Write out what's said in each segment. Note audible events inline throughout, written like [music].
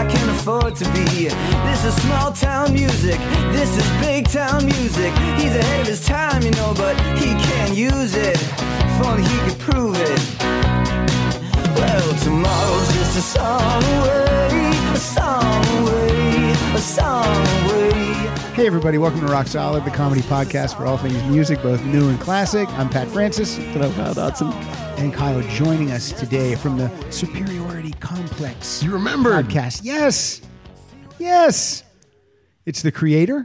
sure to be. This is small town music. This is big town music. He's ahead of his time, you know, but he can't use it. If only he could prove it. Well, tomorrow's just a song away, a song away, a song away. Hey, everybody, welcome to Rock Solid, the comedy podcast for all things music, both new and classic. I'm Pat Francis Hello, Kyle Dodson. and Kyle joining us today from the Superiority Complex You remembered? podcast. Yes, yes. It's the creator,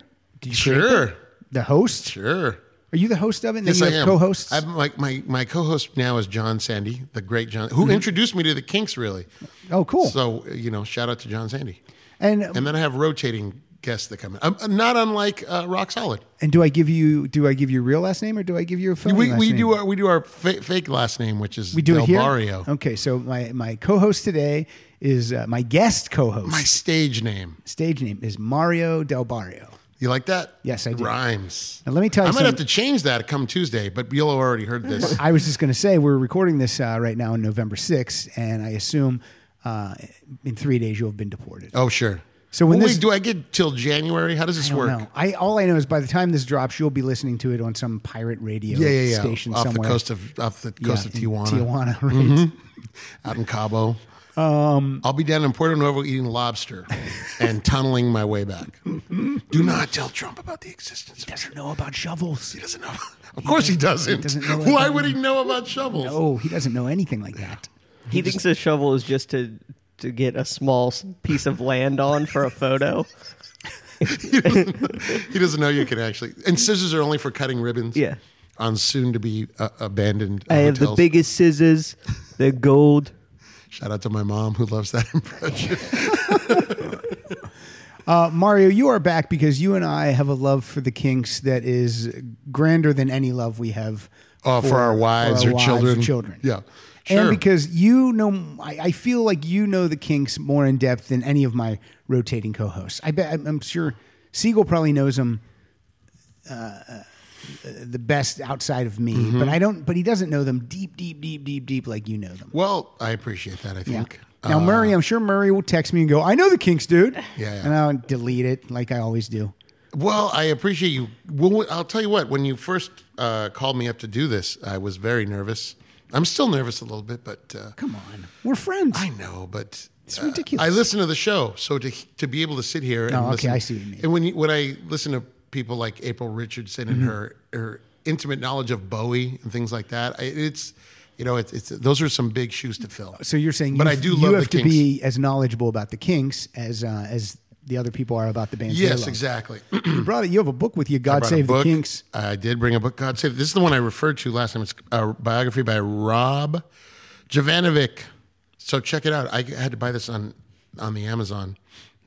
Sure, the host. sure. Are you the host of it? And Yes, then I you have am. co-hosts? I'm like my my co-host now is John Sandy, the great John, who Mm-hmm. introduced me to the Kinks. Really, oh, cool. so you know, shout out to John Sandy. and, And and then I have rotating guests that come in, Um, not unlike uh, Rock Solid. do I give you do I give you your real last name or do I give you a phone We, last we name? do our we do our fa- fake last name, which is we do Del it here. Barrio. Okay, so my my co-host today is uh, my guest co-host. My stage name. stage name is Mario Del Barrio. You like that? Yes, I do. Rhymes. Now, let me tell you I might have something. to change that come Tuesday, but you'll have already heard [laughs] this. I was just going to say we're recording this uh, right now on November 6th, and I assume uh, in three days you'll have been deported. oh, sure. So when Well, this- wait, do I get till January? How does this I don't work? know. I all I know is by the time this drops, you'll be listening to it on some pirate radio yeah, yeah, yeah. station off somewhere. the coast of off the coast Yeah, of in Tijuana, Mm-hmm. Tijuana, [laughs] right? out in Cabo. Um, I'll be down in Puerto Nuevo eating lobster and tunneling my way back. Do not tell Trump about the existence. Of Doesn't know about shovels. he doesn't know. Of course he doesn't. doesn't know Why about- would he know about shovels? Oh, he doesn't know anything like that. He thinks a shovel is just to to get a small s- piece of land on for a photo. He doesn't know you can actually. And scissors are only for cutting ribbons. Yeah. On soon to be uh, abandoned. I have the hotels. biggest scissors. They're gold. Shout out to my mom who loves that [laughs] impression. Uh, Mario, you are back because you and I have a love for the Kinks that is grander than any love we have Oh, for our wives for or children. children. Yeah. And Sure. because you know, I, I feel like you know the Kinks more in depth than any of my rotating co-hosts. I bet I'm- I'm sure Siegel probably knows them uh, uh, the best outside of me, Mm-hmm. but I don't. But he doesn't know them deep, deep, deep, deep, deep like you know them. well, I appreciate that. I think. uh, Now Murray, I'm sure Murray will text me and go, "I know the Kinks, dude," yeah. and I'll delete it like I always do. Well, I appreciate you. Well, I'll tell you what. When you first uh, called me up to do this, I was very nervous. I'm still nervous a little bit, but uh, Come on, we're friends. I know. But it's ridiculous. I listen to the show, so to to be able to sit here. And Oh, okay, listen, I see what you mean. And when you, when I listen to people like April Richardson Mm-hmm. and her her intimate knowledge of Bowie and things like that, I, it's you know it's, it's those are some big shoes to fill. So you're saying, but you, I do you love have the to Kinks. be as knowledgeable about the Kinks as uh, as the other people are about the bands. they yes, love. exactly. [clears throat] You brought it. You have a book with you. God brought a save the book. Kinks. I did bring a book. God save. This is the one I referred to last time. It's a biography by Rob Jovanovic. So check it out. I had to buy this on on the Amazon.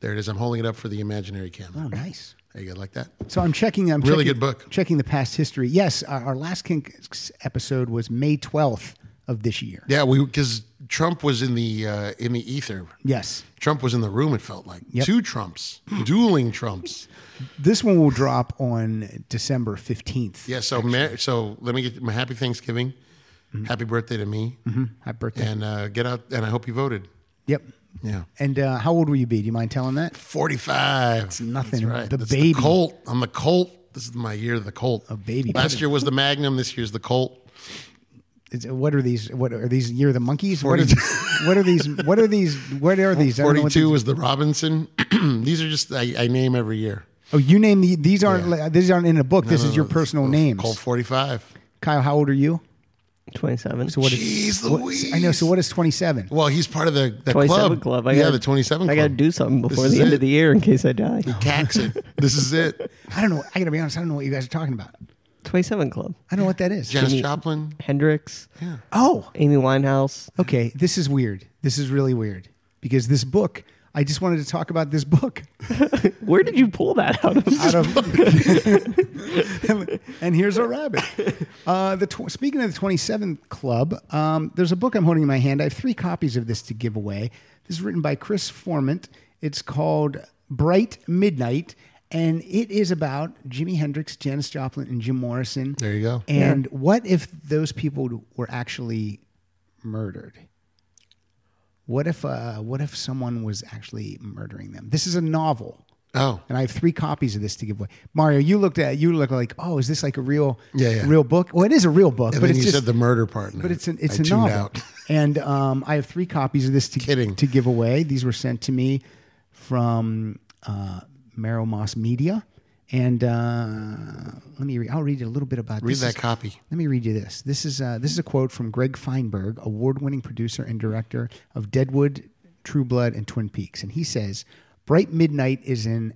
There it is. I'm holding it up for the imaginary Oh, camera. nice. There you go, like that. So I'm checking. I'm Really checking- good book. Checking the past history. Yes, our, our last Kinks episode was May 12th of this year. Yeah, we because Trump was in the uh, in the ether. Yes, Trump was in the room. It felt like Yep. Hmm. two Trumps, [laughs] dueling Trumps. this one will drop on December 15th. Yeah. So Mer- so let me get my happy Thanksgiving, Mm-hmm. happy birthday to me, Happy birthday. and uh, get out. And I hope you voted. Yep. Yeah. And uh, how old will you be? Do you mind telling that? 45. It's nothing. That's right. The That's baby. Colt. I'm the Colt. This is my year of the Colt. A baby. Last year was the Magnum. This year's the Colt. Is, what are these? What are these? Year of the monkeys? What are, these, what are these? What are these? What are these? I don't know what 42 was the Robinson. [clears throat] These are just, I, I name every year. Oh, you name the, these aren't Yeah. these aren't in a book. this No, is no, your no, this personal the names. Colt 45. Kyle, how old are you? Twenty-seven. What is- Jeez what- Louise. I know. So what is twenty seven? Well, he's part of the, the 27 club. club. I yeah, gotta- the 27 I club. got to do something before This the is end it. of the year in case I die. Tax [laughs] it. This is it. I don't know. I gotta be honest. I don't know what you guys are talking about. Twenty-seven club. I don't know what that is. Janis Jimmy- Joplin. Hendrix. Oh, Amy Winehouse. okay. This is weird. This is really weird because this book. I just wanted to talk about this book. Where did you pull that out of? Out of, [laughs] and here's a rabbit. Uh, the tw- speaking of the 27th Club, um, there's a book I'm holding in my hand. I have three copies of this to give away. This is written by Chris Formant. It's called Bright Midnight, and it is about Jimi Hendrix, Janis Joplin, and Jim Morrison. There you go. And what if those people were actually murdered? What if uh, what if someone was actually murdering them? This is a novel, Oh, and I have three copies of this to give away. Mario, you looked at you look like oh, is this like a real Yeah, yeah. real book? Well, it is a real book, and but then it's you just said the murder part. and but I- it's an it's I a tuned novel, out. [laughs] and um, I have three copies of this to Kidding. to give away. These were sent to me from uh, Merrill Moss Media, and uh, let me read. I'll read you a little bit about Read this. that is- copy. let me read you this. This is uh, this is a quote from Greg Feinberg, award-winning producer and director of Deadwood, True Blood, and Twin Peaks, and he says, "Bright Midnight is an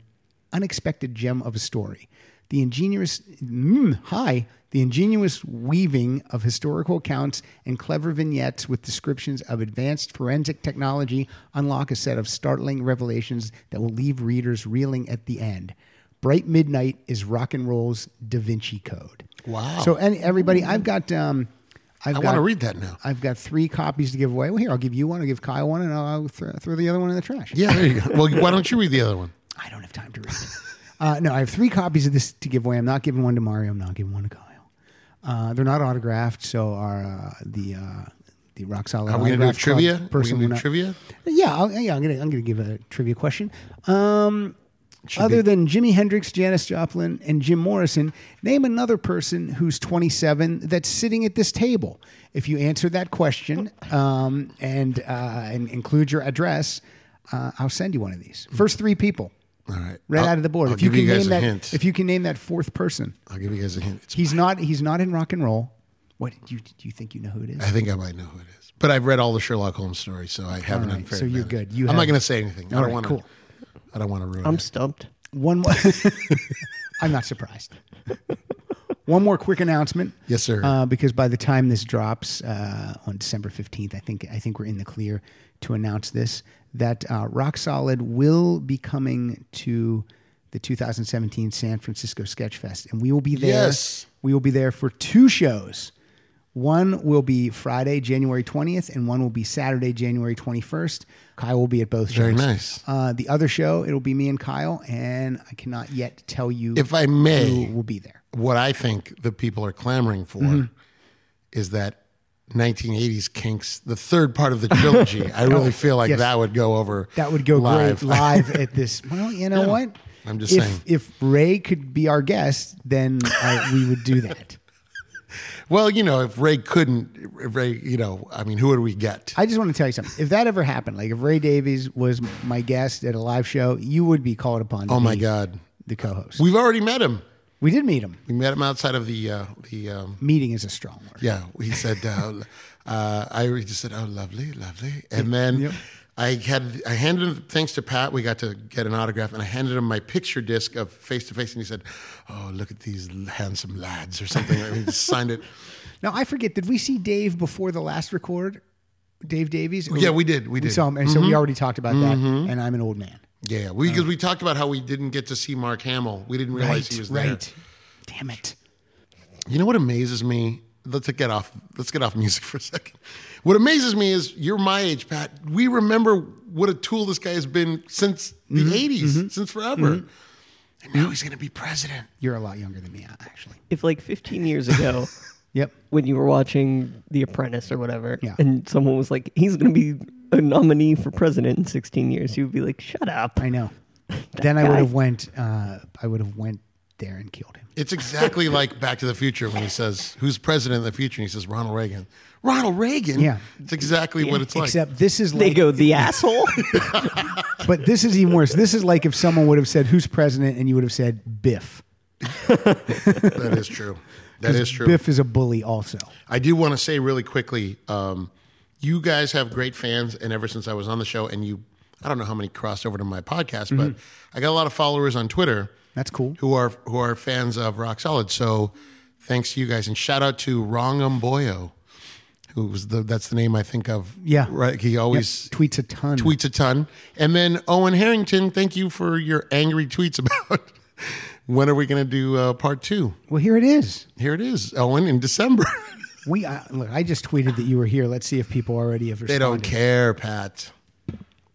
unexpected gem of a story. The ingenious mm, hi, the ingenious weaving of historical accounts and clever vignettes with descriptions of advanced forensic technology unlock a set of startling revelations that will leave readers reeling at the end." Bright Midnight is rock and roll's Da Vinci Code. Wow. So and everybody, I've got. Um, I've I got, wanna read that now. I've got three copies to give away. Well, here I'll give you one. I'll give Kyle one, and I'll, I'll throw, throw the other one in the trash. Yeah, there you go. Well, why don't you read the other one? I don't have time to read. it. [laughs] uh, no, I have three copies of this to give away. I'm not giving one to Mario. I'm not giving one to Kyle. Uh, they're not autographed, so are uh, the uh, the rock solid. Are we going to do a Autograph Club trivia? Are we Person going to will do not- trivia? Yeah, I'll, yeah. I'm gonna I'm gonna give a trivia question. Um, Should other be- than Jimi Hendrix, Janis Joplin, and Jim Morrison, name another person who's 27 that's sitting at this table. If you answer that question um, and uh, and include your address, uh, I'll send you one of these. First three people, All right. right I'll- out of the board. I'll if you give can you guys name a that, hint. if you can name that fourth person, I'll give you guys a hint. It's- he's not he's not in rock and roll. What do you do? You think you know who it is? I think I might know who it is. But I've read all the Sherlock Holmes stories, so I have an right, unfair so you're advantage. good. You I'm not have- going to say anything. I All don't right, want to. cool. I don't want to ruin. I'm it. stumped. One more. [laughs] I'm not surprised. One more quick announcement. Yes, sir. Uh, because by the time this drops uh, on December 15th, I think I think we're in the clear to announce this that uh, Rock Solid will be coming to the 2017 San Francisco Sketch Fest, and we will be there. Yes. We will be there for two shows. One will be Friday, January 20th, and one will be Saturday, January 21st. Kyle will be at both Very shows. nice. Uh, the other show, it'll be me and Kyle, and I cannot yet tell you Mm-hmm. If I may, who will be there. what I think the people are clamoring for is that 1980s Kinks, the third part of [laughs] the trilogy. I really feel like Oh, yes. that would go over. That would go live. great [laughs] live at this. Well, you know what? I'm just if, saying. If Ray could be our guest, then uh, we would do [laughs] that. well, you know, if Ray couldn't, if Ray, you know, I mean, who would we get? I just want to tell you something. If that ever happened, like if Ray Davies was my guest at a live show, you would be called upon. To oh my be God, the co-host. we've already met him. We did meet him. We met him outside of the uh, the. Um, Meeting is a strong word. Yeah, he said. Uh, [laughs] uh, I just said, "Oh, lovely, lovely," and then I had I handed him thanks to Pat. We got to get an autograph, and I handed him my picture disc of face to face, and he said, "Oh, look at these handsome lads," or something. and he just signed [laughs] it. Now I forget. Did we see Dave before the last record? Dave Davies. Yeah, we did. We We did. Mm-hmm. saw him, and so we already talked about that. And I'm an old man. yeah, we uh, because we talked about how we didn't get to see Mark Hamill. We didn't realize he was there. right. Damn it. You know what amazes me? Let's get off. Let's get off music [laughs] for a second. What amazes me is you're my age, Pat. We remember what a tool this guy has been since the Mm-hmm. '80s, since forever, and now he's going to be president. You're a lot younger than me, uh, actually. If like 15 years [laughs] ago, Yep. when you were watching The Apprentice or whatever, Yeah. and someone was like, "He's going to be a nominee for president in 16 years," you'd be like, "Shut up." I know. then I would guy. have went. Uh, I would have went there and killed him. It's [laughs] exactly like Back to the Future when he says, "Who's president in the future?" and he says, "Ronald Reagan." Ronald Reagan. Yeah. it's exactly what it's like. Except this is They like, [laughs] go the asshole. but this is even worse. This is like if someone would have said, "Who's president?" and you would have said, "Biff." that is true. [laughs] That is true. Biff is a bully, also. I do want to say really quickly, um, you guys have great fans, and ever since I was on the show, and you, I don't know how many crossed over to my podcast, but I got a lot of followers on Twitter. Mm-hmm. That's cool. Who are who are fans of Rock Solid? So, thanks to you guys, and shout out to Rongum Boyo, who was the that's the name I think of. Yeah. right. He always Yep. Tweets a ton. tweets a ton, and then Owen Harrington. Thank you for your angry tweets [laughs] about when are we going to do uh, part two. Well, here it is. Here it is, Owen, in December. [laughs] We uh, look. I just tweeted that you were here. Let's see if people already have They responded. don't care, Pat.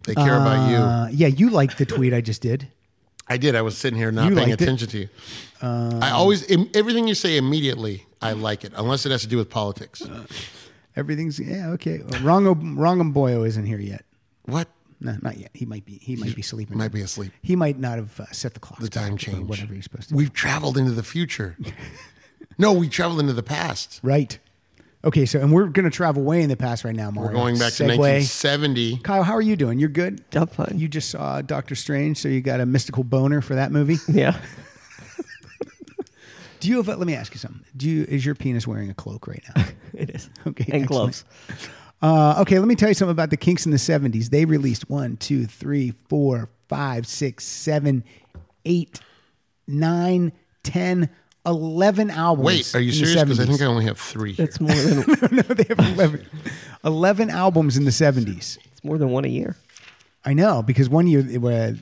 They care about you. Uh, yeah, you liked the tweet I just did. I did. I was sitting here not you paying liked it? Um, attention to you. I always im- everything you say immediately. I like it, Uh, unless it has to do with politics. Everything's yeah okay. Wrong, Wrongum Boyo isn't here yet. What? No, not yet. He might be. He might be sleeping. Might be asleep. He might not have uh, set the clock. The time back or change. Whatever he's supposed to. We've traveled into the [laughs] future. no, we traveled into the past. Right. Okay. So, and we're going to travel way in the past right now, Mario. We're going back to Segway. 1970. Kyle, how are you doing? You're good. I'm fine. You just saw Doctor Strange, so you got a mystical boner for that movie. Yeah. [laughs] Do you have? A, let me ask you something. Do you is your penis wearing a cloak right now? It is. Okay, And excellent. gloves. Uh, okay, let me tell you something about the Kinks in the 70s. They released one, two, three, four, five, six, seven, eight, nine, 10, 11 albums. Wait, are you in serious? The Because I 70s. think I only have three. Here. It's more than no, [laughs] they have 11, 11 albums in the 70s. it's more than one a [laughs] year. I know, because one year, they were-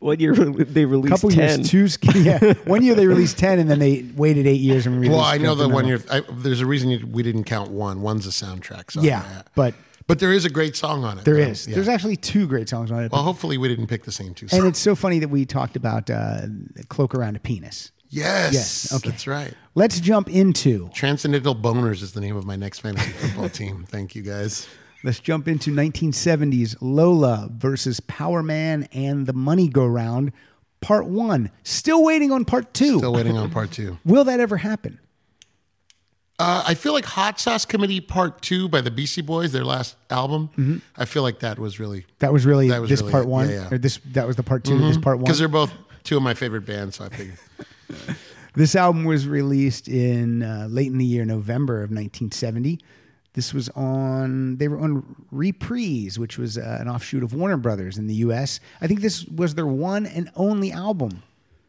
What year re- they a released couple 10. years, two, sk- [laughs] yeah, one year they released 10 and then they waited eight years and released Well, I know another that one. one year. I, there's a reason you, we didn't count one. One's a soundtrack song. Yeah, but but there is a great song on it. there though. is. Yeah. Uh-huh. There's actually two great songs on it. well, hopefully we didn't pick the same two. and Songs. it's so funny that we talked about uh, Cloak Around a Penis. Yes. Yes, okay. That's right. Let's jump into Transcendental Boners is the name of my next fantasy [laughs] football team. Thank you guys. let's jump into 1970s Lola versus Power Man and the Money Go Round, Part One. Still waiting on Part Two. Still waiting on [laughs] part two. Will that ever happen? Uh, I feel like Hot Sauce Committee Part Two by the Beastie Boys, their last album. I feel like that was really Mm-hmm. That was really That was this really Part it. One, Yeah, yeah. or this that was the Part 2 This Part One. because they're both two of my favorite bands. So I figured [laughs] This album was released in uh, late in the year, November of 1970. This was on, they were on Reprise, which was uh, an offshoot of Warner Brothers in the US. I think this was their one and only album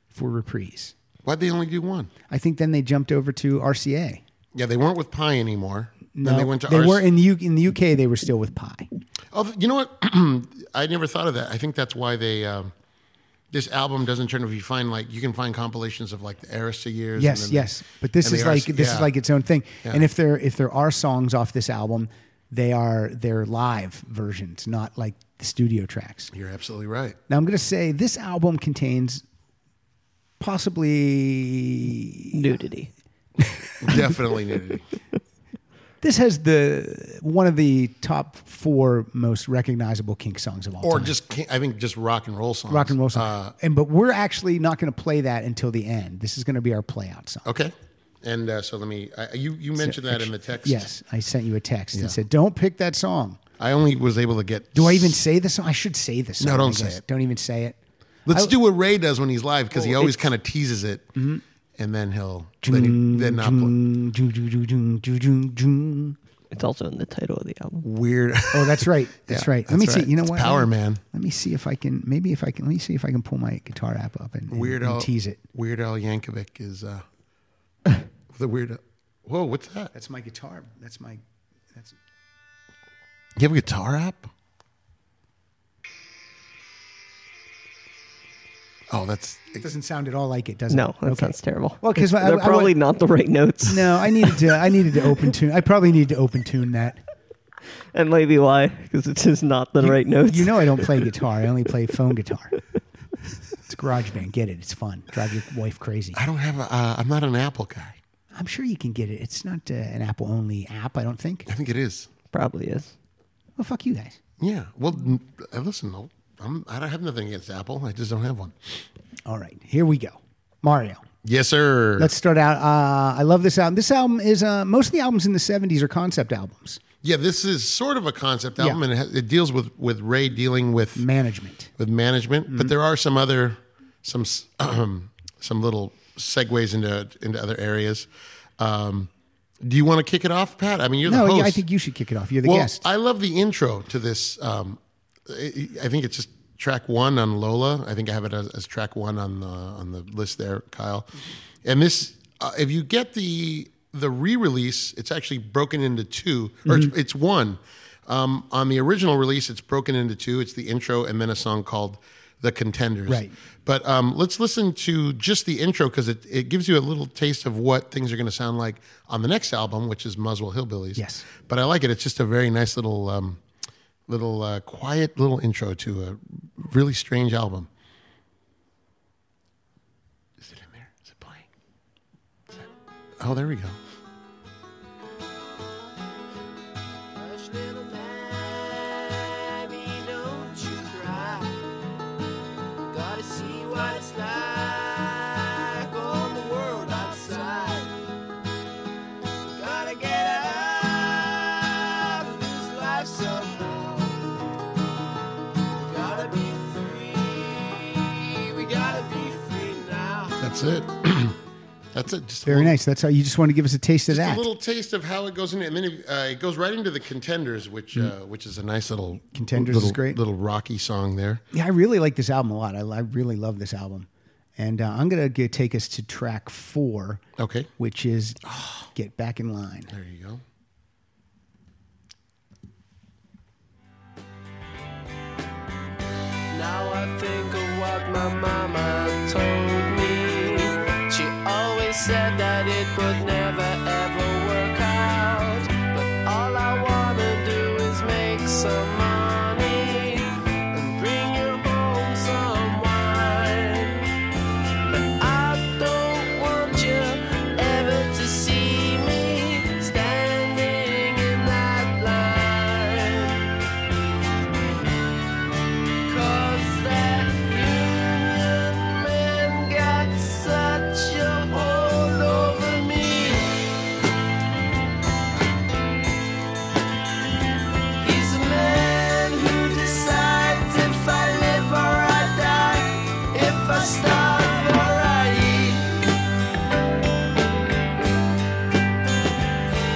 for Reprise. why'd they only do one? I think then they jumped over to RCA. Yeah, they weren't with Pie anymore. No, then they went to Oh, they RC were in the, U- in the UK, they were still with Pie. Oh, you know what? [clears throat] I never thought of that. I think that's why they. Um, this album doesn't turn. If you find like you can find compilations of like the Arista years. Yes, and then- yes. But this and is the like RC this is yeah. like its own thing. Yeah. And if there if there are songs off this album, they are they're live versions, not like the studio tracks. You're absolutely right. Now I'm going to say this album contains possibly Nudity. [laughs] Definitely nudity. this has the one of the top four most recognizable kink songs of all Or time. just can I think just rock and roll songs. rock and roll song. Uh, and but we're actually not going to play that until the end. This is going to be our play out song. Uh, okay. And uh, so let me. I, you you mentioned that in the text. Yes, I sent you a text Yeah. and said, "Don't pick that song." I only was able to get. Do I even say the song? I should say the song. No, don't I guess. say it. Don't even say it. I- Let's Oh, Mm-hmm. do what Ray does when he's live because he Well, always it's- kind of teases it, and then he'll then, he, then not play. Jung, jung, jung, jung, jung, jung, jung, jung. It's also in the title of the album. weird. [laughs] Oh, that's right. That's Yeah, right. Let me that's see. right. You know It's what? Power Let me- Man. Let me see if I can. Maybe if I can. Let me see if I can pull my guitar app up and, and, Weird and Al tease it. Weird Al Yankovic [laughs] is uh, the weird. Whoa, what's that? That's my guitar. That's my. That's. You have a guitar app? Oh, that's It doesn't sound at all like it, does it? No, that Okay. sounds terrible. Well, 'cause I- I they're would- probably not the right notes, No, I needed to. I needed to open tune. I probably need to open tune that. [laughs] and maybe why? Because it's just not the right notes. You know, I don't play guitar. I only play phone guitar. It's garage band. Get it? It's fun. Drive your wife crazy. I don't have a. Uh, I'm not an Apple guy. I'm sure you can get it. It's not uh, an Apple only app. I don't think. I think it is. probably is. Well, fuck you guys. Yeah. Well, n- uh, listen, no, I'm, I don't have nothing against Apple. I just don't have one. All right, here we go. Mario. Yes, sir. Let's start out. Uh, I love this album. This album is uh, most of the albums in the '70s are concept albums. yeah, this is sort of a concept album, Yeah. and it, has, it deals with with Ray dealing with Management. with management, mm-hmm. but there are some other some s- [clears throat] some little segues into into other areas. Um, do you want to kick it off, Pat? I mean, you're the No, host. yeah, I think you should kick it off. You're the well, guest. I love the intro to this. Um, I I think it's just track one on Lola. I think I have it as, as track one on the on the list there, Kyle. Mm-hmm. And this, uh, if you get the the re-release, it's actually broken into two, or Mm-hmm. it's, it's one. Um, on the original release, it's broken into two. It's the intro and then a song called "The Contenders." Right. But um, let's listen to just the intro because it, it gives you a little taste of what things are going to sound like on the next album, which is Muswell Hillbillies. Yes. But I like it. It's just a very nice little, um, little uh, quiet little intro to a really strange album. Is it in there? Is it playing? Is it- Oh, there we go. Hush, little Mammy, don't That's it. [clears throat] That's it. Just a Very little- nice. That's how you just want to give us a taste of Just that. a little taste of how it goes in, and then uh, it goes right into the contenders, which uh, which is a nice little Contenders is little, great. little rocky song there. Yeah, I really like this album a lot. I, I really love this album. And uh, I'm going to get, take us to track four, Okay, which [sighs] is Get Back in Line. there you go. Now I think of what my mama told me. She always said that it would never ever work out. But all I wanna do is make some money and bring you home some wine. I don't want you ever to see me standing in that line. Cause that union man got such a hold over me. He's a man who decides if I live or I die, if I starve or I eat.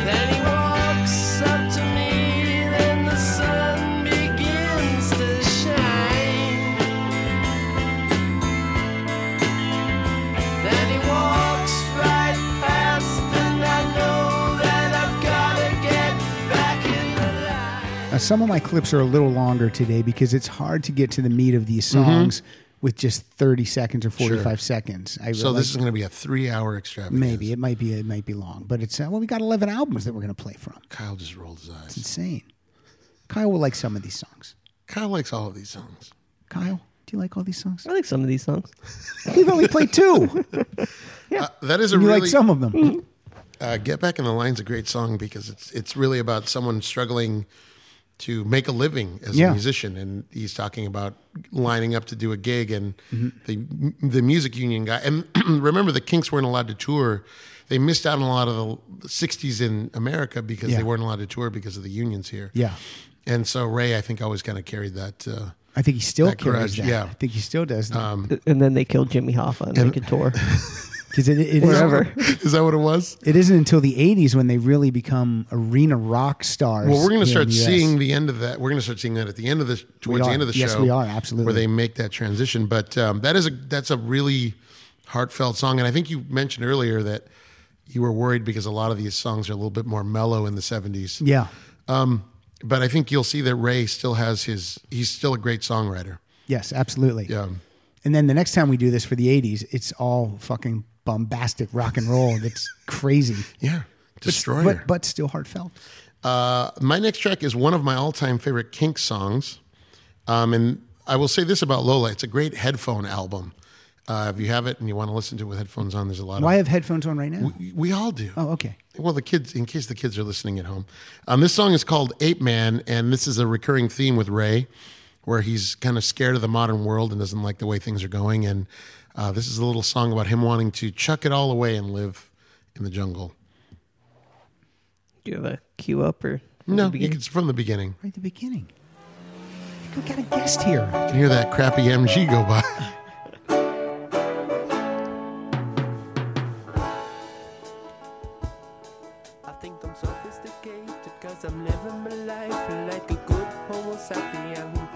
Then he walks up to me, then the sun begins to shine. Then he walks right past, and I know that I've gotta get back in the line. Now, some of my clips are a little longer today because it's hard to get to the meat of these Mm-hmm. songs with just 30 seconds or 45 seconds. I So like- this is going to be a three-hour extravaganza. maybe it might be it might be long, but it's uh, well, we got 11 albums that we're going to play from. Kyle just rolled his eyes. Insane. Kyle will like some of these songs. Kyle likes all of these songs. Kyle, do you like all these songs? I like some of these songs. We've only played [laughs] two. You Uh, that is a really like some of them. Uh, Get Back in the Line's a great song because it's it's really about someone struggling to make a living as Yeah. a musician, and he's talking about lining up to do a gig, and Mm-hmm. the the music union guy. And [clears throat] remember, the Kinks weren't allowed to tour; they missed out on a lot of the '60s in America because Yeah. they weren't allowed to tour because of the unions here. Yeah. and so Ray, I think, always kind of carried that. Uh, I think he still That carries that. grudge, yeah. Um, I think he still does that. And then they killed Jimmy Hoffa and, they could [laughs] tour. Because it, it, is, Wherever. [laughs] is that what it was? it isn't until the 80s when they really become arena rock stars. Well, we're going here in to start the US. seeing the end of that. We're going to start seeing that at the end of the towards are. the end of the Yes, show. we are, absolutely. where they make that transition. But um, that is a that's a really heartfelt song, and I think you mentioned earlier that you were worried because a lot of these songs are a little bit more mellow in the seventies. Yeah. Um, but I think you'll see that Ray still has his. He's still a great songwriter. Um, Yes, absolutely. Yeah. And then the next time we do this for the 80s, it's all fucking bombastic rock and roll. That's [laughs] crazy. Yeah. Destroyer. But, but still heartfelt. Uh, my next track is one of my all-time favorite Kink songs, um, and I will say this about Lola: it's a great headphone album. Uh, if you have it and you want to listen to it with headphones on, there's a lot Why of. have headphones on right now? We, we all do. Oh, okay. Well, the kids, in case the kids are listening at home, um, this song is called Ape Man, and this is a recurring theme with Ray, where he's kind of scared of the modern world and doesn't like the way things are going. And uh, this is a little song about him wanting to chuck it all away and live in the jungle. Do you have a cue up or No, you can- it's from the beginning. Right at the beginning. We got a guest here. You can hear that crappy MG go by. [laughs] I think I'm sophisticated cause I'm living my life like a good homo sapien.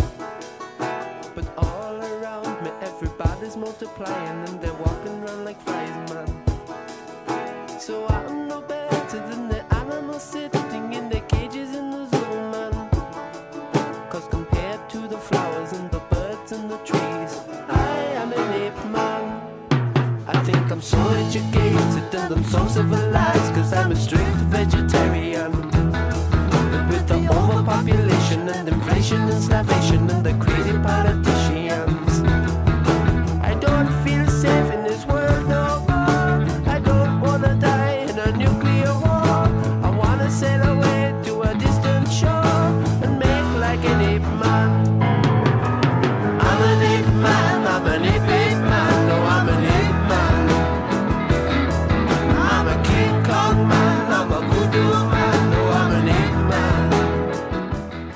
But all around me everybody's multiplying and they're walking around like flies, man. So I'm no better than the animals sitting in their cages in the zoo, man. Cause compared to the flowers and the birds and the trees, I am an ape man. I think I'm so educated and I'm so civilized Cause I'm a strict vegetarian But with the overpopulation and inflation and starvation And the crazy politicians I don't feel safe in this world no more I don't wanna die in a nuclear war I wanna sail away to a distant shore And make like an ape man I'm an ape man, I'm an ape, ape man, no, I'm an ape man. I'm a King Kong man, I'm a voodoo man, no, I'm an ape man.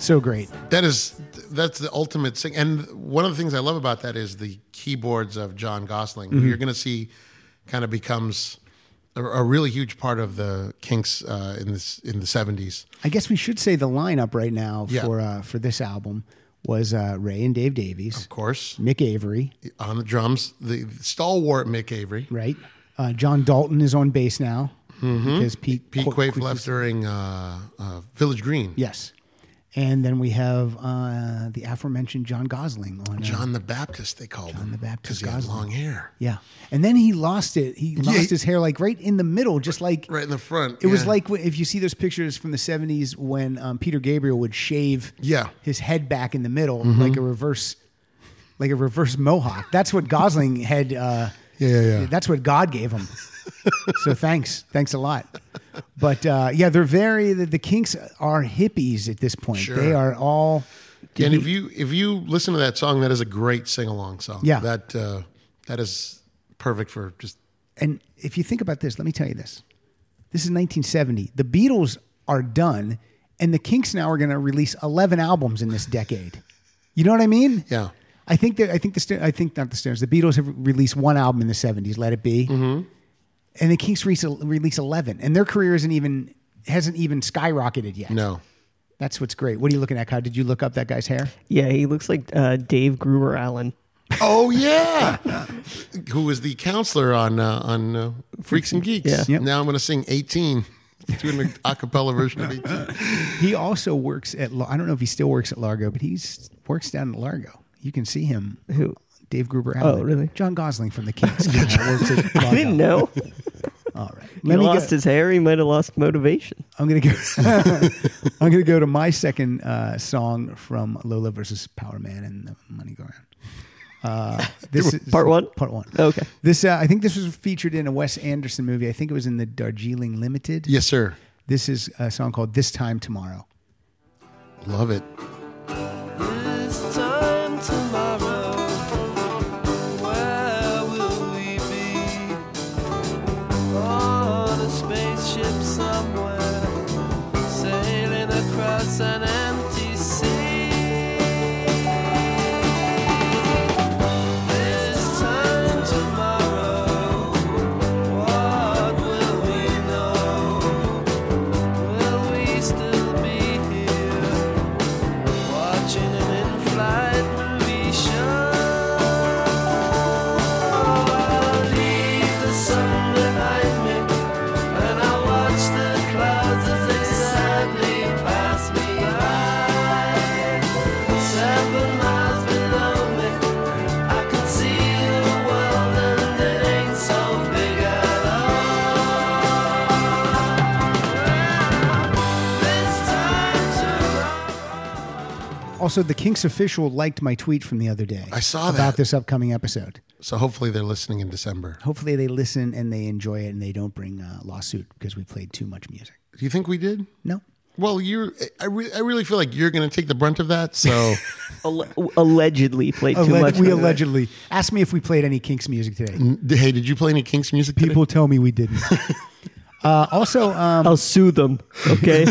So great. That is that's the ultimate thing. And one of the things I love about that is the keyboards of John Gosling. Mm-hmm. who You're going to see kind of becomes a, a really huge part of the Kinks uh, in this in the '70s. I guess we should say the lineup right now Yeah. for uh, for this album was uh, Ray and Dave Davies, Of course, Mick Avery, on the drums, the stalwart Mick Avery. right? Uh, John Dalton is on bass now because Pete Mm-hmm. Pete Qu- Quaife Qu- left during uh, uh, Village Green. Yes, and then we have uh, the aforementioned John Gosling on uh, John the Baptist, they called him. the Baptist he had Gosling. long hair. Yeah, and then he lost it. He lost he- his hair like right in the middle, just like Right in the front. It was yeah. like wh- if you see those pictures from the '70s when um, Peter Gabriel would shave Yeah. Mm-hmm. his head back in the middle, like a reverse, like a reverse mohawk. That's what Gosling had. Uh, Yeah, yeah, yeah. That's what God gave [laughs] him. so thanks, thanks a lot. But uh, yeah, they're very the, the Kinks are hippies at this point. Sure. They are all and if you if you listen to that song, that is a great sing along song. Yeah. that uh, that is perfect for just And if you think about this, let me tell you this. This is 1970. The Beatles are done, and the Kinks now are going to release 11 albums in this decade. You know what I mean? Yeah. I think that I think the Sto- I think not the Stones. The Beatles have released one album in the 70s. Let it be. Mm-hmm. And the Kinks re- release 11, and their career isn't even hasn't even skyrocketed yet. no. That's what's great. What are you looking at? How did you look up that guy's hair? Yeah, he looks like uh, Dave Gruber Allen. Oh yeah, [laughs] who was the counselor on uh, on uh, Freaks and Geeks? Yeah. Yep. Now I'm going to sing 18, doing an acapella version of 18. He also works at. La- I don't know if he still works at Largo, but he's works down at Largo. You can see him. Who? Oh, Dave Gruber. Allen. really? John Gosling from the [laughs] Kinks. uh, works at I [laughs] didn't Largo. [laughs] know. All right. he Let me lost get, his hair. He might have lost motivation. I'm gonna go. [laughs] [laughs] I'm gonna go to my second uh, song from Lola versus Power Man and the Money Go Round. [laughs] Uh, this is Part one? Oh, Part one. Okay. This uh, I think this was featured in a Wes Anderson movie. I think it was in the Darjeeling Limited. Yes, sir. This is a song called "This Time Tomorrow." Love it. This time tomorrow, where will we be? On a spaceship somewhere, sailing across an empty sea. This time tomorrow, what will we know? Will we still be here? Watching an in-flight movie show. Leave the sun behind me, and I watch the clouds as they sadly pass me by. Seven miles below me, I can see the world, and it ain't so big at all. This time to Also, the Kinks official liked my tweet from the other day. I saw about that. this upcoming episode. So hopefully they're listening in December. Hopefully, they listen and they enjoy it, and they don't bring a lawsuit because we played too much music. Do you think we did? No. Well, you're. I, re- I really feel like you're going to take the brunt of that. So [laughs] Alle- allegedly played too much. we of it. allegedly asked me if we played any Kinks music today. Mm. hey, did you play any Kinks music? today? People tell me we didn't. [laughs] uh, also, um, I'll sue them. Okay.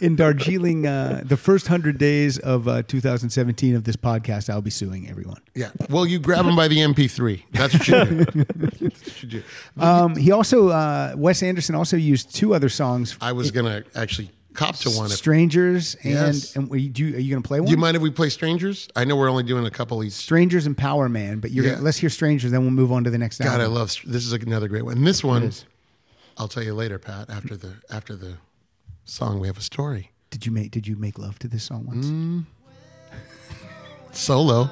in Darjeeling, uh, the first hundred days of uh, 2017 of this podcast, I'll be suing everyone. Yeah. Well, you grab them by the MP3. That's what you do. Um, he also, uh, Wes Anderson also used two other songs, I was going to actually cop to one. If, "Strangers" and Yes. and we- do you, are you going to play one? do you mind if we play Strangers? I know we're only doing a couple each. "Strangers" and "Power Man," but you're Yeah. gonna, let's hear "Strangers," then we'll move on to the next. God, I album. love this. Is another great one. And this one, I'll tell you later, Pat. After the after the song, we have a story Did you make Did you make love to this song once? Mm. solo.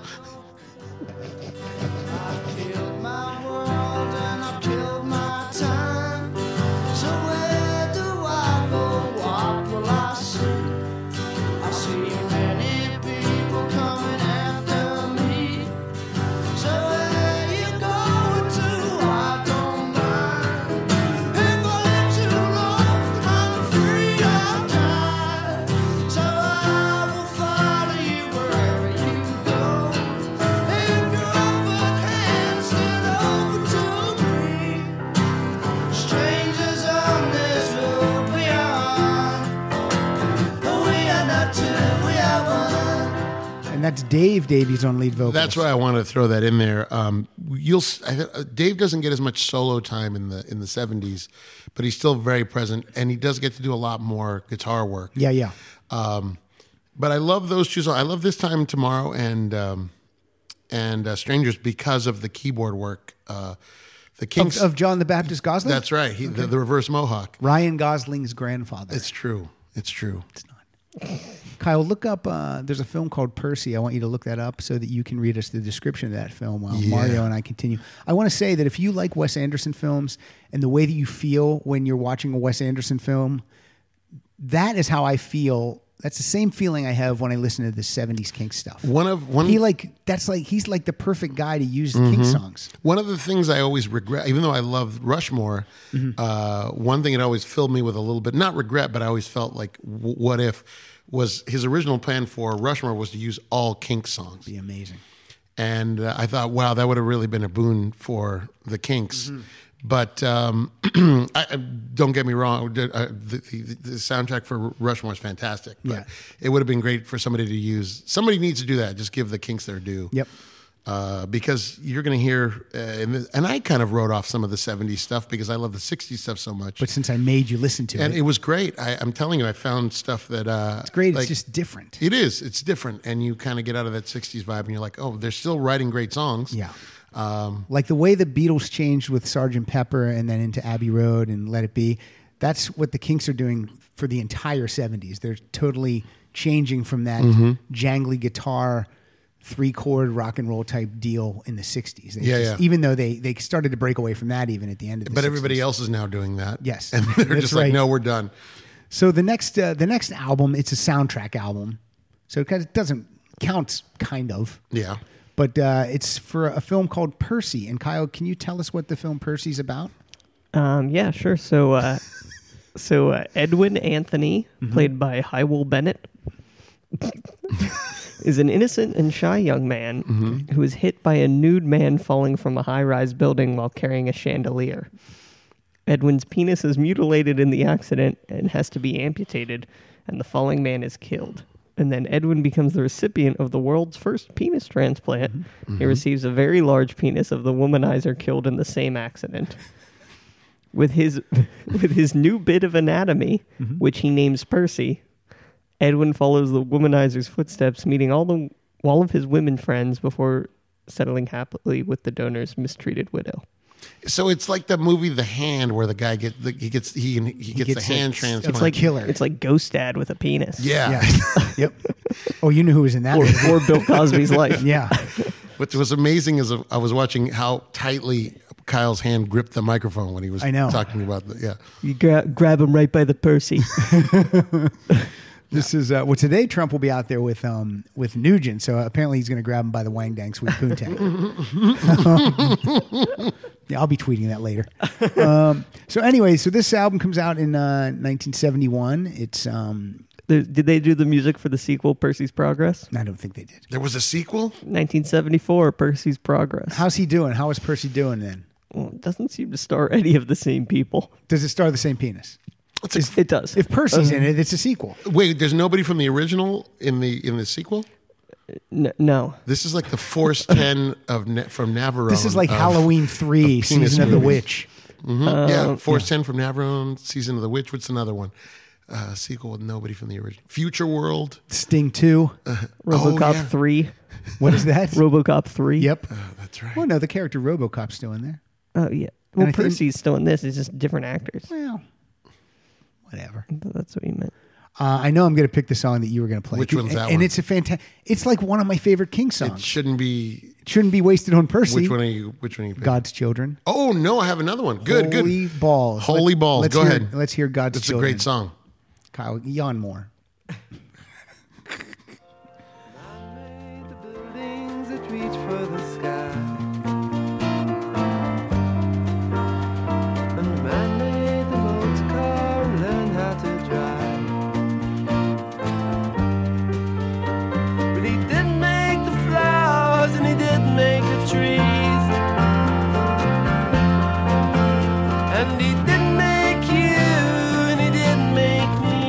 Follow you wherever you go. If you're that's Dave Davies on lead vocals. That's why I wanted to throw that in there. Um, you'll s- I- uh, Dave doesn't get as much solo time in the in the seventies, but he's still very present, and he does get to do a lot more guitar work. Yeah, yeah. Um, but I love those two. songs. I love this time tomorrow and um, and uh, strangers because of the keyboard work. Uh, the Of, Kings. of John the Baptist Gosling? that's right. He, the, the reverse mohawk. Ryan Gosling's grandfather. It's true. It's true. Kyle, look up. Uh, there's a film called Percy. I want you to look that up so that you can read us the description of that film while Mario and I continue. I want to say that if you like Wes Anderson films and the way that you feel when you're watching a Wes Anderson film, that is how I feel. That's the same feeling I have when I listen to the '70s Kink stuff. One of one. He like that's like he's like the perfect guy to use the Kink songs. One of the things I always regret, even though I love Rushmore, Mm-hmm. uh, one thing it always filled me with a little bit, not regret, but I always felt like, w- what if, was his original plan for Rushmore was to use all Kinks songs. Be amazing. And uh, I thought, wow, that would have really been a boon for the Kinks. Mm-hmm. But um, [clears throat] I, I- don't get me wrong, the, uh, the, the, the soundtrack for Rushmore is fantastic. But Yeah. it would have been great for somebody to use. Somebody needs to do that. Just give the Kinks their due Yep. uh, because you're going to hear, uh, and, th- and I kind of wrote off some of the 70s stuff because I love the 60s stuff so much. But since I made you listen to and it, it was great. I, I'm telling you, I found stuff that. Uh, it's great. it's just different. It is. It's different. And you kind of get out of that 60s vibe and you're like, oh, they're still writing great songs. Yeah. Um, like the way the Beatles changed with Sgt. Pepper and then into Abbey Road and Let It Be, that's what the Kinks are doing for the entire 70s. They're totally changing from that Mm-hmm. jangly guitar, three chord rock and roll type deal in the 60s. They Yeah, yeah. Even though they, they started to break away from that even at the end of the But everybody 60s. else is now doing that. Yes. And they're That's just right. like, no, we're done. So the next uh, the next album, it's a soundtrack album. So it kind of doesn't count, kind of. Yeah. But uh, it's for a film called Percy. And Kyle, can you tell us what the film Percy's about? Um, yeah, sure. So, uh, so uh, Edwin Anthony, played by Hywell Bennett, [laughs] is an innocent and shy young man who is hit by a nude man falling from a high-rise building while carrying a chandelier. Edwin's penis is mutilated in the accident and has to be amputated, and the falling man is killed. And then Edwin becomes the recipient of the world's first penis transplant. He receives a very large penis of the womanizer killed in the same accident. With his [laughs] with his new bit of anatomy, which he names Percy, Edwin follows the womanizer's footsteps, meeting all the all of his women friends before settling happily with the donor's mistreated widow. So it's like the movie The Hand, where the guy get the, he gets he he gets, gets the a- hand it's transplant. It's like- killer. It's like Ghost Dad with a penis. yeah, Yeah. [laughs] yep. Oh, you knew who was in that. or, one. or Bill [laughs] Cosby's life. Yeah. What was amazing is I was watching how tightly Kyle's hand gripped the microphone when he was I know. talking about the yeah. You gra- grab him right by [laughs] the Percy. This is uh, well today. Trump will be out there with um with Nugent, so apparently he's going to grab him by the wang dang sweet poontang. [laughs] yeah, I'll be tweeting that later. Um, so anyway, so this album comes out in uh, 1971. It's um There- Did they do the music for the sequel, Percy's Progress? I don't think they did. There was a sequel. 1974, Percy's Progress. How's he doing? How is Percy doing then? Well, it doesn't seem to star any of the same people. Does it star the same penis? It's a- It does. Uh, If Percy's in it, it's a sequel. wait, there's nobody from the original in the in the sequel. N- no. This is like the [laughs] Force Ten of Na- from Navarone. This is like of- Halloween Three, of penis Season of the movies. Witch. Hmm? Mhm. yeah, Force Ten from Navarone, Season of the Witch. What's another one? Uh, sequel with nobody from the original. Future World. Sting Two. Oh, RoboCop yeah. 3. What is that? RoboCop [laughs] 3. yep. Oh, That's right. Well, no, the character RoboCop's still in there. Oh, yeah. I Well, think- Percy's still in this. It's just different actors. Well, whatever. I thought That's what you meant. Uh, I know I'm going to pick the song that you were going to play. Which one's and, that And one? it's a fantastic. It's like one of my favorite King It songs. shouldn't be. It shouldn't be wasted on Percy. Which one are you? Which one are you? Picking? God's Children. Oh no, I have another one. Good, Holy good. balls. Holy balls. Let's Go hear, ahead. Let's hear God's It's a Children. great song. Kyle, yawn more. The buildings that reach for the sky. And man made the boats car learn how to drive. But he didn't make the flowers and he didn't make the trees. And he didn't make you and he didn't make me.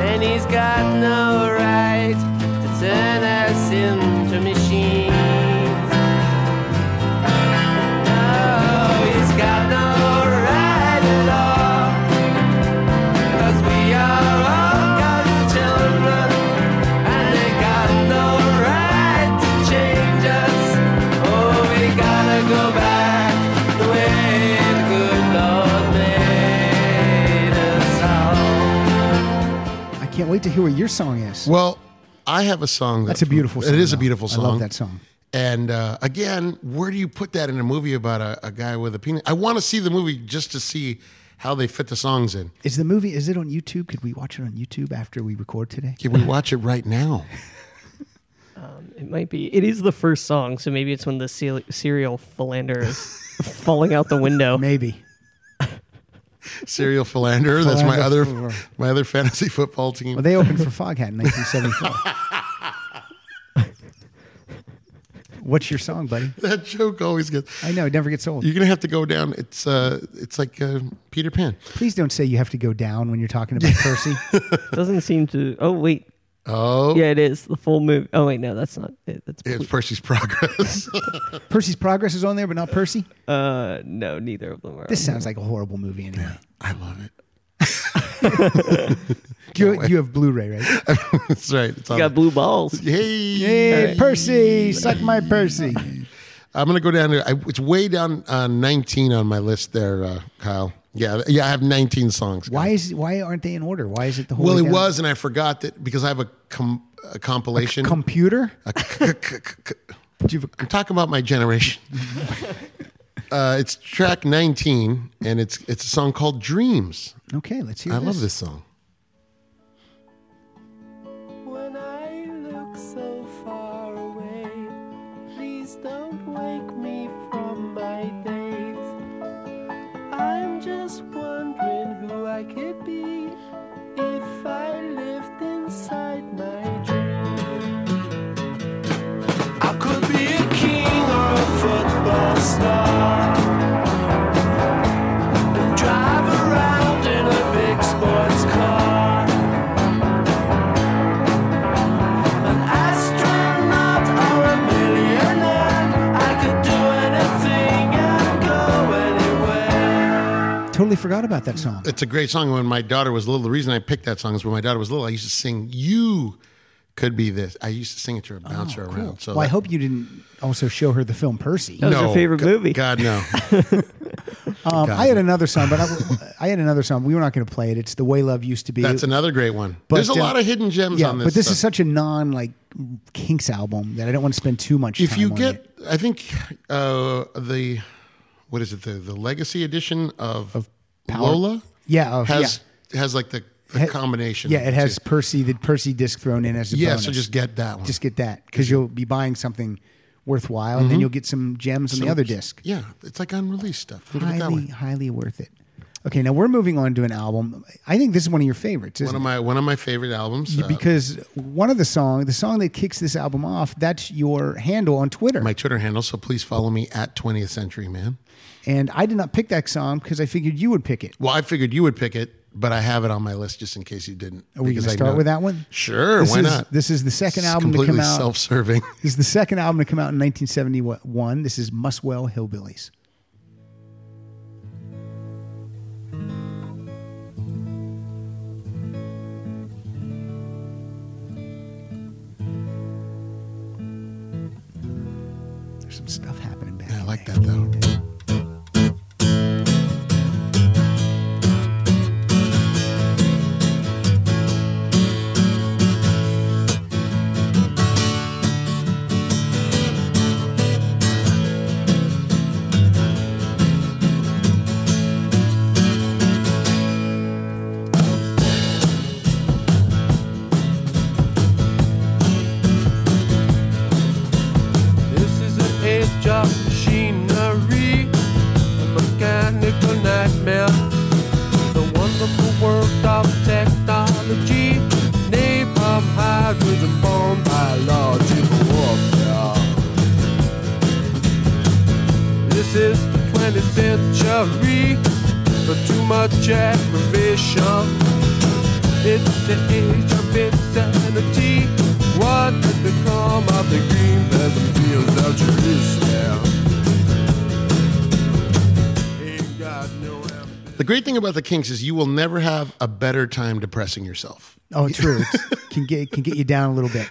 And he's got no Oh, wait to hear what your song is. Well, I have a song that- That's a beautiful song. It is a though. beautiful song. I love that song. And uh, again, where do you put that in a movie about a, a guy with a penis? I want to see the movie just to see how they fit the songs in. Is the movie, is it on YouTube? Could we watch it on YouTube after we record today? Can we watch it [laughs] right now? It might be. It is the first song, so maybe it's when the cel- serial philander is [laughs] falling out the window. Maybe. Serial Philander. That's my Philander other Fuller. my other fantasy football team. Well, they opened for Foghat in 1974. What's your song, buddy? that joke always gets. I know, it never gets old. You're gonna have to go down. It's uh, it's like uh, Peter Pan. Please don't say you have to go down when you're talking about [laughs] Percy. Doesn't seem to. Oh wait, Oh, yeah, it is the full movie. Oh wait, no, that's not it. That's it's Percy's Progress. [laughs] Percy's Progress is on there, but not Percy. uh, no, neither of them are. This sounds like a horrible movie anyway. I love it. Do [laughs] you, you have Blu-ray, right? That's right. It's You on got [laughs] blue balls. Hey, Hey, Percy, suck my Percy. I'm gonna go down to. I, it's way down uh, 19 on my list there, uh, Kyle. Yeah, yeah, I have 19 songs. Kyle. Why is why aren't they in order? Why is it the whole? Well, way it down? was, and I forgot that because I have a, com- a compilation. computer. a c- c- c- c- Do you have I'm talking about my generation. uh, it's track 19, and it's it's a song called a- Dreams. okay, let's hear. I this. love this song. When I look so far away, please don't wake me from my days. I'm just wondering who I could be if I lived inside my dream. I could be a king or a football star. and Drive around in a big sports car. An astronaut or a millionaire, I could do anything and go anywhere. Totally forgot about that song. It's a great song. When my daughter was little, the reason I picked that song is when my daughter was little, I used to sing "You Could Be This." I used to sing it to her, bounce her around. So Oh, well, I that- hope you didn't also show her the film Percy. That was her favorite g- movie. God [laughs] no. Um, I had another song, but I, I had another song. We were not going to play it. It's the way love used to be. That's another great one. But, There's a uh, lot of hidden gems yeah, on this. but this is stuff. such a non like Kinks album that I don't want to spend too much. if time you on get, it. I think uh, the what is it the the legacy edition of, Lola yeah, of- has has like the, the combination. yeah, of yeah, it the has two. Percy the Percy disc thrown in as a Yeah, bonus. so just get that one. just get that because you'll be buying something worthwhile, and then Mm-hmm. you'll get some gems on the other disc. yeah, it's like unreleased stuff. Look at that Highly, one. highly worth it. Okay, now we're moving on to an album. I think this is one of your favorites, One isn't of my one of my favorite albums. it? uh, Because one of the song, the song that kicks this album off, that's your handle on Twitter. my Twitter handle, so please follow me at 20th Century Man. And I did not pick that song because I figured you would pick it. Well, I figured you would pick it, but I have it on my list just in case you didn't. Are we because going I to start know- with that one? Sure, This why is, not? This is the second It's album to completely come out. self-serving. [laughs] This is the second album to come out in 1971. This is Muswell Hillbillies. There's some stuff happening back. I in like there. that though. This is an age of machinery, a mechanical nightmare. The wonderful world of technology, nape of hydrogen bomb biological warfare. This is the 20th century, but too much aggravation. It's the age of insanity. What has become of the green peasant fields of Jerusalem? Ain't got no ambition. The great thing about the Kinks is you will never have a better time depressing yourself. Oh, true. It's, can get can get you down a little bit.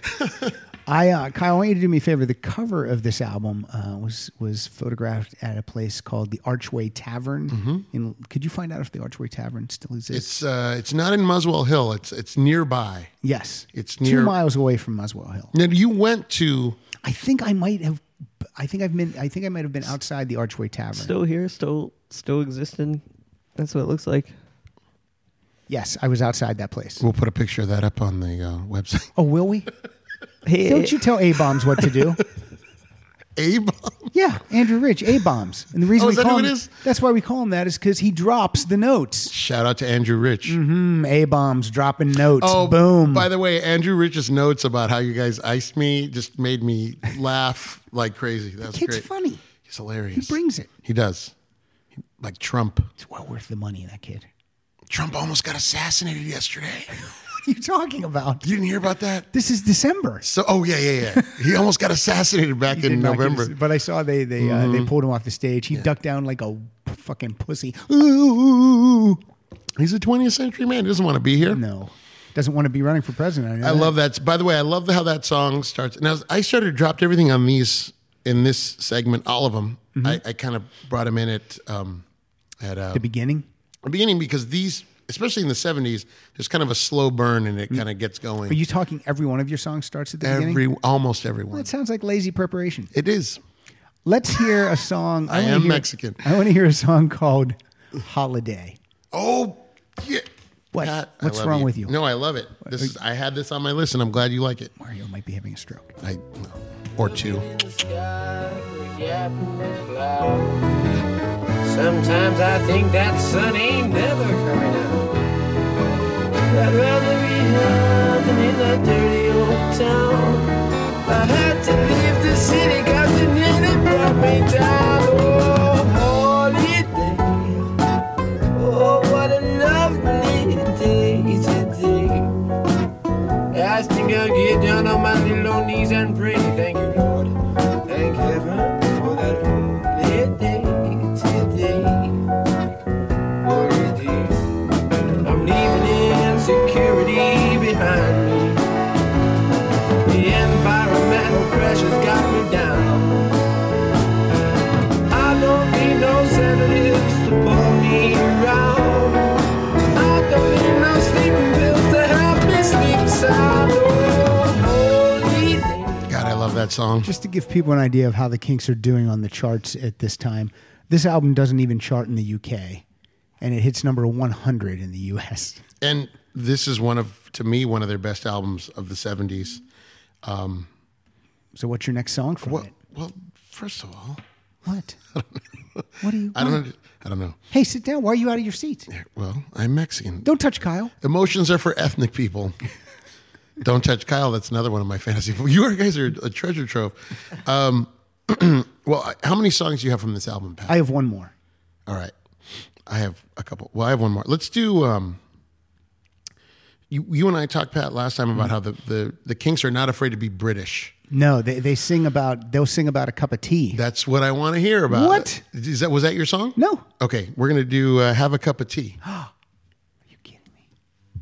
I uh, Kyle, I want you to do me a favor. The cover of this album uh, was was photographed at a place called the Archway Tavern. In, could you find out if the Archway Tavern still exists? Mm-hmm. It's uh, it's not in Muswell Hill. It's it's nearby. yes, it's two near- miles away from Muswell Hill. Now you went to I think I might have. I think I've been. I think I might have been outside the Archway Tavern. Still here, still still existing. That's what it looks like. yes, I was outside that place. We'll put a picture of that up on the uh, website. [laughs] Oh, will we? Hey, [laughs] Don't you tell a bombs what to [laughs] do? Abe, yeah, Andrew Rich, a bombs, and the reason Oh, we is that call who it him is? that's why we call him that is because he drops the notes. shout out to Andrew Rich. A bombs dropping notes. Oh, boom. By the way, Andrew Rich's notes about how you guys iced me just made me laugh like crazy. That's Kid's great. funny. He's hilarious. He brings it. He does. He- Like Trump. It's well worth the money, that kid. Trump almost got assassinated yesterday. What are you talking about? You didn't hear about that? This is December. So, oh yeah, yeah, yeah. He almost got assassinated back in Did not get November. Mm-hmm. to see- but I saw they they uh, they pulled him off the stage. He ducked down like a fucking pussy. Ooh. He's a 20th century man. He doesn't want to be here. No. Doesn't want to be running for president. know I that. love that. By the way, I love how that song starts. Now, I started to drop everything on these in this segment, all of them. I, I kind of brought them in at um, at uh, Mm-hmm. the beginning. the beginning because these, especially in the '70s, there's kind of a slow burn and it kind of gets going. Mm. Are you talking every one of your songs starts at the Every beginning? almost everyone. That sounds like lazy preparation. It is. Let's hear a song. I, I wanna am hear- Mexican. I want to hear a song called Holiday. Oh yeah. What? Pat, I What's love wrong with you? No, I love it. This is, I had this on my list, and I'm glad you like it. Mario might be having a stroke. I or two. in the sky, the gap in the clouds. Sometimes I think that sun ain't never coming out. I'd rather be out than in that dirty old town. I had to leave the city 'cause it nearly brought me down. Oh, holiday. Oh, what a lovely day today. I think I'll get down on my little old knees and pray. Thank you, Lord. Thank heaven for that holy day today. Holy day. I'm leaving insecurity behind me. The environmental pressures got me down. I don't need no sedatives to pull me around. I don't need no sleeping pills to help me sleep sound. Oh, holy day. God, I love that song. Just to give people an idea of how the Kinks are doing on the charts at this time, this album doesn't even chart in the UK, and it hits number 100 in the US. and this is one of to me one of their best albums of the 70s So, what's your next song from well, it? well first of all What? what do you? i don't i don't know Hey, sit down. Why are you out of your seat? well i'm mexican Don't touch Kyle. emotions are for ethnic people don't touch kyle that's another one of my fantasy [laughs] you guys are a treasure trove um, [clears throat] well how many songs do you have from this album Pat? I have one more. all right i have a couple well i have one more let's do um, you, you and i talked pat last time about how the, the, the kinks are not afraid to be british No, they, they sing about they'll sing about a cup of tea. That's what I want to hear about. What? is that? Was that your song? No. Okay, we're gonna do uh, "Have a Cup of Tea." Are you kidding me?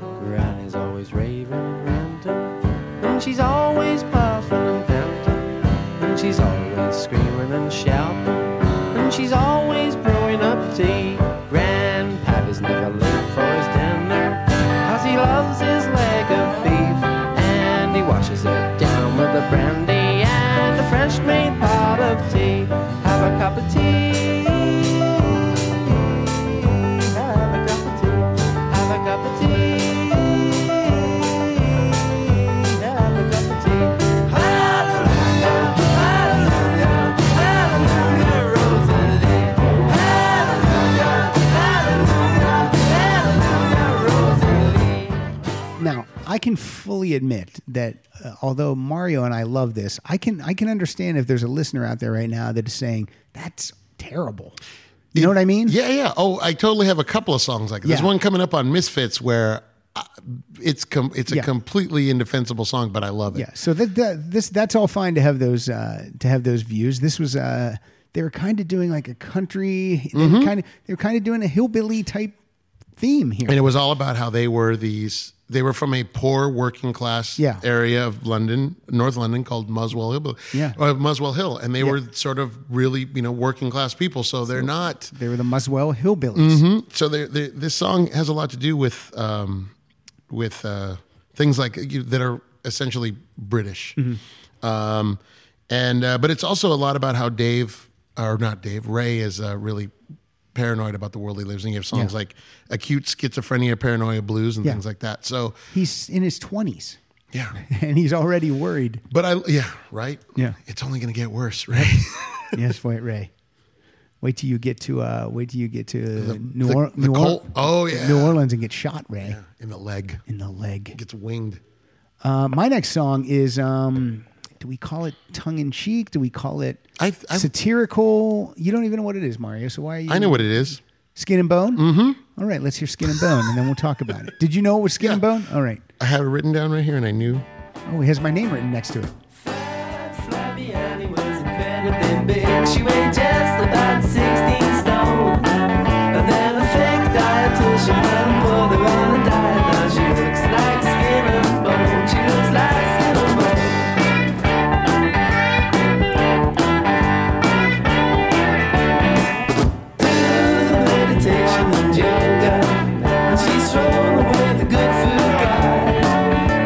Granny's always raving and ranting, and she's always puffing and panting, and she's always screaming and shouting, and she's always brewing up tea. Grandpappy's never late for his dinner, cause he loves his leg of beef, and he washes it down with a brandy and a fresh made pot of tea. Have a cup of tea. Have a cup of tea. Have a cup of tea. Have a cup of tea. Hallelujah, hallelujah, hallelujah, Rosalie. Hallelujah, hallelujah, hallelujah, Rosalie. Now, I can fully admit that uh, although Mario and I love this, I can I can understand if there's a listener out there right now that is saying that's terrible. You know what I mean? Yeah, yeah. Oh, I totally have a couple of songs like that. There's Yeah. one coming up on Misfits where uh, it's com- it's a Yeah. completely indefensible song, but I love it. Yeah. So that, that this that's all fine to have those uh, to have those views. This was uh, they were kind of doing like a country, they Mm-hmm. were kind of they were kind of doing a hillbilly type theme here. And it was all about how they were these. They were from a poor working class Yeah. area of London, North London, called Muswell Hill. Yeah. or Muswell Hill, and they were sort of really, you know, working class people. So they're not. they were the Muswell Hillbillies. So they're, they this song has a lot to do with um, with uh, things like you, that are essentially British, Mm-hmm. um, and uh, but it's also a lot about how Dave or not Dave Ray is uh, really paranoid about the world he lives in. You have songs Yeah. like acute schizophrenia, paranoia blues, and Yeah. things like that. So He's in his twenties [laughs] yeah, and he's already worried. but I yeah right Yeah. it's only gonna get worse right. [laughs] yes, [laughs] wait, Ray. Wait till you get to uh, wait till you get to New, the- or- the New, Or- Col- oh, yeah. New Orleans and get shot, Ray, In the leg, in the leg. gets winged. Uh, my next song is um, do we call it tongue in cheek? Do we call it I- I- satirical? You don't even know what it is, Mario. So why? Are you, I know what it is. Skin and bone. Mm-hmm. All right, let's hear skin and bone, and then we'll talk about it. Did you know it was skin and Yeah. bone? All right. I had it written down right here, and I knew. Oh, it has my name written next to it. Fat, flabby Annie was better than big. She weighed just about 16 stone. And then a fake diet till she went and pulled her on a diet. Now she looks like skin and bone. She looks like skin and bone. Meditation and yoga, and she's thrown away the good food guy.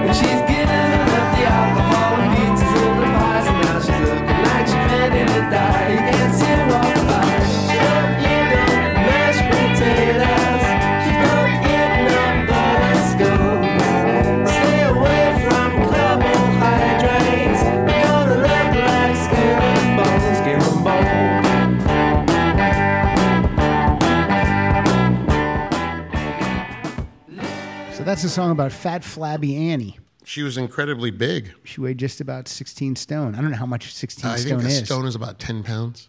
And she's giving up the alcohol and pizzas and the pies And now she's looking like she's ready to die You can see her walk by She don't eat no mashed potatoes She don't eat no butter scones Stay away from carbohydrates You're gonna look like skin and bones, skin and bones So that's a song about fat, flabby Annie. She was incredibly big. She weighed just about 16 stone. I don't know how much 16 I stone think a is. stone is about 10 pounds,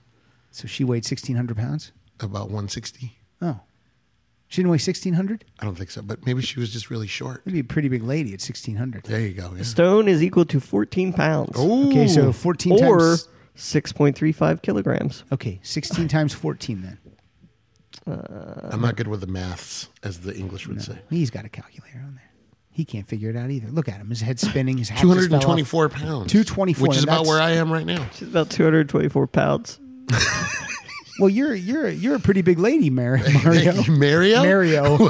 So she weighed 1,600 pounds? about 160. Oh. She didn't weigh 1,600? I don't think so, but maybe she was just really short. That'd be a pretty big lady at 1,600. There you go. Yeah. Stone is equal to 14 pounds. Okay, so 14 or times. 6.35 kilograms. Okay, 16 times 14 then. uh, I'm not good with the maths, as the English would say. He's got a calculator on there. He can't figure it out either. Look at him. His head's spinning. His hat just fell off. 224 pounds. 224, Which is and about that's- where I am right now. She's about 224 pounds. Well, you're you're you're a pretty big lady, Mar- Mario. [laughs] Thank you, Mario? [laughs] Mario.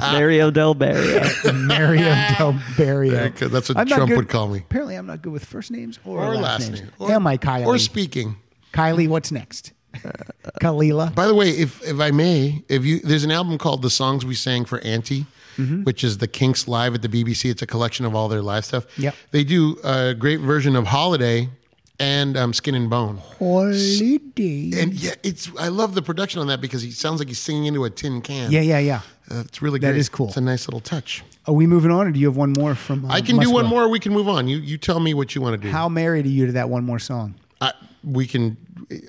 Mario Del [laughs] Barrio. Mario Del Barrio. Okay, that's what I'm not Trump good- would call me. Apparently, I'm not good with first names or, Or last, last names. name. Or, Am I Kylie? Or speaking. Kylie, what's [laughs] next? Kalila. By the way, if, if I may, if you there's an album called The Songs We Sang for Auntie, Mm-hmm. which is the Kinks live at the BBC. It's a collection of all their live stuff. Yep. They do a great version of Holiday and um, Skin and Bone. Holiday. And yeah, it's I love the production on that because he sounds like he's singing into a tin can. Yeah, yeah, yeah. Uh, it's really That great. is cool. It's a nice little touch. Are we moving on, or do you have one more from? uh, I can do one Muswell? more. Or we can move on. You you tell me what you want to do. How married are you to that one more song? I, we can.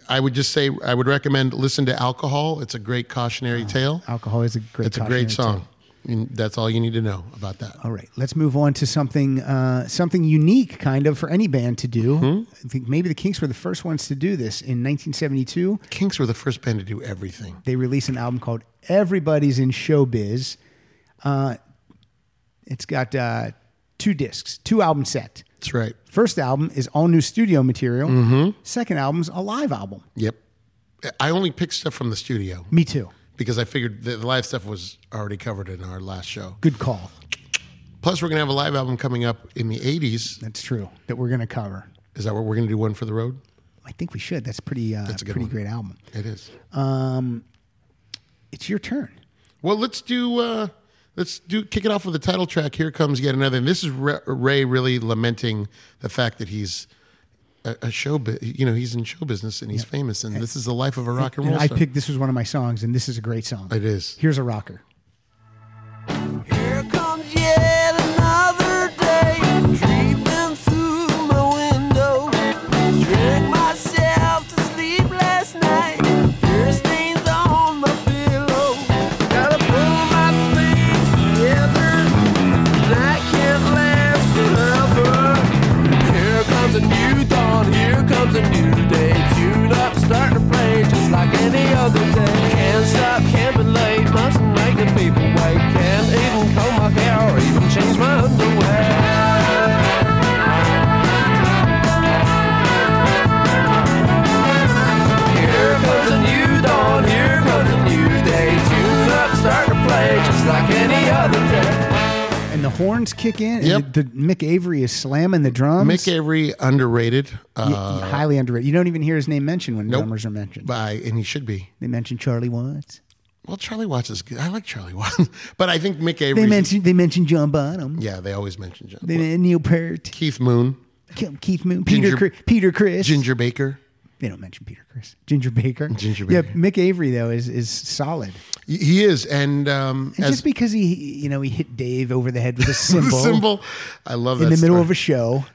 I would just say I would recommend listen to Alcohol. It's a great cautionary tale. Alcohol is a great. It's a great cautionary tale. song. And that's all you need to know about that. All right, let's move on to something uh, something unique, kind of, for any band to do. Mm-hmm. I think maybe the Kinks were the first ones to do this in 1972. Kinks were the first band to do everything. They released an album called "Everybody's in Showbiz." Uh, it's got uh, two discs, two album set. That's right. First album is all new studio material. Mm-hmm. Second album's a live album. Yep. I only picked stuff from the studio Me too. because I figured the the live stuff was already covered in our last show. Good call. Plus, we're gonna have a live album coming up in the '80s. That's true. That we're going to cover. Is that what we're gonna do? One for the road. I think we should. That's pretty. Uh, a good pretty one. great album. It is. It's your turn. Well, let's do uh, let's do kick it off with the title track. Here comes yet another. And this is Re- Ray really lamenting the fact that he's a, a show. Bu- you know, he's in show business and he's famous, and this is the life of a rock and And roll. I star. picked this was one of my songs, and this is a great song. It is. Here's a rocker. Here comes yet another day, creeping through my window. Drink myself to sleep last night. Beer stains on my pillow. Gotta pull my things together. I can't last forever. Here comes a new dawn. Here comes a new day. Tune up. and the horns kick in. And Yep. the, the Mick Avery is slamming the drums. Mick Avery underrated. Y- Uh, highly underrated. You don't even hear his name mentioned when drummers are mentioned. by and he should be. they mention Charlie Watts. Well, Charlie Watts is good. I like Charlie Watts, [laughs] but I think Mick Avery. They mention they mention John Bonham. yeah, they always mention John. They mention Neil Peart, Keith Moon, Ke- Keith Moon, Peter Ginger- Chri- Peter Chris. Ginger Baker. They don't mention Peter Chris. Ginger Baker. Ginger Yeah, Baker. Mick Avery though is is solid. Y- He is, and um, And as just because he you know he hit Dave over the head with a [laughs] the cymbal, symbol, I love in that the middle story. of a show.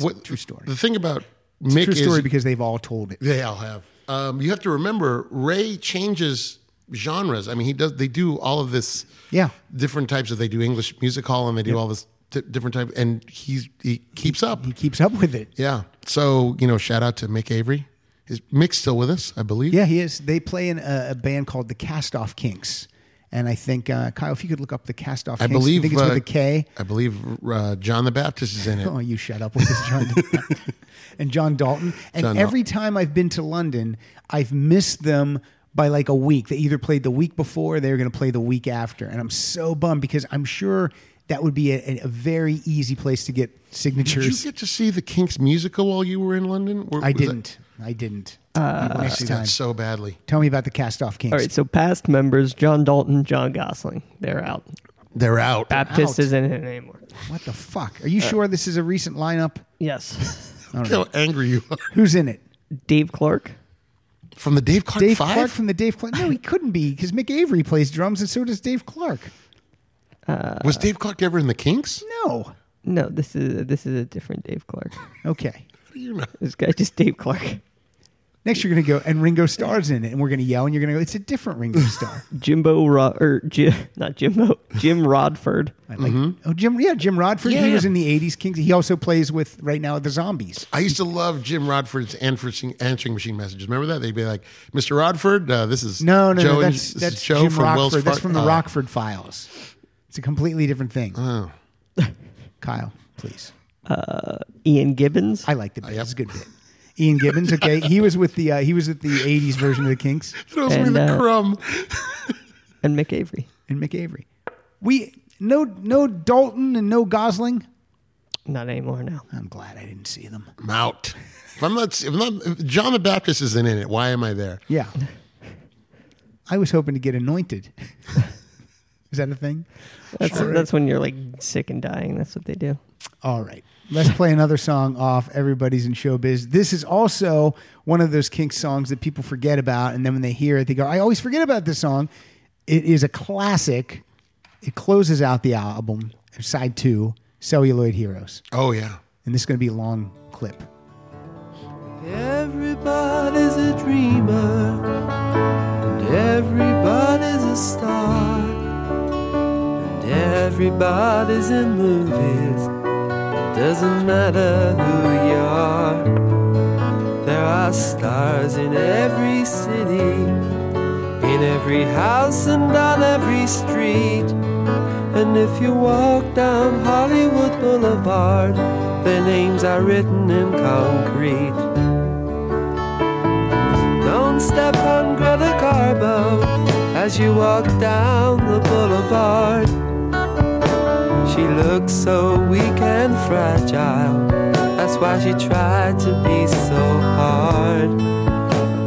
What- true story. The thing about Mick True story is because they've all told it. They all have. Um, you have to remember, Ray changes genres. I mean, he does. They do all of this. Yeah. Different types of. They do English music hall, and they do all this t- different type. And he's he keeps up. He keeps up with it. Yeah. So you know, shout out to Mick Avery. Is Mick still with us? I believe. Yeah, he is. They play in a, a band called the Cast Off Kinks. And I think, uh, Kyle, if you could look up the Cast Off I Kinks, believe. I think it's uh, with a K. I believe uh, John the Baptist is in it. [laughs] Oh, you shut up with this [laughs] John and John Dalton. And John every time I've been to London, I've missed them by like a week. They either played the week before, or they were going to play the week after, and I'm so bummed because I'm sure that would be a, a very easy place to get Did you signatures. get to see the Kinks musical while you were in London? Were- I was that- didn't. I didn't. Next see time, that so badly. tell me about the Cast Off Kinks. Uh, All right, so past members John Dalton, John Gosling, they're out. They're out. Baptist out. isn't in it anymore. What the fuck? Uh, Are you sure this is a recent lineup? [laughs] Yes. Look how angry you are. Who's in it? Dave Clark. From the Dave Clark Dave Five. Clark from the Dave Clark. No, he couldn't be because Mick Avery plays drums and so does Dave Clark. Was Dave Clark ever in the Kinks? No. No, this is this is a different Dave Clark. Okay. You know. This guy just Dave Clark. Next, you're going to go, and Ringo Starr's in it, and we're going to yell, and you're going to go, it's a different [laughs] Ringo Starr. Jimbo Ro- or Jim, not Jimbo, Jim Rodford. I like, Oh, Jim, yeah, Jim Rodford. Mm-hmm. Yeah, he was yeah. in the 80s Kings. He also plays with, right now, the Zombies. I used to love Jim Rodford's answering, answering machine messages. Remember that? They'd be like, "Mr. Rodford, uh, this is No, no, Joe no. and- That's, this that's is Joe Jim from Rockford. Wells that's Fargo- from the uh, Rockford Files. It's a completely different thing. Oh. [laughs] Kyle, please. Ian Gibbons. I like the Uh, bit. It's a good bit. Ian Gibbons, okay. he was with the uh, he was with the 80s version of the Kinks. [laughs] Throws me And, the uh, crumb. and Mick Avery. and Mick Avery. We no no Dalton and no Gosling. Not anymore now. I'm glad I didn't see them. I'm out. If I'm not, if I'm not, if John the Baptist isn't in it, why am I there? Yeah. I was hoping to get anointed. Is that a thing? That's that's when you're like sick and dying. That's what they do. All right. Let's play another song off Everybody's in Showbiz. This is also one of those Kinks songs that people forget about. And then when they hear it, they go, I always forget about this song. It is a classic. It closes out the album, side two, Celluloid Heroes. Oh yeah, And this is going to be a long clip. Everybody's a dreamer, and everybody's a star, and everybody's in movies. Doesn't matter who you are, there are stars in every city, in every house, and on every street. And if you walk down Hollywood Boulevard, their names are written in concrete. Don't step on Greta Garbo as you walk down the boulevard. She looks so weak and fragile. That's why she tried to be so hard.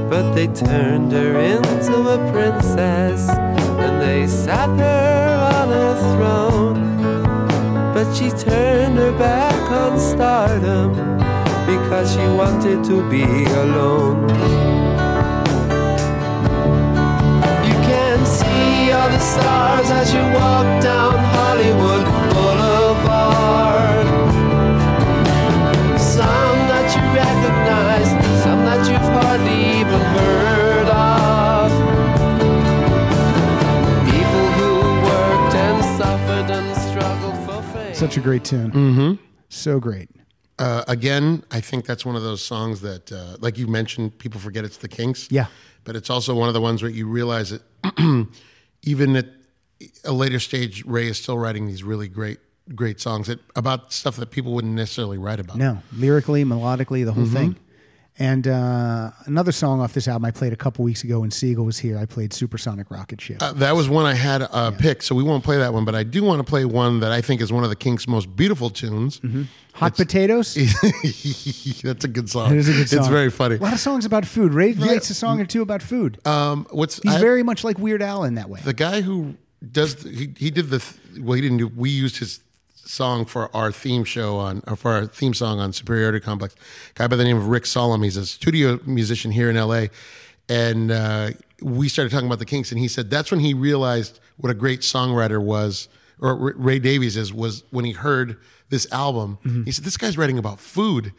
But they turned her into a princess and they sat her on a throne. But she turned her back on stardom because she wanted to be alone. You can see all the stars as you walk down Hollywood Boulevard. Some that you recognize, some that you've hardly even heard of. People who worked and suffered and struggled for fame. Such a great tune. Mm-hmm. So great. uh, again, I think that's one of those songs that, uh, like you mentioned, people forget it's the Kinks. Yeah. But it's also one of the ones where you realize that [clears throat] even at a later stage, Ray is still writing these really great, great songs that, about stuff that people wouldn't necessarily write about. Mm-hmm. No, lyrically, melodically, the whole thing. And uh, another song off this album I played a couple weeks ago when Siegel was here. I played Supersonic Rocket Ship. Uh, that was one I had uh, picked, so we won't play that one. But I do want to play one that I think is one of the Kinks' most beautiful tunes. Mm-hmm. Hot Potatoes. It [laughs] That's a good song. is a good song. It's very funny. A lot of songs about food. Ray writes a song or two about food. Um, what's He's I- very much like Weird Al in that way. the guy who does the, he, he did the th- well he didn't do we used his song for our theme show on or for our theme song on superiority complex guy by the name of rick solomon he's a studio musician here in la and uh, we started talking about the kinks and he said that's when he realized what a great songwriter was or R- ray davies is was when he heard this album he said this guy's writing about food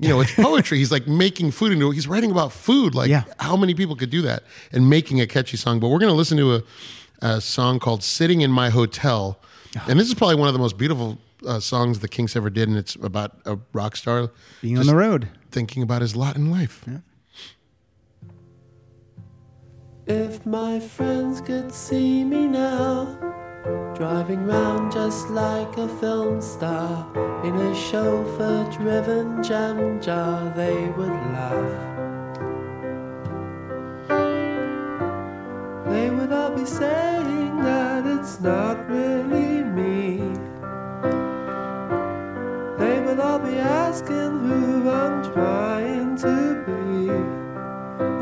you know, it's poetry. he's like making food into it. He's writing about food. Like, Yeah. how many people could do that and making a catchy song? But we're going to listen to a, a song called Sitting in My Hotel. Uh-huh. And this is probably one of the most beautiful uh, songs the Kinks ever did. And it's about a rock star Being just uh, on the road. thinking about his lot in life. If my friends could see me now, driving round just like a film star in a chauffeur driven jam jar, they would laugh. They would all be saying that it's not really me. They would all be asking who I'm trying to be.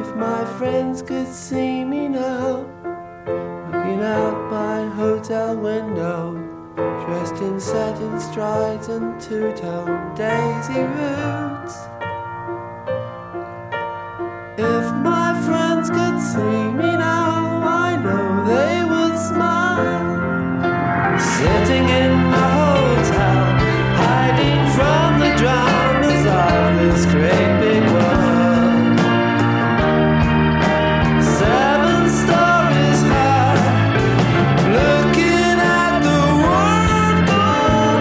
If my friends could see me now, looking out my hotel window, dressed in satin strides and two tone daisy roots. If my friends could see me now, I know they would smile. Sitting in my hotel, hiding from the dramas of this great big world. Seven stories high, looking at the world go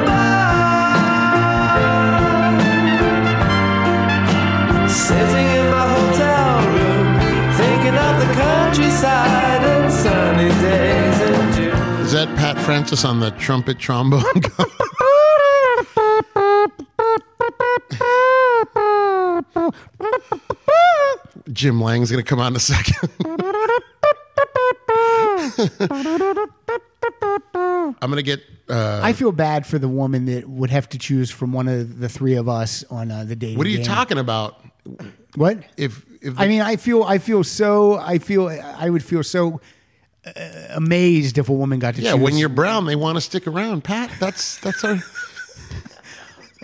by. Sitting in my hotel room, thinking of the countryside and sunny days in June. Is that Pat Francis on the trumpet trombone? [laughs] Jim Lang's going to come on in a second. [laughs] I'm going to get. Uh, I feel bad for the woman that would have to choose from one of the three of us on uh, the dating. what are you game. talking about? What? If, if I mean, I feel, I feel so, I feel, I would feel so uh, amazed if a woman got to yeah, choose. when you're brown, they want to stick around. Pat, that's that's our.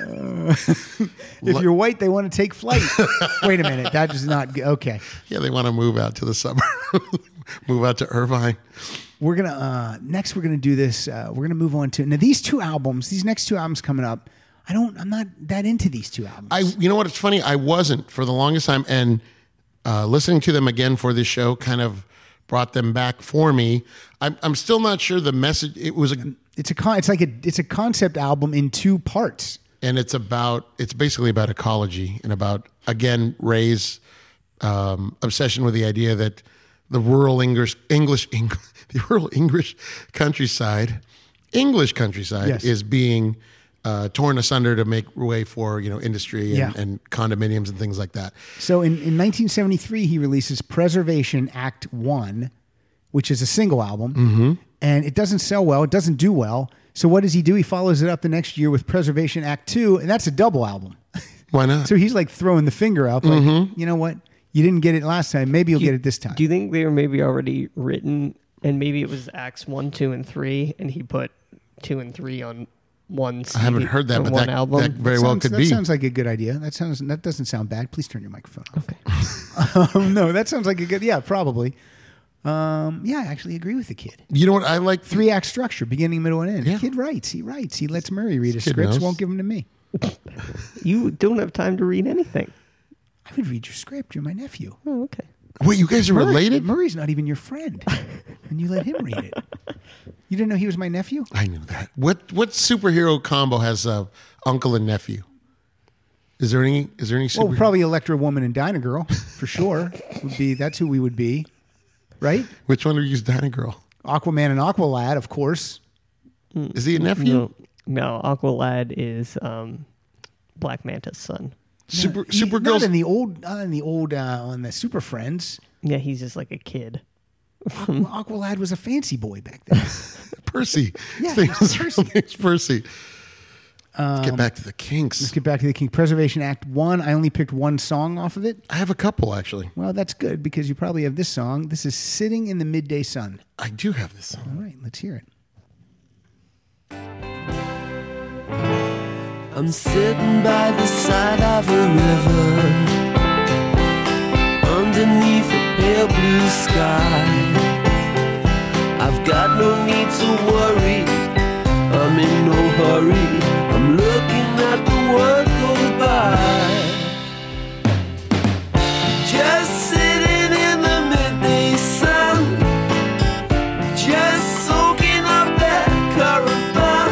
if you're white, they want to take [laughs] flight. Wait a minute, that is not g- okay. Yeah, they want to move out to the suburb, [laughs] move out to Irvine. We're gonna uh, next. We're gonna do this. Uh, we're gonna move on to now. These two albums, these next two albums coming up. I don't. I'm not that into these two albums. I, you know what? It's funny. I wasn't for the longest time, and uh, listening to them again for this show kind of brought them back for me. I'm, I'm still not sure the message. It was, a, it's a con, it's like a it's a concept album in two parts. and it's about. It's basically about ecology and about again Ray's um, obsession with the idea that the rural English, English, [laughs] English the rural English countryside, English countryside Yes. is being. Uh, torn asunder to make way for you know industry and, Yeah. and condominiums and things like that. So in, in 1973, he releases Preservation Act One, which is a single album, mm-hmm. and it doesn't sell well. It doesn't do well. So what does he do? He follows it up the next year with Preservation Act Two, and that's a double album. [laughs] Why not? so he's like throwing the finger up, like Mm-hmm. you know what? You didn't get it last time. Maybe you'll get it this time. Do you think they were maybe already written and maybe it was acts one, two, and three, and he put two and three on one CD, I haven't heard that, or but one that, album? that very well Sounds- could that be. sounds like a good idea. That sounds that doesn't sound bad. Please turn your microphone off. Okay. [laughs] Um, no, that sounds like a good. Yeah, probably. Um, yeah, I actually agree with the kid. you know what? I like three. Three act structure, beginning, middle, and end. Yeah. Kid writes. He writes. He lets Murray read his Kid scripts. knows. Won't give them to me. [laughs] You don't have time to read anything. I would read your script. You're my nephew. Hmm. Oh, okay. Wait, you guys are related? Murray's not even your [laughs] friend, and you let him read it. You didn't know he was my nephew. I knew that. What what superhero combo has uh, uncle and nephew? Is there any? Is there any? Super- Well, probably Electra Woman and Dinah Girl for sure would be. That's who we would be, right? Which one are you, Dinah Girl? Aquaman and Aqualad, of course. Is he a nephew? No, no Aqualad is um, Black Manta's son. Super He- Not Supergirl's in the old, not in the old, uh, on the Super Friends. Yeah, he's just like a kid. Hmm. Well, Aqualad was a fancy boy back then. Percy. Yeah, Things- it's [laughs] Percy. Um, things Percy. Let's get back to the Kinks. Let's get back to the King Preservation Act One. I only picked one song off of it. I have a couple actually. Well, that's good because you probably have this song. This is "Sitting in the Midday Sun." I do have this song. All right, let's hear it. I'm sitting by the side of a river Underneath a pale blue sky I've got no need to worry I'm in no hurry I'm looking at the world go by Just sitting in the midday sun Just soaking up that current bun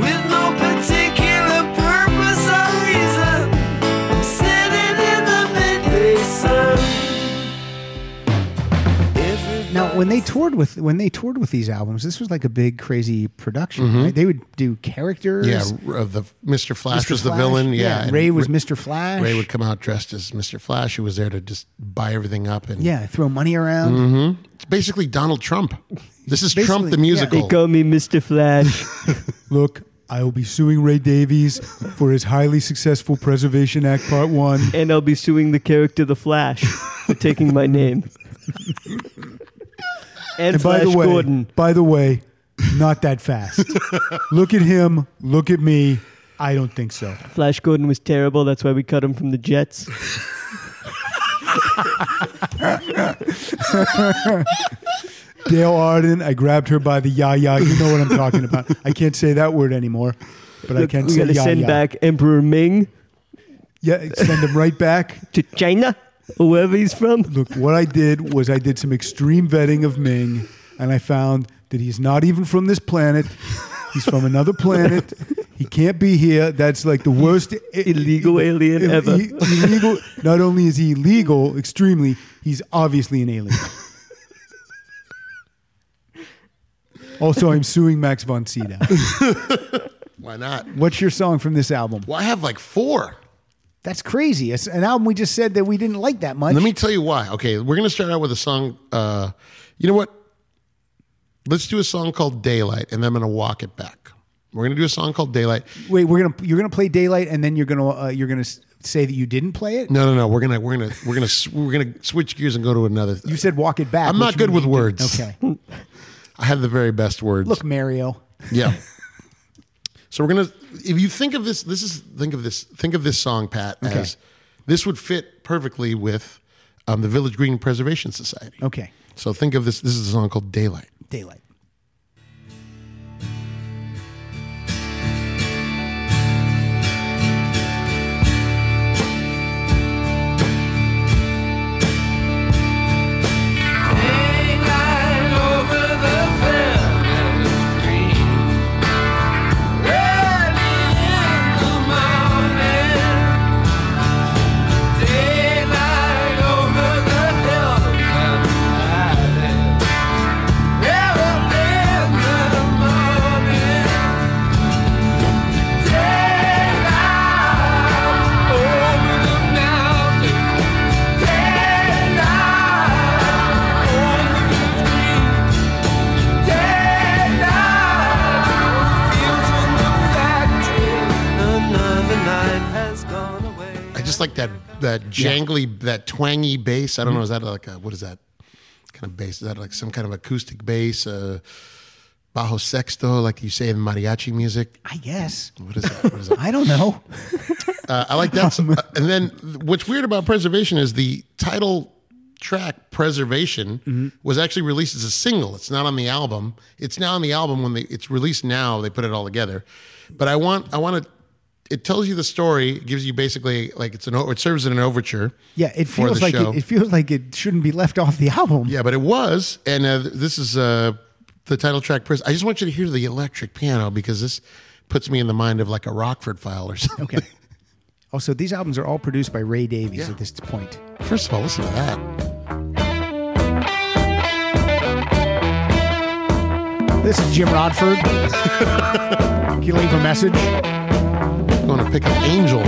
with no particular purpose or reason. I'm sitting in the midday sun. Now, when they toured with when they toured with these albums, this was like a big crazy production. Right? They would do characters. Mm-hmm. Yeah, r- uh, the Mr. Flash Mr. was the Flash. villain. Yeah, and Ray was Ra- Mr. Flash. Ray would come out dressed as Mr. Flash, who was there to just buy everything up and yeah, throw money around. it's basically Donald Trump. This is Basically, Trump the yeah. musical. Call me Mr. [laughs] Flash. [laughs] Mm-hmm. Look, I will be suing Ray Davies for his highly successful Preservation Act Part One. and I'll be suing the character the Flash for taking [laughs] my name. and, Flash Gordon. by the way, not that [laughs] fast. look at him. Look at me. I don't think so. Flash Gordon was terrible. That's why we cut him from the Jets. Dale Arden, I grabbed her by the ya ya. You know what I'm talking about. I can't say that word anymore, but I can we say gotta ya send ya. back Emperor Ming Yeah, send him right back. to China, or wherever he's from. Look, what I did was I did some extreme vetting of Ming, and I found that he's not even from this planet. He's from another planet. He can't be here. That's like the worst Illegal alien Ill- ever. i- illegal. Not only is he illegal, extremely, he's obviously an alien. Also, I'm suing Max von Sydow. Why not? What's your song from this album? Well, I have like four. That's crazy. It's an album we just said that we didn't like that much. Let me tell you why. Okay, we're gonna start out with a song. Uh, you know what? Let's do a song called "Daylight," and then I'm gonna walk it back. We're gonna do a song called "Daylight." Wait, we're gonna you're gonna play Daylight, and then you're gonna uh, you're gonna s- say that you didn't play it. No, no, no. We're gonna we're gonna we're gonna s- we're gonna switch gears and go to another. You said walk it back. I'm which not good means with you didn't- words. Okay. I have the very best words. Look, Mario. Yeah. [laughs] so we're gonna. If you think of this, this is think of this. Think of this song, Pat, as this would fit perfectly with um, the Village Green Preservation Society. Okay. So think of this. This is a song called "Daylight." Daylight. Daylight over the village green. Early in the morning. Daylight over the hills and valleys. Early in the morning. Daylight over the mountains. Daylight. Another night has gone away. I just like that that jangly, that twangy bass. Mm-hmm. I don't know. Is that like a what is that kind of bass? Is that like some kind of acoustic bass? Uh, bajo sexto, like you say in mariachi music. I guess. What is that? What is that? I don't know. Uh, [laughs] I Oh, like that. Uh, and then what's weird about Preservation is the title track Preservation Mm-hmm. was actually released as a single. It's not on the album. It's now on the album when they it's released now. They put it all together. But I want I want to. It tells you the story. It gives you basically like it's an o- it serves as an overture. Yeah, it for feels the like show. it, it feels like it shouldn't be left off the album. Yeah, but it was, and uh, this is uh, the title track. Pres- I just want you to hear the electric piano because this puts me in the mind of like a Rockford file or something. [laughs] Okay. Also, these albums are all produced by Ray Davies at this point. First of all, listen to that. This is Jim [laughs] Rodford. Can you leave a message? I'm going to pick up Angel.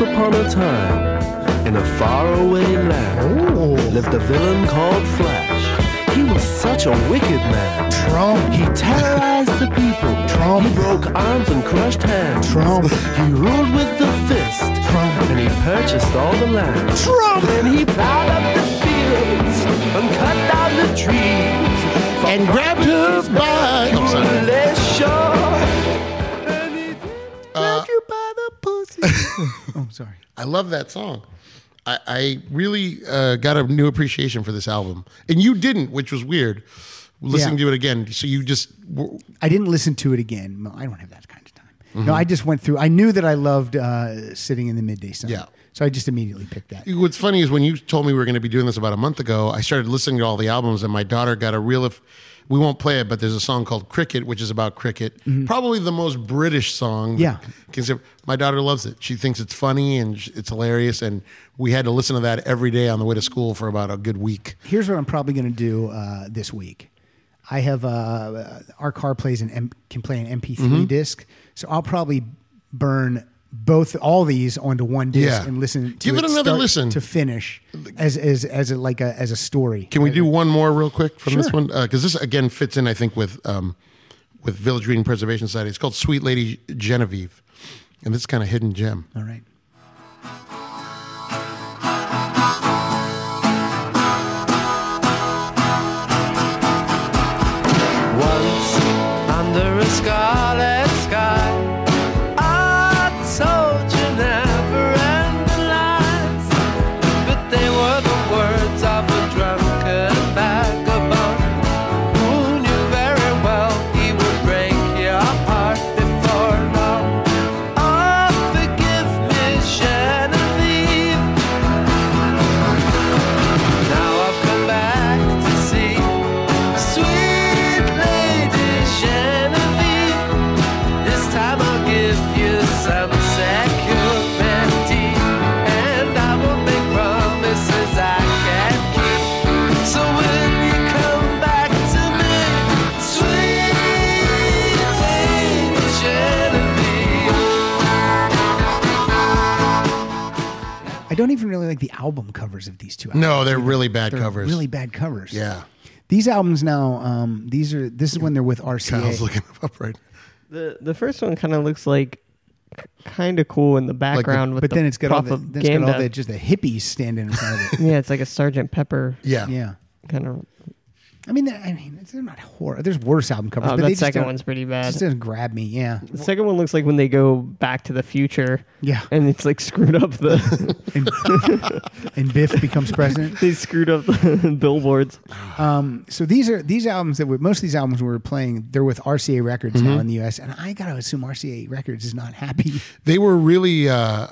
upon a time, in a faraway land, lived a villain called Flash. He was such a wicked man. Trump. He terrorized the people. Trump. He broke arms and crushed hands. Trump. He ruled with the fist. Trump. And he purchased all the land. Trump. Then he plowed up the fields and cut down the trees. And grabbed her by. Oh, sorry. you by the pussy. Oh, sorry. Uh, I love that song. I, I really uh, got a new appreciation for this album, and you didn't, which was weird. Listening Yeah. to it again, so you just w- I didn't listen to it again. No, I don't have that kind of time. Mm-hmm. No, I just went through. I knew that I loved uh, sitting in the midday sun. Yeah. So I just immediately picked that. what's funny is when you told me we were going to be doing this about a month ago, I started listening to all the albums, and my daughter got a real. If we won't play it, but there's a song called "Cricket," which is about cricket. Probably the most British song. Mm-hmm. Yeah. Consider- my daughter loves it. She thinks it's funny and sh- it's hilarious, and we had to listen to that every day on the way to school for about a good week. Here's what I'm probably going to do uh, this week. I have uh, our car plays an M- can play an MP3 Mm-hmm. disc, so I'll probably burn both all these onto one disc Yeah. and listen. To Give it another start listen. to finish as as as a, like a as a story. Can we do one more real quick from this Sure. one? Because this again fits in, I think, with um, with Village Green Preservation Society. It's called "Sweet Lady Genevieve," and this kind of hidden gem. all right. Once under a scarlet sky, I told you never ending lies, but they were the words of a drunken vagabond who knew very well he would break your heart before long. Oh, forgive me, Genevieve. Now I've come back to see. Sweet lady Genevieve, this time I'll give you some security, and I will make promises I can keep. So when you come back to me, sweet lady Genevieve. I don't even really like the album covers of these two. Albums. No, they're really bad They're covers. Really bad covers. yeah. These albums now, um, these are this is when they're with RCA. Kyle's looking [laughs] them up right. now. The the first one kind of looks like kind of cool in the background with but the then it's got all the then it's got all propaganda. the just the hippies standing in front of [laughs] it. yeah, it's like a Sergeant Pepper Yeah. yeah. kind of. I mean, they're- I mean, they're not horror. There's worse album covers, Oh, but they that just second don't- one's pretty it bad. Just doesn't grab me. Yeah, The second one looks like when they go back to the future. Yeah. and it's like screwed up the [laughs] and, and Biff becomes president. Um, they screwed up the [laughs] billboards. So these are these albums that we, most of these albums we were playing. They're with RCA Records Mm-hmm. now in the U.S. And I gotta assume RCA Records is not happy. They were really. Uh,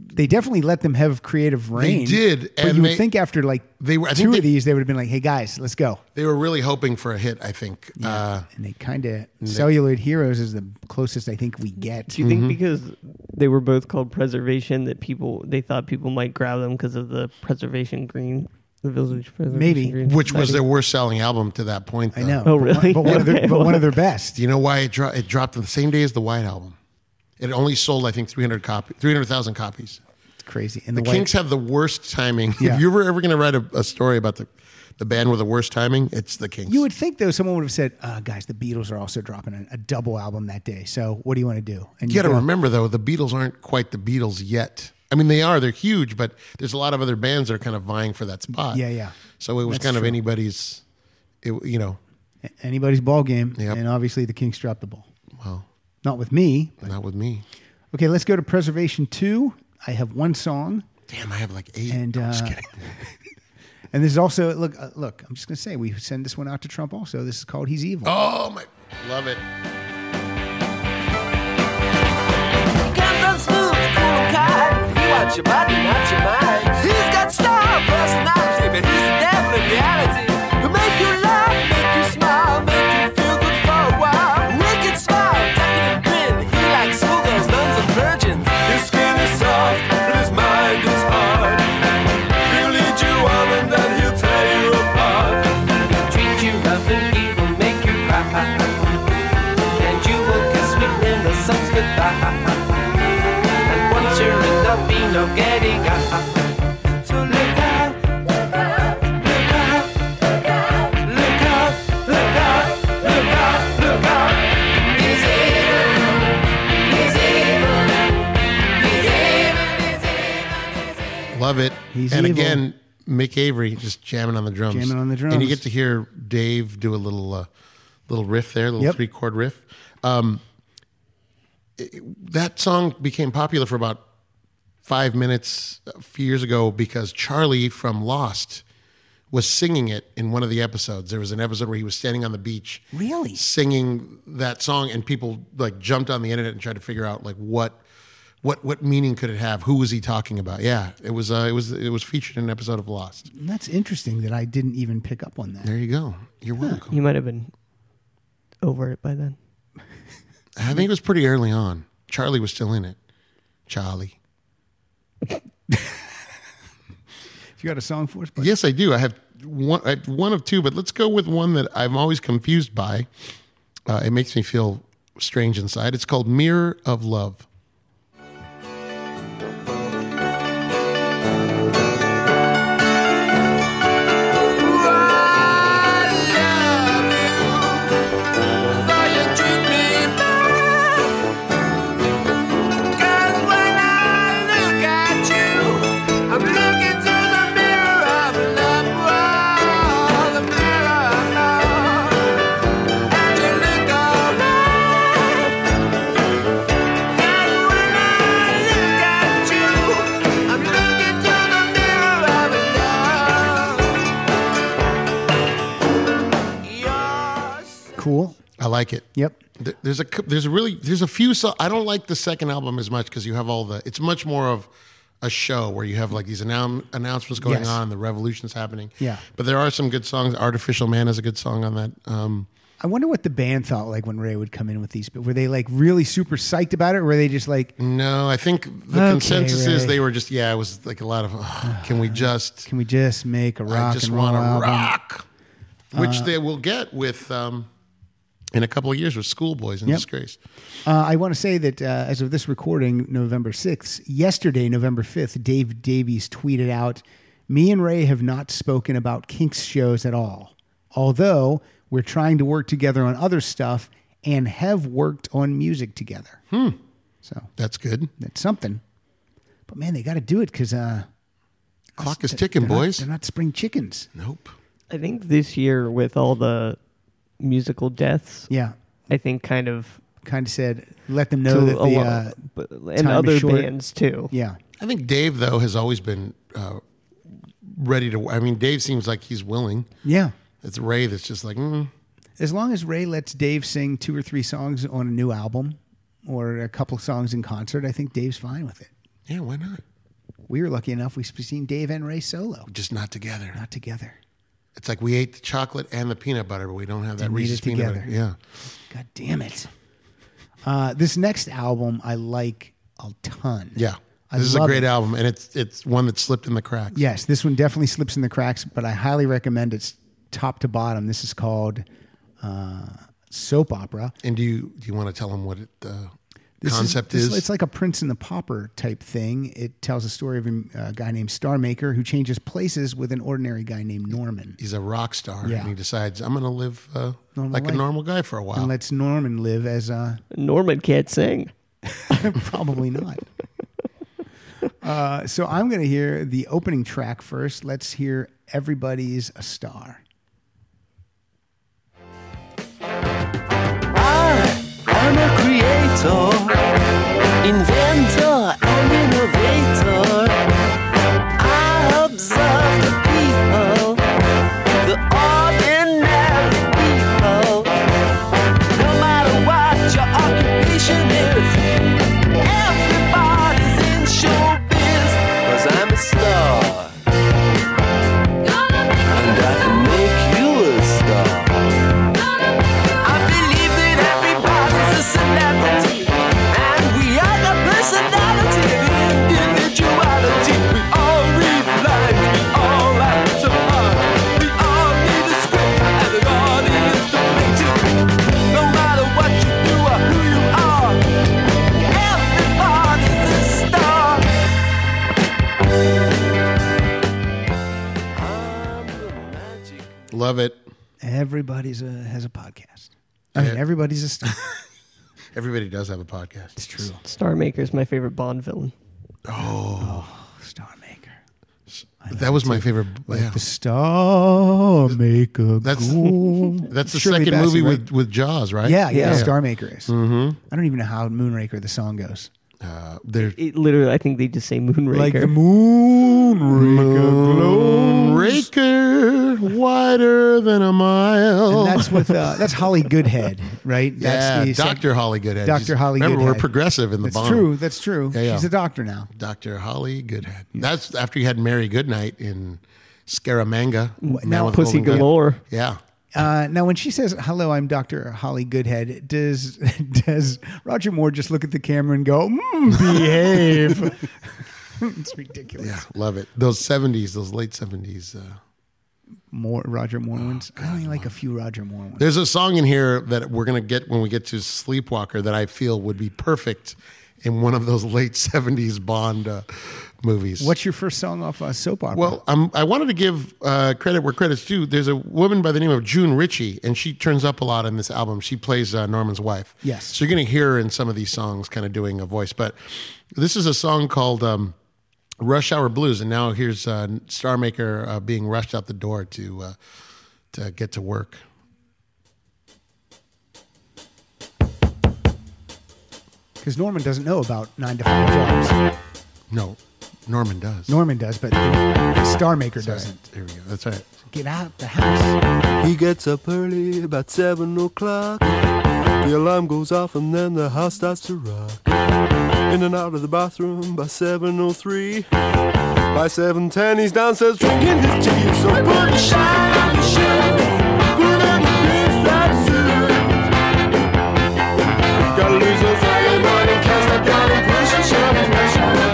They definitely let them have creative reign. did, but and you would they- think after like they were- I think two they- of these, they would have been like, "Hey guys, let's go." they were really hoping for a hit. I think. Uh, and they kind of celluloid heroes is the closest I think we get. Do you think because they were both called preservation that people they thought people might grab them because of the preservation green, the village preservation Maybe. green? which was Society? their worst selling album to that point. I though. know. Oh, but One, really? but, one of [laughs] their, Okay, but one well- of their best. Do you know why it, dro- it dropped the same day as the White album? It only sold, I think, 300 copy- 300,000 copies. It's crazy. And The the, White- Kinks have the worst timing. [laughs] Yeah. If you were ever going to write a, a story about the, the band with the worst timing, it's the Kinks. You would think though someone would have said, uh, "Guys, the Beatles are also dropping a, a double album that day. So what do you want to do?" And you got to go, remember, though, the Beatles aren't quite the Beatles yet. I mean, they are, they're huge, but there's a lot of other bands that are kind of vying for that spot. Yeah, yeah. So it was That's kind of true. anybody's, it, you know, anybody's ball game, Yep. and obviously the Kinks dropped the ball. well, Not with me. not with me. Okay, let's go to Preservation Two. I have one song, Damn, I have like eight. and I'm uh, just kidding. and this is also look. Uh, look, I'm just gonna say we send this one out to Trump. Also, this is called "He's Evil." Oh, my. Love it. Can't run smooth, cool kind. You watch your body, not your mind. He's got style, personality, but he's the devil in reality. He'll make you laugh, make you smile, make you feel good for a while. Wicked smile, decadent grin. He likes schoolgirls, nuns, and virgins. His skin is soft, but his mind is hard. He'll lead you on and then he'll tear you apart. Treat you rough and he will make you cry. And you will kiss me when the sun's goodbye. And once you're in the beam, no getting up. So look out, look out, look out, look out, look out, look out. He's evil, he's evil, he's evil, he's evil, he's evil. Love it. He's and evil. again, Mick Avery just jamming on the drums. Jamming on the And drums. you get to hear Dave do a little uh, little riff there, a little Yep. three chord riff. Um, it- that song became popular for about five minutes a few years ago because Charlie from Lost was singing it in one of the episodes. There was an episode where he was standing on the beach, Really? singing that song, and people like jumped on the internet and tried to figure out like what. What, what meaning could it have? Who was he talking about? Yeah, it was uh, it was it was featured in an episode of Lost. That's interesting that I didn't even pick up on that. There you go. You're welcome. You might have been over it by then. I think it was pretty early on. Charlie was still in it. Charlie. If you got a song for us, but Yes, I do. I have one, I have one of two, but let's go with one that I'm always confused by. Uh, it makes me feel strange inside. It's called Mirror of Love. cool. I like it. Yep. Th- There's a cou- there's a really there's a few so I don't like the second album as much because you have all the it's much more of a show where you have like these annou- announcements going Yes. on and the revolution's happening. Yeah. but there are some good songs. Artificial Man is a good song on that. Um, I wonder what the band thought like when Ray would come in with these. But were they like really super psyched about it, or were they just like, no, I think the Okay, consensus is Ray. they were just yeah it was like a lot of "Oh, can we just "Can we just make a rock I just and roll want to album?" Uh, rock, which they will get with um, in a couple of years with Schoolboys in Yep. Disgrace. Uh, I want to say that uh, as of this recording, November 6th, yesterday, November 5th, Dave Davies tweeted out Me and Ray have not spoken about Kinks shows at all, although we're trying to work together on other stuff and have worked on music together. Hmm. So That's good. that's something. But man, they got to do it because uh, Clock is they're- ticking, they're not- boys. they're not spring chickens. nope. I think this year with all the musical deaths, Yeah. I think kind of Kind of said, let them know to that a the. lot- Uh, but- time and is other short. bands too. yeah. I think Dave though has always been uh, ready to. I mean, Dave seems like he's willing. Yeah. It's Ray that's just like, mm, As long as Ray lets Dave sing two or three songs on a new album or a couple songs in concert, I think Dave's fine with it. yeah, why not? We were lucky enough we've seen Dave and Ray solo, Just not together. not together. It's like we ate the chocolate and the peanut butter, but we don't have that Didn't eat Reese's it peanut butter. together. Yeah. God damn it. Uh, this next album I like a ton. Yeah. I this is a love great it. album, and it's it's one that slipped in the cracks. Yes, this one definitely slips in the cracks, but I highly recommend it top to bottom. This is called uh, Soap Opera. And do you do you want to tell them what it, the This concept this- is? It's like a Prince and the Pauper type thing. It tells a story of a uh, guy named Starmaker who changes places with an ordinary guy named Norman he's a rock star Yeah. and he decides I'm going to live uh, Normal like life. a normal guy for a while. and lets Norman live as uh, [laughs] Norman can't sing. probably [laughs] not. Uh, so I'm going to hear the opening track first. Let's hear Everybody's a Star. I'm a creator, inventor, and innovator. I observe the people, the ordinary people. No matter what your occupation is, everybody's in showbiz. Cause I'm a star. And I can make you a star. I believe that everybody's a celebrity, and we are the personality. Love it. Everybody's a, has a podcast. I mean, Yeah. [laughs] everybody's a star. Everybody does have a podcast. It's true. Star Maker's my favorite Bond villain. Star maker. That was my favorite. Like yeah. the star maker. That's- glow. That's the Shirley second Bassey, movie right? with, with Jaws, right? Yeah, yeah, Star Maker is. Mm-hmm. I don't even know how Moonraker the song goes. Uh, there, It literally, I think they just say Moonraker. Like the [laughs] Moonraker glow. Raker, wider than a mile. And that's with uh, that's Holly Goodhead, right? Oh. yeah, That's the sec- Dr. Holly Goodhead. Dr. She's- Holly Remember, Goodhead. we're progressive in the That's bond. true. That's true. Yeah, yeah. She's a doctor now. Dr. Holly Goodhead. That's after you had Mary Goodnight in Scaramanga. Man now with Pussy Golden Gun. Galore. Yeah. Uh, now, when she says "Hello, I'm Doctor Holly Goodhead," does [laughs] does Roger Moore just look at the camera and go, mm, "Behave"? [laughs] it's ridiculous. Yeah, love it. Those 70s, those late 70s. Uh, More Roger Moore ones. I only like a few Roger Moore ones. Oh, there's a song in here that we're going to get when we get to Sleepwalker that I feel would be perfect in one of those late 70s Bond uh, movies. What's your first song off uh, soap opera? Well, um, I wanted to give uh, credit where credit's due. There's a woman by the name of June Ritchie, and she turns up a lot in this album. She plays uh, Norman's wife. Yes. So you're going to hear her in some of these songs kind of doing a voice. But this is a song called um, Rush Hour Blues, and now here's uh, Star Maker uh, being rushed out the door to, uh, to get to work. because Norman doesn't know about nine to five jobs. No, Norman does. Norman does, but the, the Star Maker doesn't. Here we go. That's right. Get out the house. He gets up early, about seven o'clock. The alarm goes off and then the house starts to rock. In and out of the bathroom by 7.03. By 7.10 he's downstairs drinking his tea. So put the shine on your shirt. Put on your green striped suit. Gotta lose those early morning cast up your impression. Show me fresh on the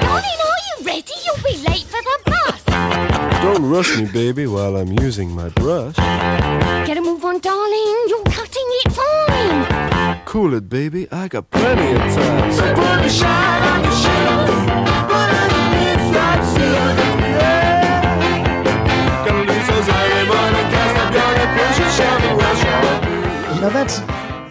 Darling, are you ready? You'll be late for the bus. Don't rush me, baby, while I'm using my brush. Get a move on, darling. You're cutting it fine. Cool it, baby. I got plenty of time. So put the shine on your shoes. Put on your big striped suit. Yeah. Gonna lose those early morning cast. I'm gonna push and shove and rush on. Now that's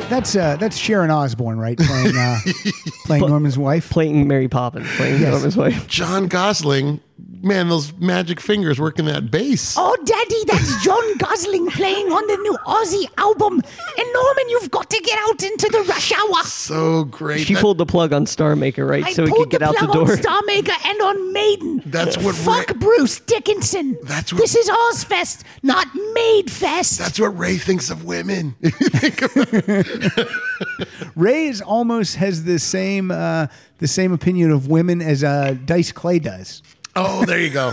that's uh, that's Sharon Osbourne, right? Playing uh, [laughs] playing Norman's wife. Playing Mary Poppins. Playing [laughs] Norman's wife. John Gosling, man, those magic fingers working that bass. Oh, Daddy, that's John Gosling playing on the new Aussie album. And Norman, you've got to get out into the rush hour. So great. She That- pulled the plug on Star Maker, right? I so he pulled could get the out the plug door. on Star Maker and on Maiden. That's what Fuck Ra- Bruce Dickinson. That's what- This is Ozfest, not Maidfest. that's what Ray thinks of women. Ray's almost has the same uh, the same opinion of women as uh, Dice Clay does. [laughs] Oh, there you go.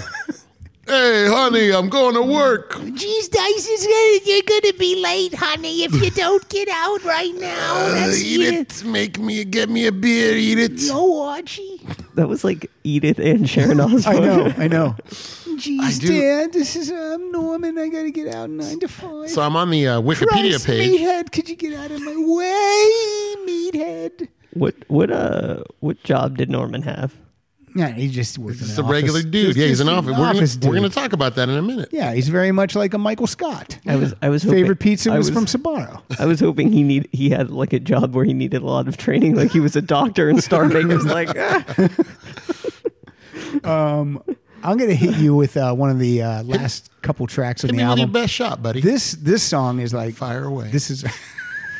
hey, honey, I'm going to work. Jeez, Dice is gonna, you're gonna be late, honey, if you don't get out right now. [laughs] Uh, That's eat you. it. Make me get me a beer. Eat it. No, Archie. That was like Edith and Sharon Osbourne. [laughs] I know, I [laughs] know. Jeez, do- Dad, this is um, Norman. I gotta get out nine to five. So I'm on the uh, Wikipedia Christ, page. Meathead, could you get out of my way, Meathead? [laughs] What what uh what job did Norman have? Yeah, he just works. It's a regular dude. yeah, he's an office. We're gonna, we're gonna talk about that in a minute. Yeah, he's very much like a Michael Scott. I was I was hoping, Favorite pizza I was, from Sabaro. I was hoping he need he had like a job where he needed a lot of training, like he was a doctor and Star Maker's like [laughs] ah. I'm gonna hit you with uh, one of the [laughs] uh, last couple tracks on Give the me with your album. best shot, buddy. This this song is like Fire away. This is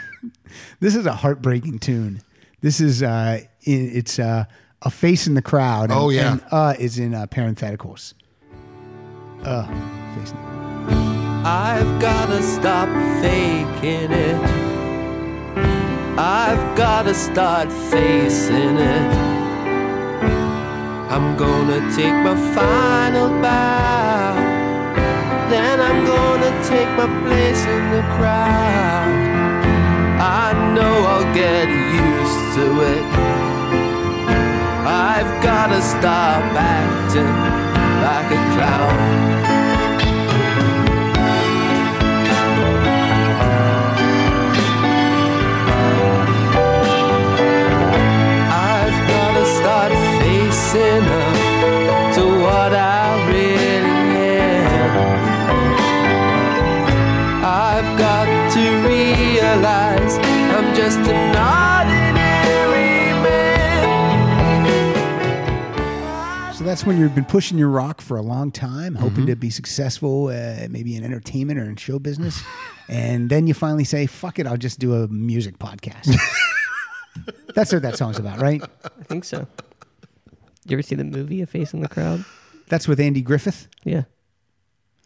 [laughs] this is a heartbreaking tune. This is uh, i- it's uh, a face in the crowd. and- Oh, yeah. and uh is in uh, parentheticals. Uh, face in the crowd. I've gotta stop faking it. I've gotta start facing it. I'm gonna take my final bow. Then I'm gonna take my place in the crowd. I know I'll get used to it. I've gotta stop acting like a clown. I've gotta start facing up to what I really that's when you've been pushing your rock for a long time, hoping Mm-hmm. to be successful, uh, maybe in entertainment or in show business, and then you finally say, "Fuck it, I'll just do a music podcast." [laughs] that's what that song's about, right? I think so. You ever see the movie A Face in the Crowd? That's with Andy Griffith. Yeah,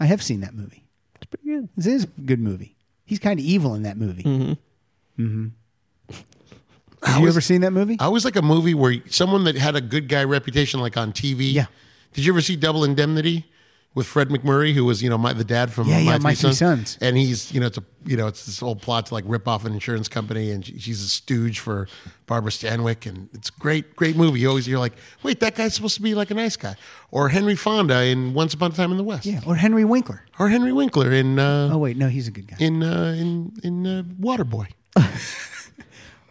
I have seen that movie. it's pretty good. It is a good movie. He's kind of evil in that movie. Mm-hmm. [laughs] Have you ever seen that movie? I was like a movie where someone that had a good guy reputation, like on TV. Yeah. Did you ever see Double Indemnity with Fred McMurray, who was you know my, the dad from Yeah, my, yeah, Three My Three Sons. and he's you know it's a you know it's this whole plot to like rip off an insurance company, and she- she's a stooge for Barbara Stanwyck, and it's a great great movie. You always you're like, wait, that guy's supposed to be like a nice guy, or Henry Fonda in Once Upon a Time in the West, yeah, or Henry Winkler. or Henry Winkler in uh, Oh wait, no, he's a good guy. in uh, in in uh, Waterboy.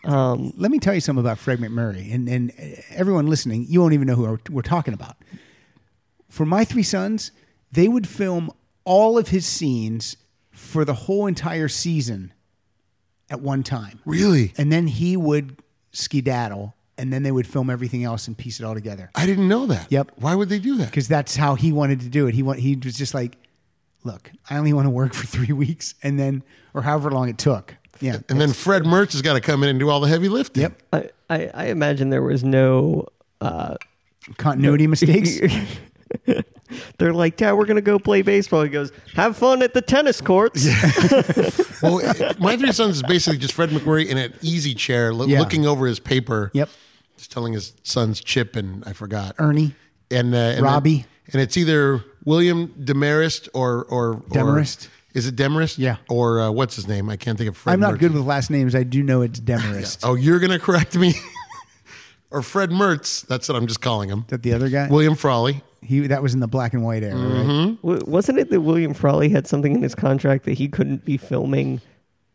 Let me tell you something about Fred McMurray, and and everyone listening, you won't even know who we're talking about. For my three sons, they would film all of his scenes for the whole entire season at one time. Really, and then he would skedaddle, and then they would film everything else and piece it all together. I didn't know that. Yep. Why would they do that? because that's how he wanted to do it. He want, he was just like, look, I only want to work for three [laughs] weeks, and then or however long it took. Yeah, And then Fred Mertz has got to come in and do all the heavy lifting. Yep. I, I, I imagine there was no. Uh, continuity [laughs] mistakes. [laughs] they're like, yeah, we're gonna go play baseball. He goes, have fun at the tennis courts. [laughs] Well, my three sons is basically just Fred McMurray in an easy chair, loo- Yeah. looking over his paper. Yep. Just telling his sons Chip and I forgot Ernie, and, uh, and then- Robbie. and it's either William Demarest or or or- Demarest. is it Demarest? Yeah. Or uh, what's his name? I can't think of Fred. I'm not Mertz. good with last names. I do know [laughs] it's Demarest. Oh, you're gonna correct me. [laughs] or Fred Mertz. That's what I'm just calling him. That the other guy, William Frawley. he that was in the black and white era. Mm-hmm. Right? [laughs] W- wasn't it that William Frawley had something in his contract that he couldn't be filming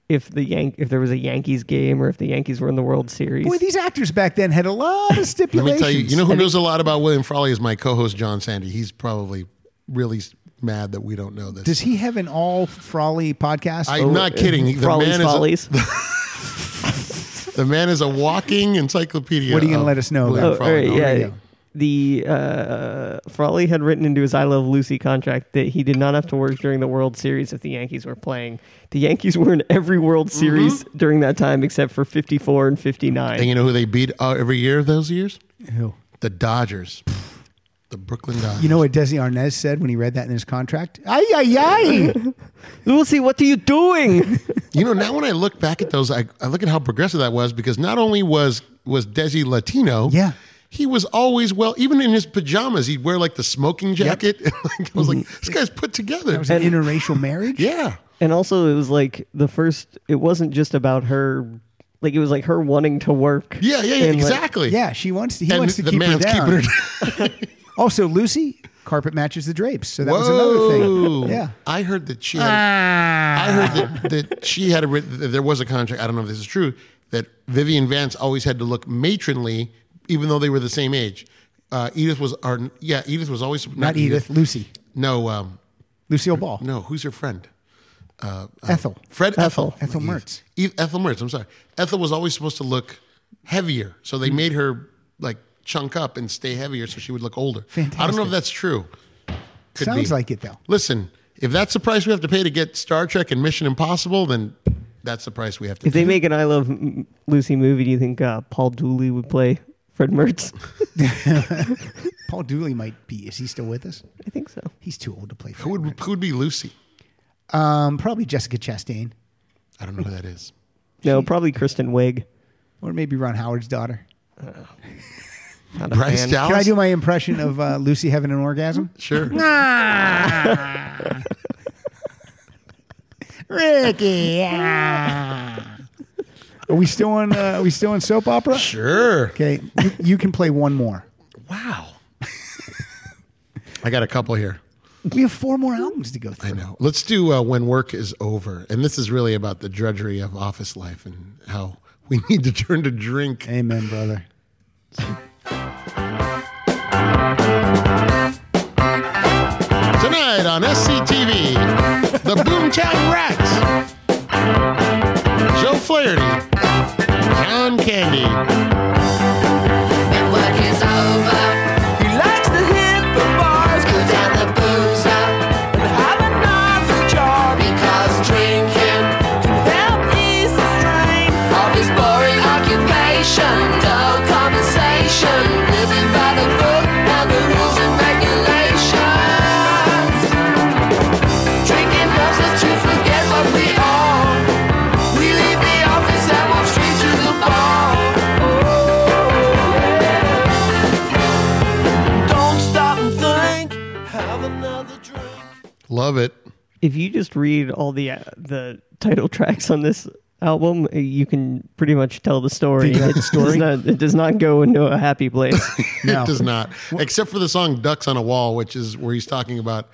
if the Yan- if there was a Yankees game or if the Yankees were in the World Series? Boy, these actors back then had a lot of Let me stipulations. tell you. You know who knows a lot about William Frawley is my co-host John Sandy. He's probably really s- mad that we don't know this. does he oh, have an all Frawley podcast? I'm not kidding. The Frawley's man is a- Follies. The man is a walking encyclopedia. What are you gonna of let us know William about? oh, all Frawley. right, Follies. There you yeah. go. The uh, Frawley had written into his "I Love Lucy" contract that he did not have to work during the World Series if the Yankees were playing. The Yankees were in every World Mm-hmm. Series during that time except for '54 and And '59. you know who they beat uh, every year those years? Who? The Dodgers. The Brooklyn Dodgers. You know what Desi Arnaz said when he read that in his contract? Ay ay ay! Lucy, what are you doing? [laughs] You know, now when I look back at those, I, I look at how progressive that was because not only was was Desi Latino, Yeah. he was always well. Even in his pajamas, he'd wear like the smoking jacket. [laughs] Like, I was like, this guy's put together. That was an interracial marriage. yeah, And also, it was like the first. It wasn't just about her. Like it was like her wanting to work. yeah, yeah, yeah And, like, exactly. Yeah, she wants to. He and wants to the keep her man's down. keeping her. down. [laughs] Also, Lucy carpet matches the drapes, so that was Whoa. another thing. Yeah, I heard that she. Had, I heard that, that she had a. writ- That there was a contract. I don't know if this is true. That Vivian Vance always had to look matronly, even though they were the same age. Uh, Edith was. Or, yeah, Edith was always not, not Edith, Lucy, No, um, Lucille Ball, no. Who's your friend? Ethel. Fred Ethel. Ethel Mertz. E- Ethel Mertz. I'm sorry. Ethel was always supposed to look heavier, so Mm-hmm. they made her like chunk up and stay heavier, so she would look older. I don't know Fantastic. if that's true. Could Sounds be. like it though. Listen, if that's the price we have to pay to get Star Trek and Mission Impossible, then that's the price we have to If pay. they make an "I Love M- Lucy" movie, do you think uh, Paul Dooley would play Fred Mertz? [laughs] Paul Dooley might be. Is he still with us? I think so. He's too old to play. Who would who would be Lucy? Um, probably Jessica Chastain, I don't know who that is. No, probably Kristen Wiig. or maybe Ron Howard's daughter. Not a Bryce fan. Dallas? Can I do my impression of uh, Lucy having an [laughs] orgasm? Sure. Ricky, [laughs] are we still on? Uh, are we still on soap opera? Sure. Okay, you, you can play one more. Wow. [laughs] I got a couple here. We have four more albums to go through. I know. Let's do uh, when work is over, and this is really about the drudgery of office life and how we [laughs] need to turn to drink. Amen, brother. Tonight on SCTV, the Boomtown Rats. Joe Flaherty, John Candy, When work is over, He likes to hear Have another drink. Love it. If you just read all the uh, the title tracks on this album, uh, you can pretty much tell the story. Figure out the It does story? not- it does not go into a [laughs] happy place. It does not. Except for the song Ducks on a Wall, which is where he's talking about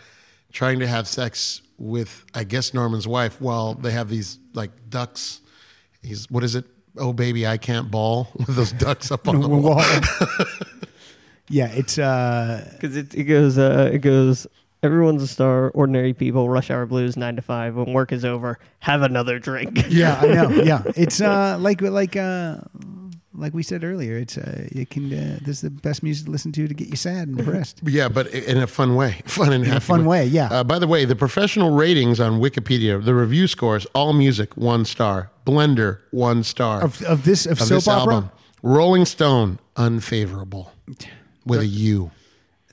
trying to have sex with, I guess, Norman's wife while they have these like ducks. He's, what is it? Oh, baby, I can't ball [laughs] with those ducks up on the wall. [laughs] yeah, it's uh, Because it, it goes, uh, it goes. Everyone's a star. Ordinary people. Rush hour blues. Nine to five. When work is over, have another drink. [laughs] yeah, I know. Yeah, it's uh, like like uh, like we said earlier. It's uh, it can uh, this is the best music to listen to to get you sad and depressed. Yeah, but i- in a fun way, [laughs] fun and in a fun way, yeah. Uh, by the way, the professional ratings on Wikipedia, the review scores: All Music one star, Blender one star Of, of this of, of soap this opera, album, Rolling Stone unfavorable with a U.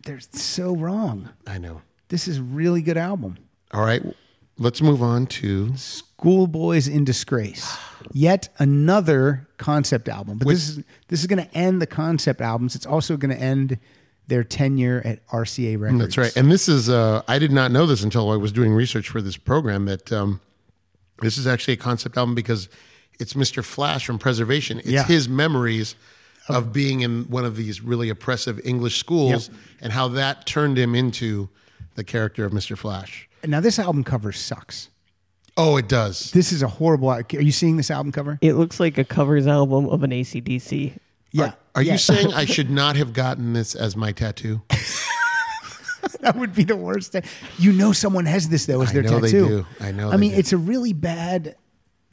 they're so wrong. I know. This is a really good album. All right, let's move on to Schoolboys in Disgrace. Yet another concept album. But this is this is going to end the concept albums. It's also going to end their tenure at RCA Records. That's right. And this is, uh, I did not know this until I was doing research for this program that um, this is actually a concept album because it's Mr. Flash from Preservation. It's Yeah. Oh. his memories of being in one of these really oppressive English schools and how that turned him into the character of Mr. Flash. Now this album cover sucks. Oh, it does. This is a horrible. Are you seeing this album cover? It looks like a covers album of an ACDC. Yeah. Are Yeah. you saying I should not have gotten this as my tattoo? [laughs] that would be the worst thing? You know, someone has this though as I their know they tattoo. do. I know I they mean, do. it's a really bad.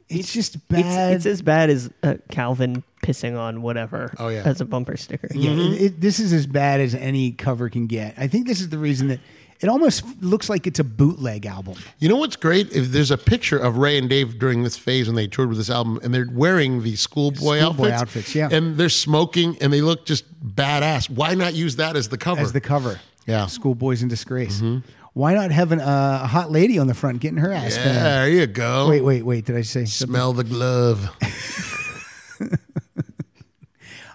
It's just bad. It's, it's as bad as uh, Calvin pissing on whatever. Oh, yeah. As a bumper sticker. Yeah, it, Mm-hmm. it, this is as bad as any cover can get. I think this is the reason that it almost looks like it's a bootleg album. You know what's great? If there's a picture of Ray and Dave during this phase when they toured with this album, and they're wearing the schoolboy, Schoolboy outfits, outfits, yeah. and they're smoking, and they look just badass. Why not use that as the cover? as the cover. Yeah. Mm-hmm. Schoolboys in Disgrace. Why not have an, uh, a hot lady on the front getting her ass yeah, banged? there you go. Wait, wait, wait. Did I say something? Smell the glove.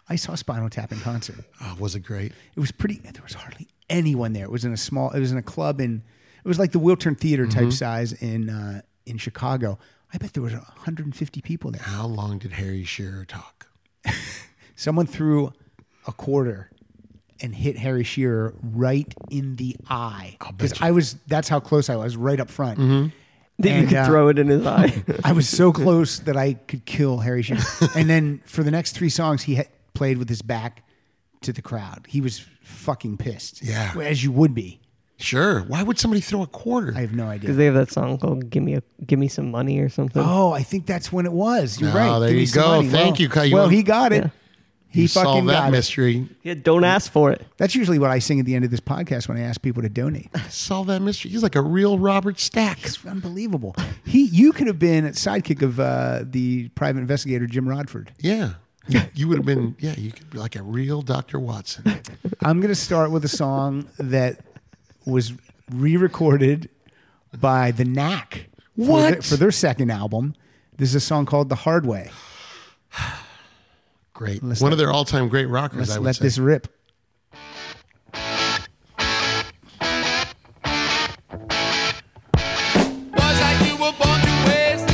[laughs] I saw Spinal Tap in concert. Oh, was it great? It was pretty. There was hardly anyone there. It was in a small. It was in a club in. It was like the Wiltern Theater Mm-hmm. type size in uh, in Chicago. I bet there was 150 people there. How long did Harry Shearer talk? Someone threw a quarter and hit Harry Shearer right in the eye. Because I was. That's how close I was. Right up front. [laughs] Mm-hmm. That you And, could uh, throw it in [laughs] his eye. I was [laughs] so close that I could kill Harry Shearer. and then for the next three songs, he had played with his back to the crowd. He was fucking pissed. Yeah. As you would be. Sure. Why would somebody throw a quarter? I have no idea. Because they have that song called "Give Me a Give Me Some Money" or something. oh, I think that's when it was. You're Ah, right. there Give me you some go. money. Thank well, you, Caillou. Well, he got it. Yeah. He you fucking solved that got it. mystery. Yeah, don't ask for it. That's usually what I sing at the end of this podcast when I ask people to donate. Solve that mystery. He's like a real Robert Stack. It's unbelievable. He, you could have been a sidekick of uh, the private investigator Jim Rodford. Yeah. You, you would have been, yeah, you could be like a real Dr. [laughs] Watson. I'm going to start with a song that was re-recorded by The Knack. for What? their- for their second album. This is a song called The Hard Way. Great. One of their all time great rockers, Let's I would let say. this rip. Was like you were born to waste.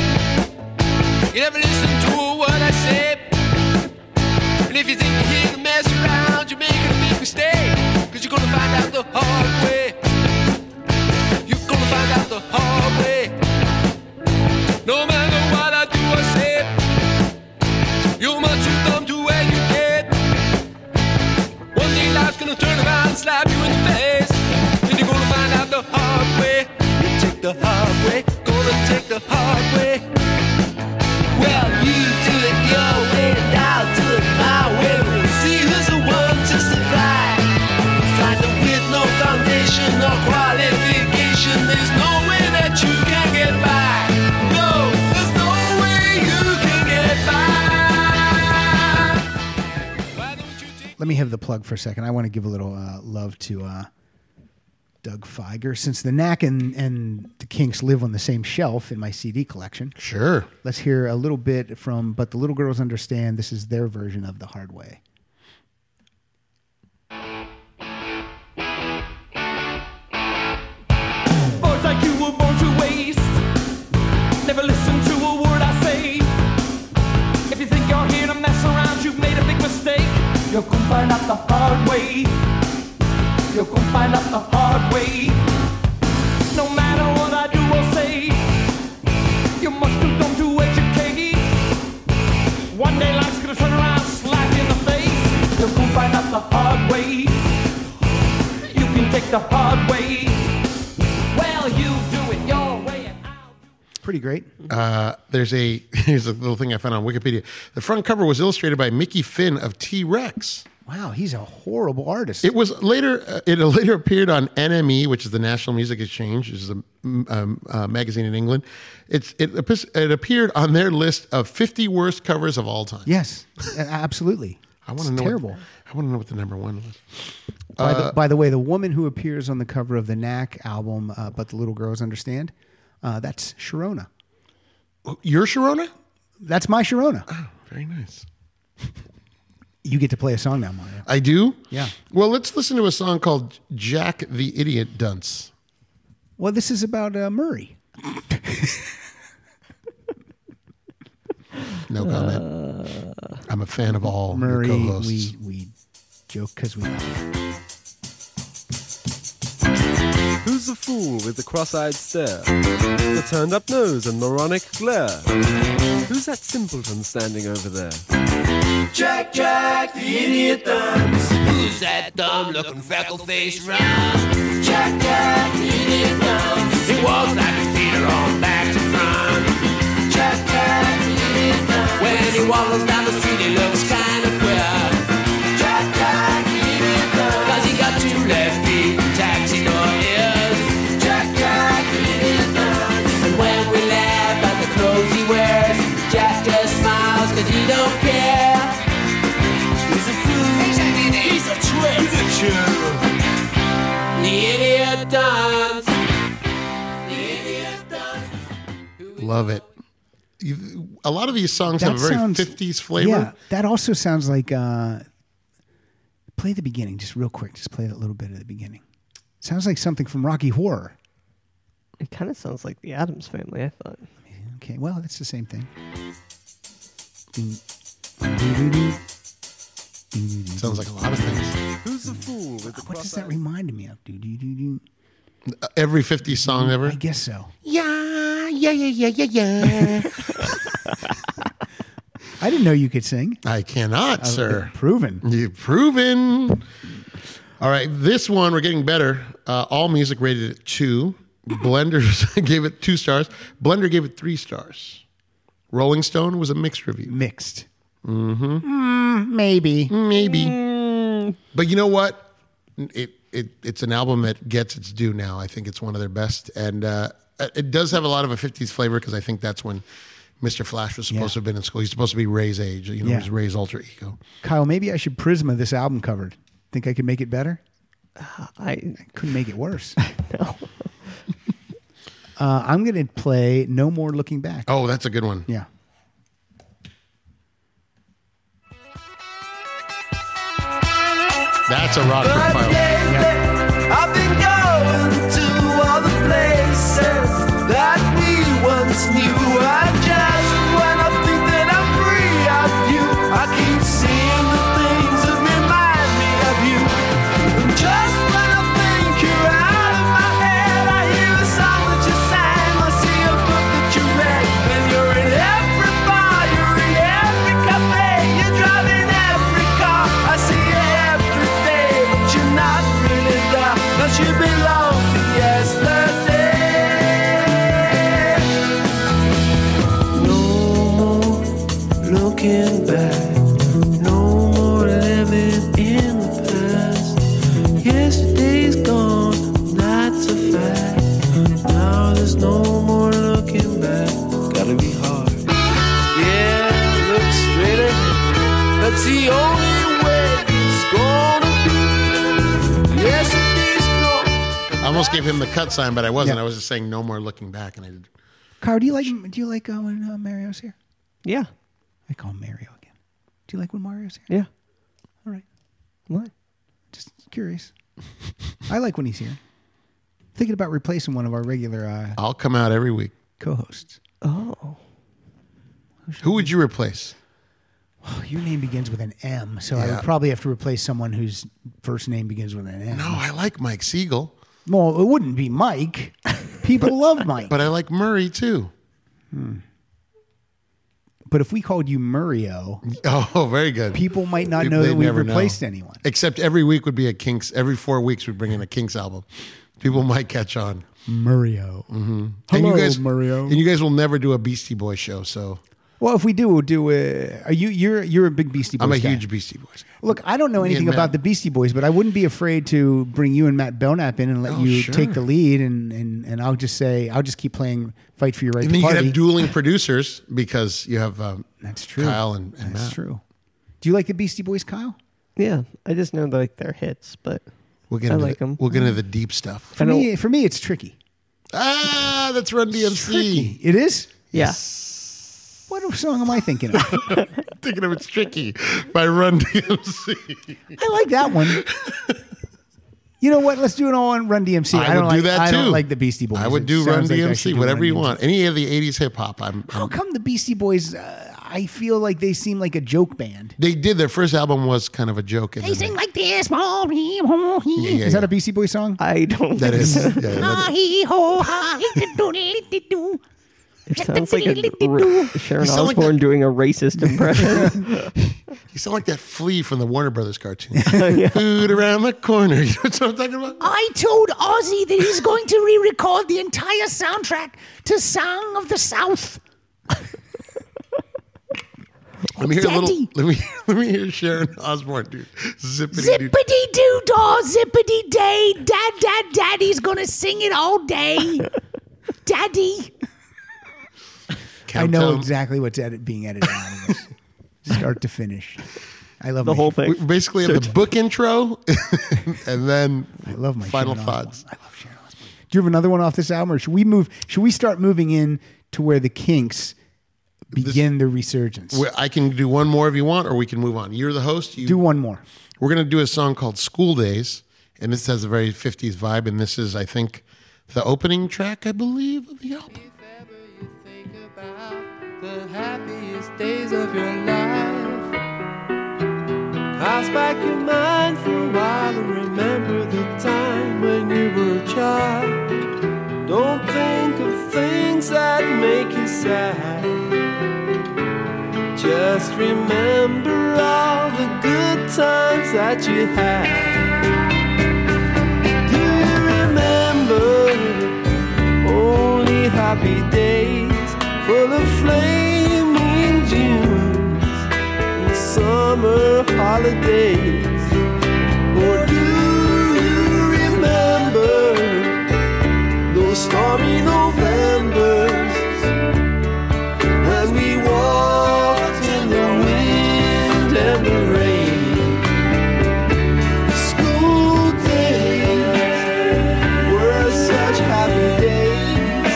You never listen to a word I said. And if you think you're here to mess around, you're making a big mistake. Cause you're gonna find out the hard way. You're gonna find out the hard way. No matter what I do or say, you must succumb to where you get. One day life's gonna turn around and slap you in the face. And you're gonna find out the hard way. You take the hard way, gonna take the hard way. Well, you do it your way, and I'll do it my way. We'll see who's the one to survive. Find the with no foundation or qualification. There's no way that you can get by. No, there's no way you can get by. Why don't you take Let me have the plug for a second. I want to give a little uh, love to uh, Doug Feiger. Since The Knack and, and The Kinks live on the same shelf in my CD collection, Sure. let's hear a little bit from But the Little Girls Understand. This is their version of The Hard Way. Well, find out the hard way. You're gonna find out the hard way. No matter what I do or say, you must too dumb to educate. One day life's gonna turn around, slap you in the face. You're gonna find out the hard way. You can take the hard way. Well, you do it your way, and I'll. Pretty great. Mm-hmm. There's a [laughs] here's a little thing I found on Wikipedia. The front cover was illustrated by Mickey Finn of T Rex. Wow, he's a horrible artist. It was later. Uh, it [laughs] later appeared on NME, which is the National Music Exchange, which is a mm, um, uh, magazine in England. It's it apis- it appeared on their list of 50 worst covers of all time. yes, a- absolutely. I want It's to know. Terrible. What, uh, I want to know what the number one was. By, the, by the way, the woman who appears on the cover of the Knack album, uh, But the Little Girls Understand, uh, that's Sharona. Your Oh, Sharona? That's my Sharona. Very nice. You get to play a song now, Mario. I do. Yeah. Well, let's listen to a song called "Jack the Idiot Dunce." Well, this is about uh, Murray. No comment. I'm a fan of all your Uh, Murray, co-hosts. we, we joke because we laugh. Who's the fool with the cross-eyed stare, the turned-up nose and moronic glare? Who's that simpleton standing over there? Jack, Jack, the idiot thumbs. Who's that dumb looking freckle faced rum? Jack, Jack, the idiot thumbs. He walks like his feet are on back to front. Jack, Jack, the idiot thumbs. When he waddles down the street, he looks kind of queer. Jack, Jack, the idiot thumbs. Cause he got two left feet, taxi door ears. Jack, Jack, the idiot thumbs. And when we laugh at the clothes he wears, Jack just smiles cause he don't care. He's a fool. He's an idiot. He's a trick. He's a chew. The idiot dance. The idiot dance. Love it. You- A lot of these songs have a very 50s flavor. Yeah, that also sounds like. Uh, play the beginning, just real quick. Just play that little bit of the beginning. Sounds like something from Rocky Horror. It kind of sounds like the Adams family, I thought. Okay, well, that's the same thing. Sounds like a lot of things. Who's the fool with the What does that cross-eyed remind me of? Do, do, do, do. Every 50s song ever. I guess so. Yeah, yeah, yeah, yeah, yeah, yeah. [laughs] I didn't know you could sing. I cannot, sir. Proven. You've proven. All right, this one we're getting better. Uh, All Music rated it two. Blenders [laughs] gave it two stars. Blender gave it three stars. Rolling Stone was a mixed review. Mixed. Mm-hmm. maybe. Maybe, but you know what? It, it it's an album that gets its due now. I think it's one of their best, and uh, it does have a lot of a '50s flavor because I think that's when Mr. Flash was supposed Yeah. to have been in school. He's supposed to be Ray's age. You know, Yeah. he's Ray's alter ego. Kyle, maybe I should Prisma this album covered. Think I could make it better? I Couldn't make it [laughs] worse. uh, I'm going to play No More Looking Back. Oh, that's a good one. Yeah. That's a rock profile. I've been going to all the places that we once knew. And just when I think that I'm free of you, I keep seeing the things that remind me of you. And just when I think you're out of my head, I hear a song that you sang. I see a book that you read. When you're in every bar, you're in every cafe, you're driving every car. I see you every day, but you're not really there. I should be lonely yesterday. No more looking back. No more living in the past. Yesterday's gone, that's a fact. Now there's no more looking back. Gotta be hard. Yeah, look straight ahead. That's the only way it's gonna be. Yesterday's gone. I almost gave him the cut sign, but I wasn't. Yeah. I was just saying no more looking back, and I did. Kyle, do you like do you like uh, when uh, Mario's here? yeah I call him Mario again. Do you like when Mario's here? yeah. All right. What? Just [laughs] curious. I like when he's here. Thinking about replacing one of our regular uh, I'll come out every week. co-hosts. Oh, Who would you replace? Your name begins with an M, so I Yeah. would probably have to replace someone whose first name begins with an M. No, I like Mike Siegel, Well, it wouldn't be Mike. People love [laughs] Mike. but I like Murray too. But if we called you Murio, [laughs] Oh, very good. people might not People- know they'd that we've never know. replaced anyone. Except every week would be a Kinks. Every four weeks we'd bring in a Kinks album. People [laughs] might catch on. Murio. Mm-hmm. and Hello, you guys, Mario. And you guys will never do a Beastie Boy show. So Well, if we do, we'll do. A, are you? You're you're a big Beastie Boys. I'm a guy. huge Beastie Boys. guy. Look, I don't know and anything Matt. about the Beastie Boys, but I wouldn't be afraid to bring you and Matt Belknap in and let Oh, you sure. take the lead, and, and and I'll just say I'll just keep playing "Fight for Your Right And to then you could Party." have dueling producers because you have um, That's true. Kyle and, and That's Matt. true. Do you like the Beastie Boys, Kyle? Yeah, I just know like their hits, but We'll get I into like the, 'em. We'll get into the deep stuff. [laughs] For I don't- me, for me, it's tricky. Ah, that's Run DMC. Tricky. It is. yeah, What song am I thinking [laughs] of? Thinking of it's tricky by Run [laughs] DMC. I like that one. You know what? Let's do it all on Run DMC. I, don't would do like, that I too. don't like the Beastie Boys. I would It do Run sounds like I should DMC, do whatever Run you DMC. want. Any of the '80s hip hop. I'm, How I'm- come the Beastie Boys? Uh, I feel like they seem like a joke band. They did their first album was kind of a joke. and They then sing they- like this. Mo, hee, ho, Yeah, hee. yeah, Is that yeah. a Beastie Boy song? I don't. That think is. [laughs] so. Yeah, that- Ah, hee, ho, ha, little doo, little doo. [laughs] It sounds like a r- Sharon You sound like Osbourne that- doing [laughs] a racist impression. You sound like that flea from the Warner [laughs] Brothers cartoon. Food around the corner. [laughs] You know what I'm talking about? I told Ozzy that he's going to re-record the entire soundtrack to "Song of the South." Let me hear a little. Daddy. Let me [laughs] let me hear Sharon Osbourne do zippity doo. Zippity doo dah, zippity day, dad, dad, daddy's gonna sing it all day. [laughs] Daddy, I know Countdown. exactly what's edit, being edited out of [laughs] this, start to finish. I love the my, whole thing. We basically [laughs] have the book intro, [laughs] and then I love my final Sharon thoughts. Osbourne. I love Sharon Osbourne. Do you have another one off this album, or should we move? Should we start moving in to where the Kinks begin their resurgence? We- I can do one more if you want, or we can move on. You're the host. You, Do one more. We're going to do a song called School Days, and this has a very 50s vibe, and this is, I think, the opening track, I believe, of the album. If ever you think about the happiest days of your life, cast back your mind for a while and remember the time when you were a child. Don't think of things that make you sad. Just remember all the good times that you had. Do you remember? only happy days full of flaming Junes and summer holidays. Or do you remember those stormy Novembers as we walked in the wind and the rain? School days were such happy days.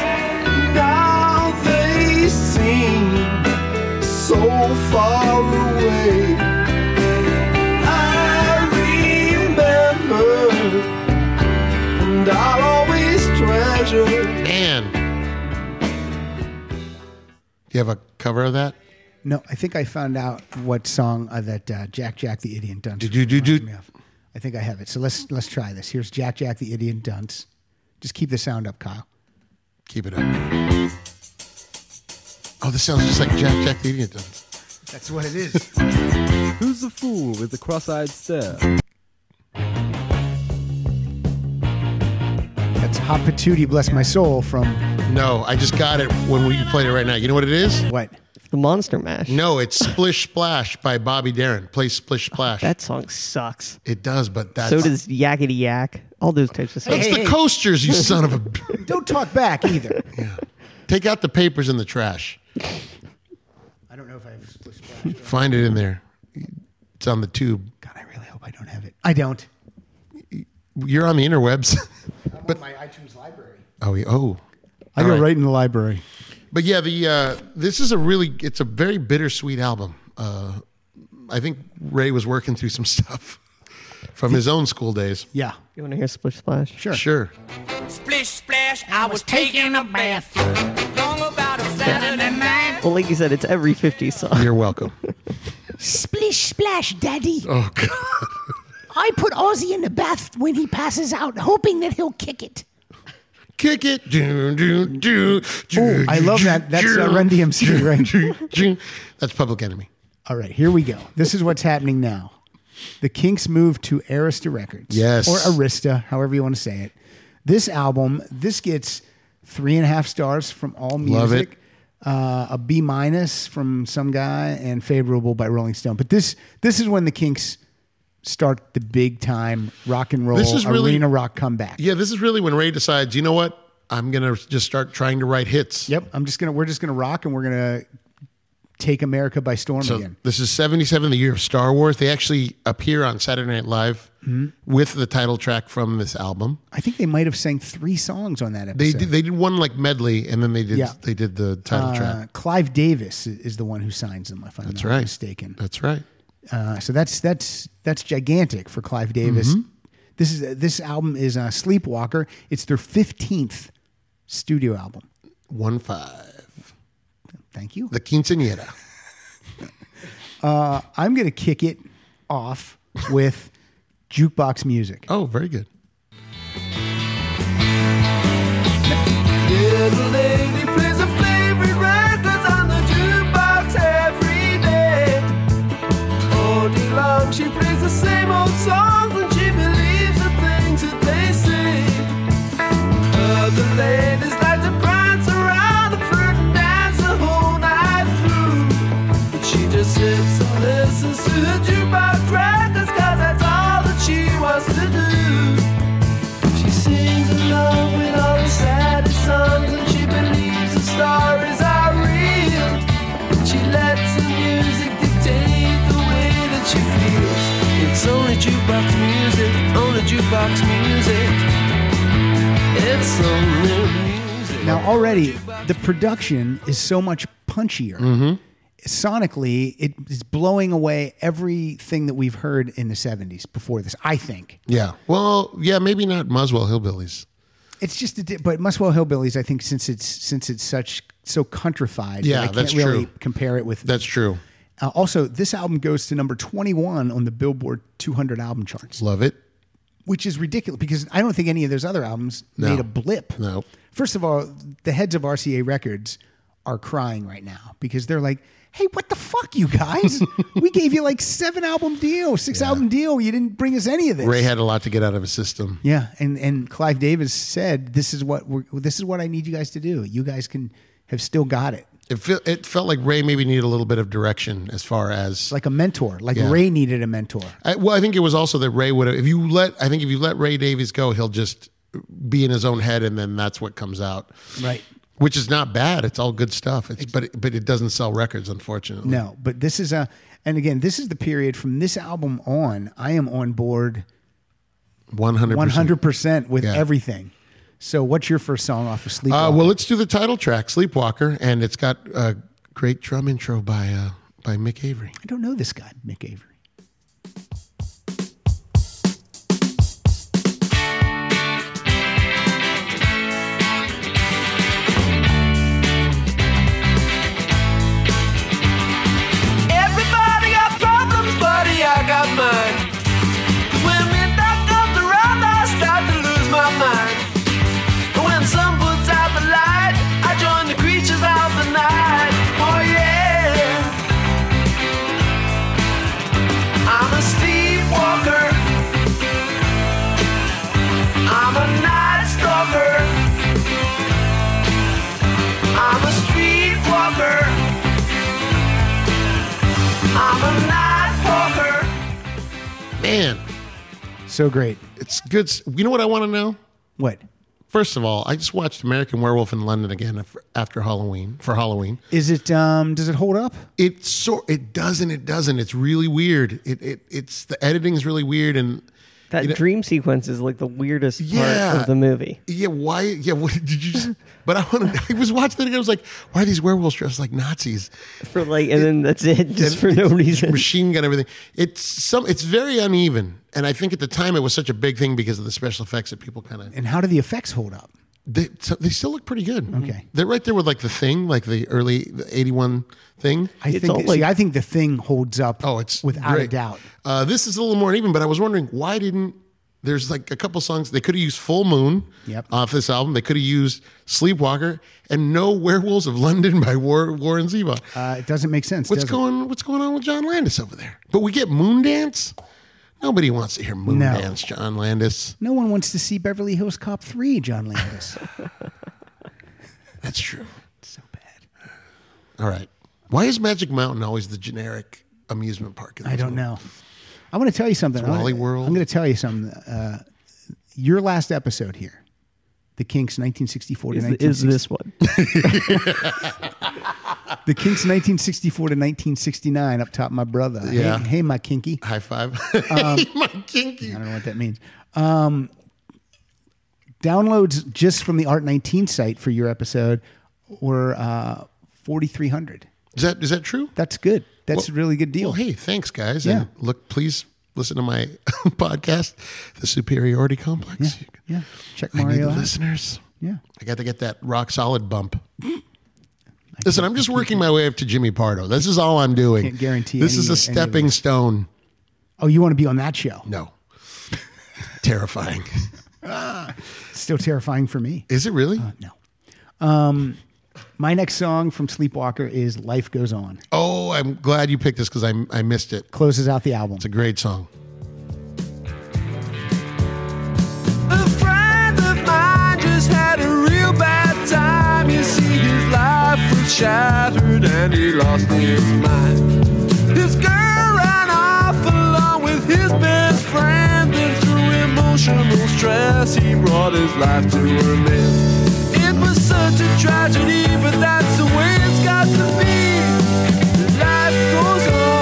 Now they seem so far away. I remember, and I'll always treasure. And do you have a cover of that? No, I think I found out what song uh, that uh, Jack Jack the Idiot Dunce. Do, do, do, do. reminds me of. I think I have it. So let's let's try this. Here's Jack Jack the Idiot Dunce. Just keep the sound up, Kyle. Keep it up. Oh, this sounds just like Jack Jack the Idiot. does. That's what it is. Who's the fool with the cross-eyed stare? [laughs] That's Hot Patootie, Bless My Soul from No, I just got it when we played it right now. You know what it is? what? the Monster Mash. No, it's Splish Splash by Bobby Darin. Play Splish Splash. that song sucks. it does, but that's So does Yakety Yak. All those types of songs. it's Hey, the hey. coasters, [laughs] you son of a. Don't talk back either. Take out the papers in the trash. I don't know if I have a split splash. Find it in there. It's on the tube. God, I really hope I don't have it. I don't. You're on the interwebs. [laughs] I'm on my iTunes library. oh, yeah. oh. I All go right. right in the library. But yeah, the uh, this is a really it's a very bittersweet album. Uh, I think Ray was working through some [laughs] stuff from his own school days. Yeah. You want to hear Splish Splash? Sure. Sure. Splish splash, I was taking a bath. Long about a Saturday night. [laughs] Well, like you said, it's every 50s [laughs] song. You're welcome. Splish splash, daddy. Oh God. I put Ozzy in the bath when he passes out, hoping that he'll kick it. Kick it. Do, do, do, do, Oh, I love do, [laughs] that. That's do, uh, Run DMC, right? do, do. That's Public Enemy. All right, here we go. This is what's happening now. The Kinks moved to Arista Records. Yes. Or Arista, however you want to say it. This album, this gets three and a half stars from all music. Love it. Uh, a B minus from some guy and favorable by Rolling Stone. But this this is when the Kinks start the big time rock and roll This is really- arena rock comeback. Yeah, this is really when Ray decides. You know what? I'm gonna just start trying to write hits. Yep. I'm just gonna we're just gonna rock and we're gonna take America by storm So again. this is 77, the year of Star Wars. They actually appear on Saturday Night Live Mm-hmm. with the title track from this album. I think they might have sang three songs on that episode. They did, they did one like medley, and then they did Yeah. they did the title Uh, track. Clive Davis i- is the one who signs them, if I'm That's not right. mistaken. That's right. Uh, so that's that's that's gigantic for Clive Davis. Mm-hmm. This is this album is uh, Sleepwalker. It's their fifteenth studio album. One five. Thank you. The quinceanera. I'm gonna kick it off with jukebox music. Oh, very good. Yeah, the lady plays her favorite records on the jukebox every day. All day long, she plays the same old songs and she believes the things that they say. Other ladies like to prance around and flirt and dance the whole night through. But she just sits and listens to the jukebox records, cause that's all that she wants to do. She sings along with all the saddest songs and she believes the stories are real. And she lets the music dictate the way that she feels. It's only jukebox music, only jukebox music. It's only music. Now already the production is so much punchier. Mm-hmm. Sonically, it is blowing away everything that we've heard in the '70s before this. I think. Yeah. Well, yeah, maybe not Muswell Hillbillies. It's just a di- but Muswell Hillbillies. I think since it's since it's such so countrified, Yeah, I can't that's really true. compare it with. That's true. uh, also, this album goes to number twenty one on the Billboard 200 album charts, Love it. which is ridiculous because I don't think any of those other albums No. made a blip. No. First of all, the heads of RCA Records are crying right now because they're like, "Hey, what the fuck, you guys? [laughs] we gave you like seven album deal, six album deal. You didn't bring us any of this." Ray had a lot to get out of his system. Yeah, and and Clive Davis said, "This is what we're, this is what I need you guys to do. You guys can have still got it." It, feel, it felt like Ray maybe needed a little bit of direction as far as Like a mentor, like Yeah. Ray needed a mentor. I, well, I think it was also that Ray would have. If you let, I think if you let Ray Davies go, he'll just be in his own head, and then that's what comes out. Right. Which is not bad. It's all good stuff. It's but it, but it doesn't sell records, unfortunately. No, but this is a and again, this is the period from this album on. I am on board one hundred. one hundred percent with Yeah. everything. So, what's your first song off of Sleep? Uh, well, let's do the title track, Sleepwalker, and it's got a great drum intro by uh, by Mick Avery. I don't know this guy, Mick Avery. Everybody got problems, buddy, I got mine. 'Cause when midnight comes around, I start to lose my mind. And when the sun puts out the light, I join the creatures of the night. Oh yeah. I'm a sleepwalker. I'm a night stalker. I'm a streetwalker. I'm a night walker. Man, So great. it's good. s- You know what I want to know? What First of all, I just watched American Werewolf in London again af- after Halloween for Halloween. is it? Um, does it hold up? it sort it doesn't it doesn't it's really weird it, it it's the editing is really weird and That dream sequence is like the weirdest part Yeah. of the movie. yeah why yeah what [laughs] did you just but i want to i was watching that again i was like why are these werewolves dressed like nazis For like, and then that's it, just for And no it's [laughs] reason. machine gun everything it's some it's very uneven and i think at the time it was such a big thing because of the special effects that people kind of And how do the effects hold up? They so they still look pretty good. Mm-hmm. Okay. they're right there with like the thing, like the early the '81 thing. I It's think all see, like- I think the thing holds up. Oh, it's without a great. doubt. Uh, this is a little more uneven, but I was wondering why didn't there's like a couple songs they could have used Full Moon Yep. off this album. They could have used Sleepwalker and no Werewolves of London by War, Warren Zevon. Uh, it doesn't make sense. what's does it? going What's going on with John Landis over there? But we get Moon Dance. Nobody wants to hear Moon No. Dance, John Landis. No one wants to see Beverly Hills Cop three. John [laughs] Landis. That's true. so bad. All right. Why is Magic Mountain always the generic amusement park? in I those don't movies? know. I want to tell you something. I wanna- Wally World. I'm going to tell you something. Uh, your last episode here, The Kinks, 1964 Is, to th- 1960. is this one? The Kinks, 1964 to 1969. Up top, my brother. Hey- Yeah. Hey, my kinky. High five. [laughs] My kinky. Um, I don't know what that means. Um, downloads just from the Art 19 site for your episode were uh, 4,300. Is that is that true? That's good. That's Well- a really good deal. Well, hey, thanks, guys. Yeah. And look, please listen to my [laughs] podcast, The Superiority Complex. You can- yeah. Check I need Mario the out. listeners. Yeah. I got to get that rock solid bump. Listen, I'm just working my way up to Jimmy Pardo. This is all I'm doing. Can't guarantee This any- is any a of stepping this. stone. Oh, you want to be on that show? [laughs] No. Terrifying. Still terrifying for me. Is it really? No. Um, my next song from Sleepwalker is Life Goes On. oh, I'm glad you picked this because I, I missed it. Closes out the album. It's a great song. A friend of mine just had a real bad time. You see, his life was shattered and he lost his mind. His girl ran off along with his best friend. Then through emotional stress, he brought his life to an end. It was such a tragedy, but that's the way it's got to be. Life goes on.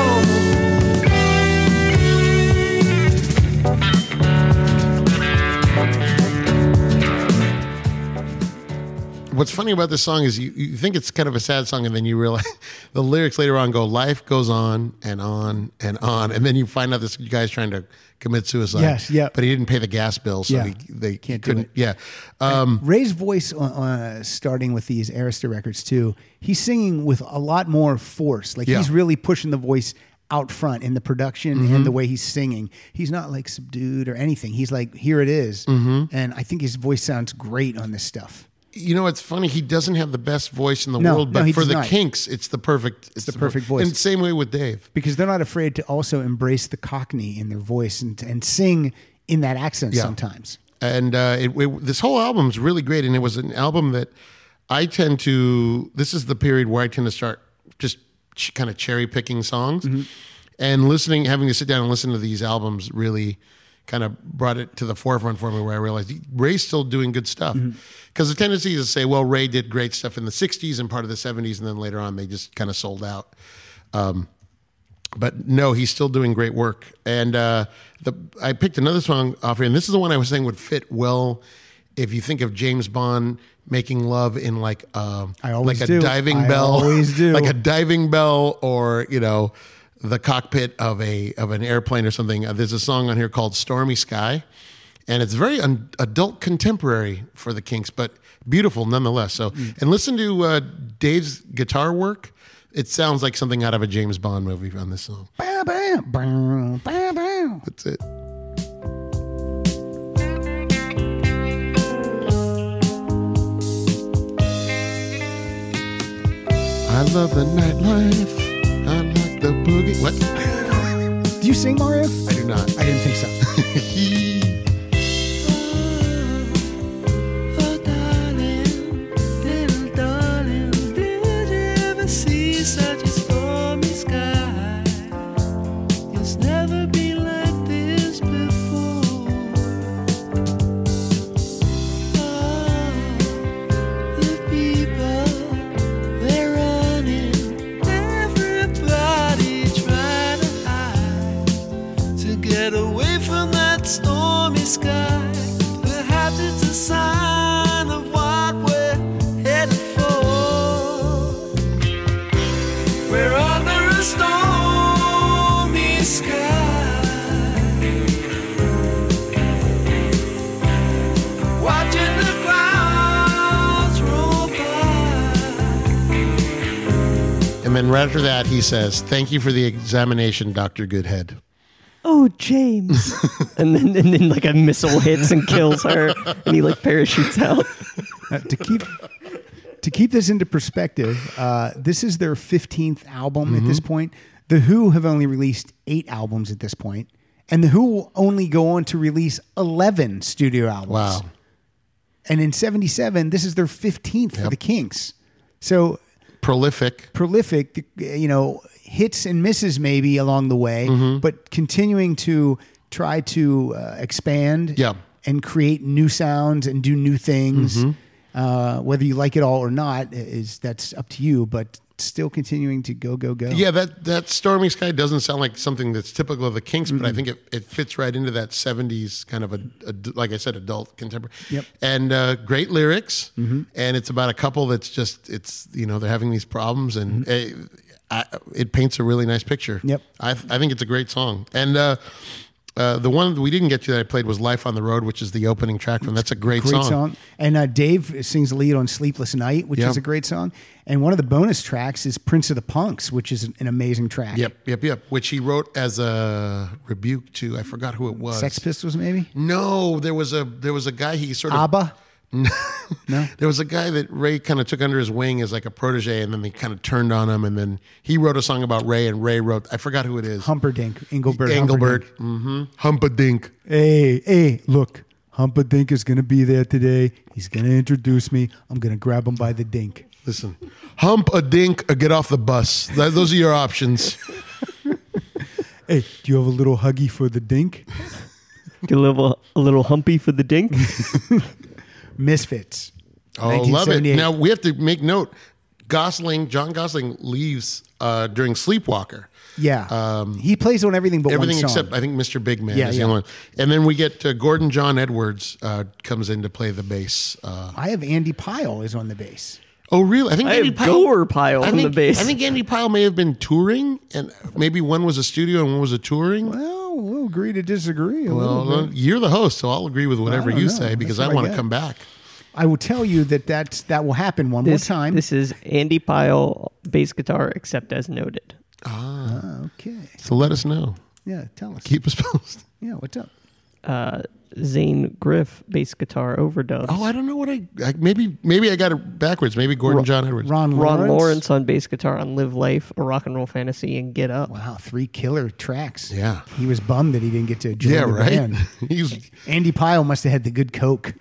What's funny about this song is you, you think it's kind of a sad song, and then you realize [laughs] the lyrics later on go, Life goes on and on and on. And then you find out this guy's trying to commit suicide. Yes, yeah. But he didn't pay the gas bill, so Yeah. he, they Can't do couldn't. it. Yeah. Um, Ray's voice, on, on, starting with these Arista records too, he's singing with a lot more force. Like Yeah. he's really pushing the voice out front in the production and the way he's singing. He's not like subdued or anything. He's like, here it is. And I think his voice sounds great on this stuff. you know, it's funny. He doesn't have the best voice in the No, world, no, but he for does the not. kinks, it's the perfect. It's, the perfect voice. And same way with Dave. Because they're not afraid to also embrace the Cockney in their voice and, and sing in that accent Yeah. sometimes. and uh, it, it, this whole album's really great. And it was an album that I tend to. This is the period where I tend to start just ch- kind of cherry picking songs, Mm-hmm. and listening, having to sit down and listen to these albums really kind of brought it to the forefront for me, where I realized Ray's still doing good stuff. Mm-hmm. Because the tendency is to say, well, Ray did great stuff in the '60s and part of the '70s, and then later on they just kind of sold out but no, he's still doing great work. And uh, the I picked another song off here, and this is the one I was saying would fit well if you think of James Bond making love in like um I always like a do. diving I bell, always do. [laughs] like a diving bell, or you know the cockpit of a of an airplane or something. Uh, there's a song on here called "Stormy Sky." And it's very un- adult contemporary for the Kinks, but beautiful nonetheless. So, and listen to uh, Dave's guitar work. It sounds like something out of a James Bond movie on this song. Bow, bow, bow, bow, bow. That's it. I love the nightlife. I like the boogie. What? Do you sing, Mario? I do not. I didn't think so. Oh, darling, little darling, did you ever see such a stormy sky? It's never been like this before. the people they're running, everybody trying to hide to get away from that storm. then right after that, he says, "Thank you for the examination, Doctor Goodhead." Oh, James. [laughs] and then and then like a missile hits and kills her and he like parachutes out. Uh, to keep to keep this into perspective, uh, this is their 15th album at Mhm. this point. The Who have only released eight albums at this point, and the Who will only go on to release 11 studio albums. Wow. And in 77, this is their 15th for Yep. the Kinks. So Prolific. prolific, you know, hits and misses maybe along the way, Mm-hmm. but continuing to try to uh, expand Yeah. Mm-hmm. and create new sounds and do new things. Uh, whether you like it all or not is that's up to you, but still continuing to go go go. Yeah, that that stormy sky doesn't sound like something that's typical of the Kinks, Mm-hmm. but I think it, it fits right into that '70s kind of a, a- like I said, adult contemporary. Yep. Mm-hmm. And uh, great lyrics, and it's about a couple that's just it's you know they're having these problems, and eh, I, it paints a really nice picture. Mm-hmm. Yep. I I think it's a great song, and. Uh, uh, the one that we didn't get to that I played was "Life on the Road," which is the opening track from. That's a great, great song. And uh, Dave sings the lead on "Sleepless Night," which Yeah. is a great song. And one of the bonus tracks is "Prince of the Punks," which is an amazing track. Yep, yep, yep. Which he wrote as a rebuke to I forgot who it was. Sex Pistols, maybe No, there was a there was a guy he sort of [laughs] ABBA. there was a guy that Ray kind of took under his wing as like a protege, and then they kind of turned on him, and then he wrote a song about Ray, and Ray wrote I forgot who it is. Humperdinck, Engelbert. Engelbert, mm-hmm. Humpadink. Hey, hey, look, Humpadink is going to be there today. He's going to introduce me. I'm going to grab him by the dink. Listen, hump a dink or get off the bus. Th- Those are your options. [laughs] Hey, do you have a little huggy for the dink? Get a little a little humpy for the dink. Misfits. Oh, love it. 1978. Now we have to make note. Gosling, John Gosling leaves uh, during Sleepwalker. Yeah. he plays on everything but um, Everything one song. except I think Mr. Big Man Yeah, is the yeah. only one. And then we get uh, Gordon John Edwards uh, comes in to play the bass. Uh, I have Andy Pyle is on the bass. oh, really? I think I have Gower Pyle I on the think- bass. I think Andy Pyle may have been touring, and maybe one was a studio and one was a touring. Well, we'll agree to disagree. a Well, uh, little bit. you're the host, so I'll agree with whatever don't you know. say because That's Mm-hmm. what I I want to get. come back. I will tell you that that's, that will happen one This more time. This is Andy Pyle bass guitar, except as noted. okay. So let us know. Yeah, tell us. Keep us [laughs] posted. yeah, what's up? Zane Griff bass guitar overdubs. Oh, I don't know what I, I maybe maybe I got it backwards. Maybe Gordon John Edwards. Ron Lawrence. Ron Lawrence on bass guitar on Live Life, a rock and roll fantasy, and Get Up. Wow, three killer tracks. Yeah. He was bummed that he didn't get to join Yeah, the right. band. [laughs] He's Andy Pyle must have had the good coke.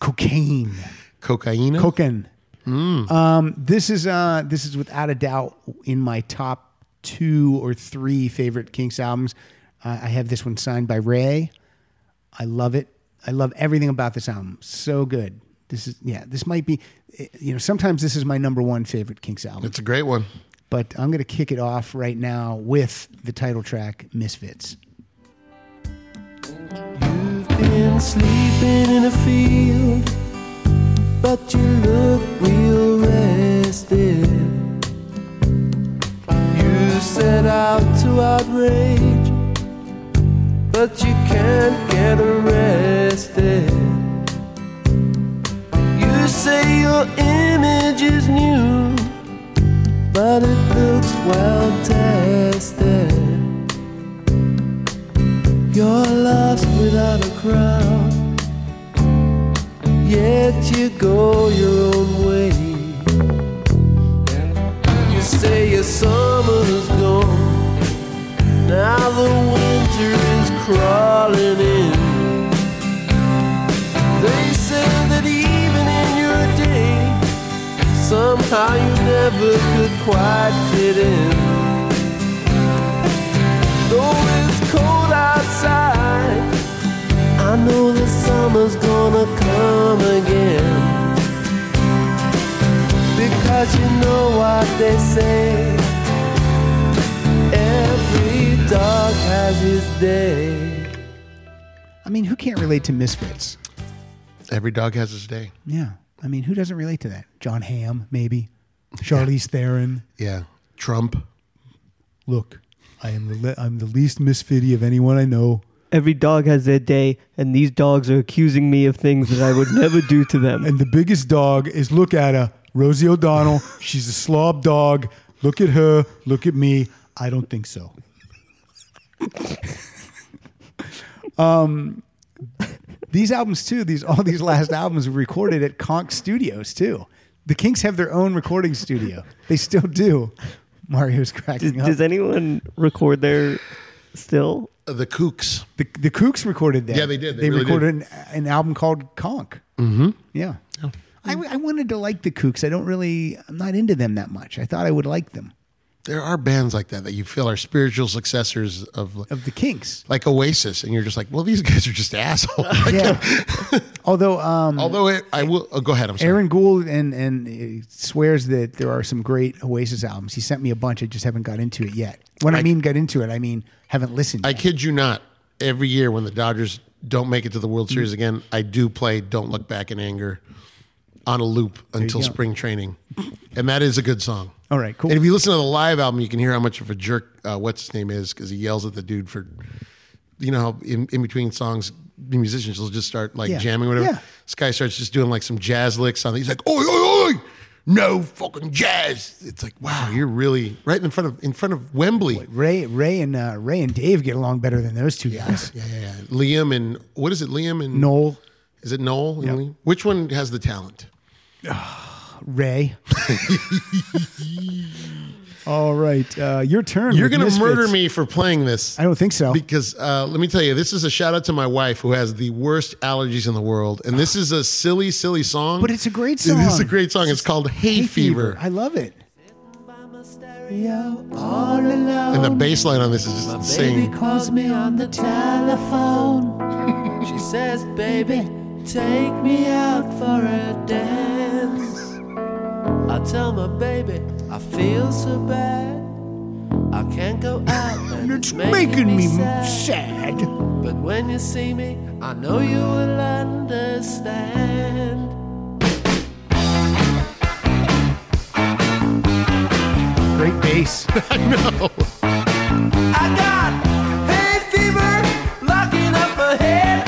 Cocaine. cocaine. Cocaine. Um, this is uh, this is without a doubt in my top two or three favorite Kinks albums. Uh, I have this one signed by Ray. I love it. I love everything about this album. So good. This is yeah. This might be, eh, you know, sometimes this is my number one favorite Kinks album. it's a great one. But I'm gonna kick it off right now with the title track "Misfits." You've been sleeping in a field, but you look real rested. You set out to outrage, but you can't get arrested. You say your image is new, but it looks well tested. You're lost without a crown. Yet you go your own way. You say your summer's gone. Now the winter is crawling in. They say that even in your day, somehow you never could quite fit in. Though it's cold outside, I know the summer's gonna come again. Because you know what they say every dog has his day. I mean, who can't relate to Misfits? Every dog has his day. Yeah. I mean, who doesn't relate to that? John Hamm, maybe. Charlize Theron. Yeah. Trump. Look, I am the le- I'm the least misfitty of anyone I know. Every dog has their day, and these dogs are accusing me of things that I would never do to them. And the biggest dog is look at her, Rosie O'Donnell. She's a slob dog. Look at her. Look at me. I don't think so. Um, these albums too these all these last albums were recorded at conk studios too the kinks have their own recording studio they still do mario's cracking up Does anyone record there still? Uh, the Kooks. the, the kooks recorded that Yeah, they did. They they really recorded An, an album called conk mm-hmm. yeah Oh. I, I wanted to like the kooks i don't really i'm not into them that much i thought i would like them There are bands like that that you feel are spiritual successors of, like- of the kinks like Oasis, and you're just like, well, these [laughs] guys are just assholes. Like, [laughs] yeah although um Although it, I will oh, go ahead. I'm sorry. Aaron Gould and and he swears that there are some great Oasis albums. He sent me a bunch. I just haven't got into it yet. When I, I- mean got into it, I mean haven't listened. I yet. kid you not. Every year when the Dodgers don't make it to the World Series Mm. again, I do play "Don't Look Back in Anger" on a loop until go. spring training, and that is a good song. All right, cool. And if you listen to the live album, you can hear how much of a jerk uh, what's his name is because he yells at the dude for, you know, how in, in between songs. The musicians will just start like Yeah. jamming, whatever. Yeah. This guy starts just doing like some jazz licks on. He's like, "Oi, oi, oi! No fucking jazz!" It's like, wow, you're really right in front of in front of Wembley. Ray Ray and uh, Ray and Dave get along better than those two guys. Yeah, yeah, yeah. Liam and what is it? Liam and Noel, Is it Noel? and Yeah. Liam? Which one has the talent? Ray. [laughs] All right, uh, your turn. You're with gonna Misfits. murder me for playing this. I don't think so. Because uh, let me tell you, this is a shout out to my wife who has the worst allergies in the world, and this is a silly, silly song. But it's a great Dude, This is a song. great song. It's called Hay, Fever, I love it. By my stereo, all alone. and the Oh, bass line on this is just Baby insane. calls me on the telephone. she says, Baby, take me out for a dance. I tell my baby, I feel so bad. I can't go out. And It's making me sad. But when you see me, I know you will understand. Great bass. I got hay fever locking up my head.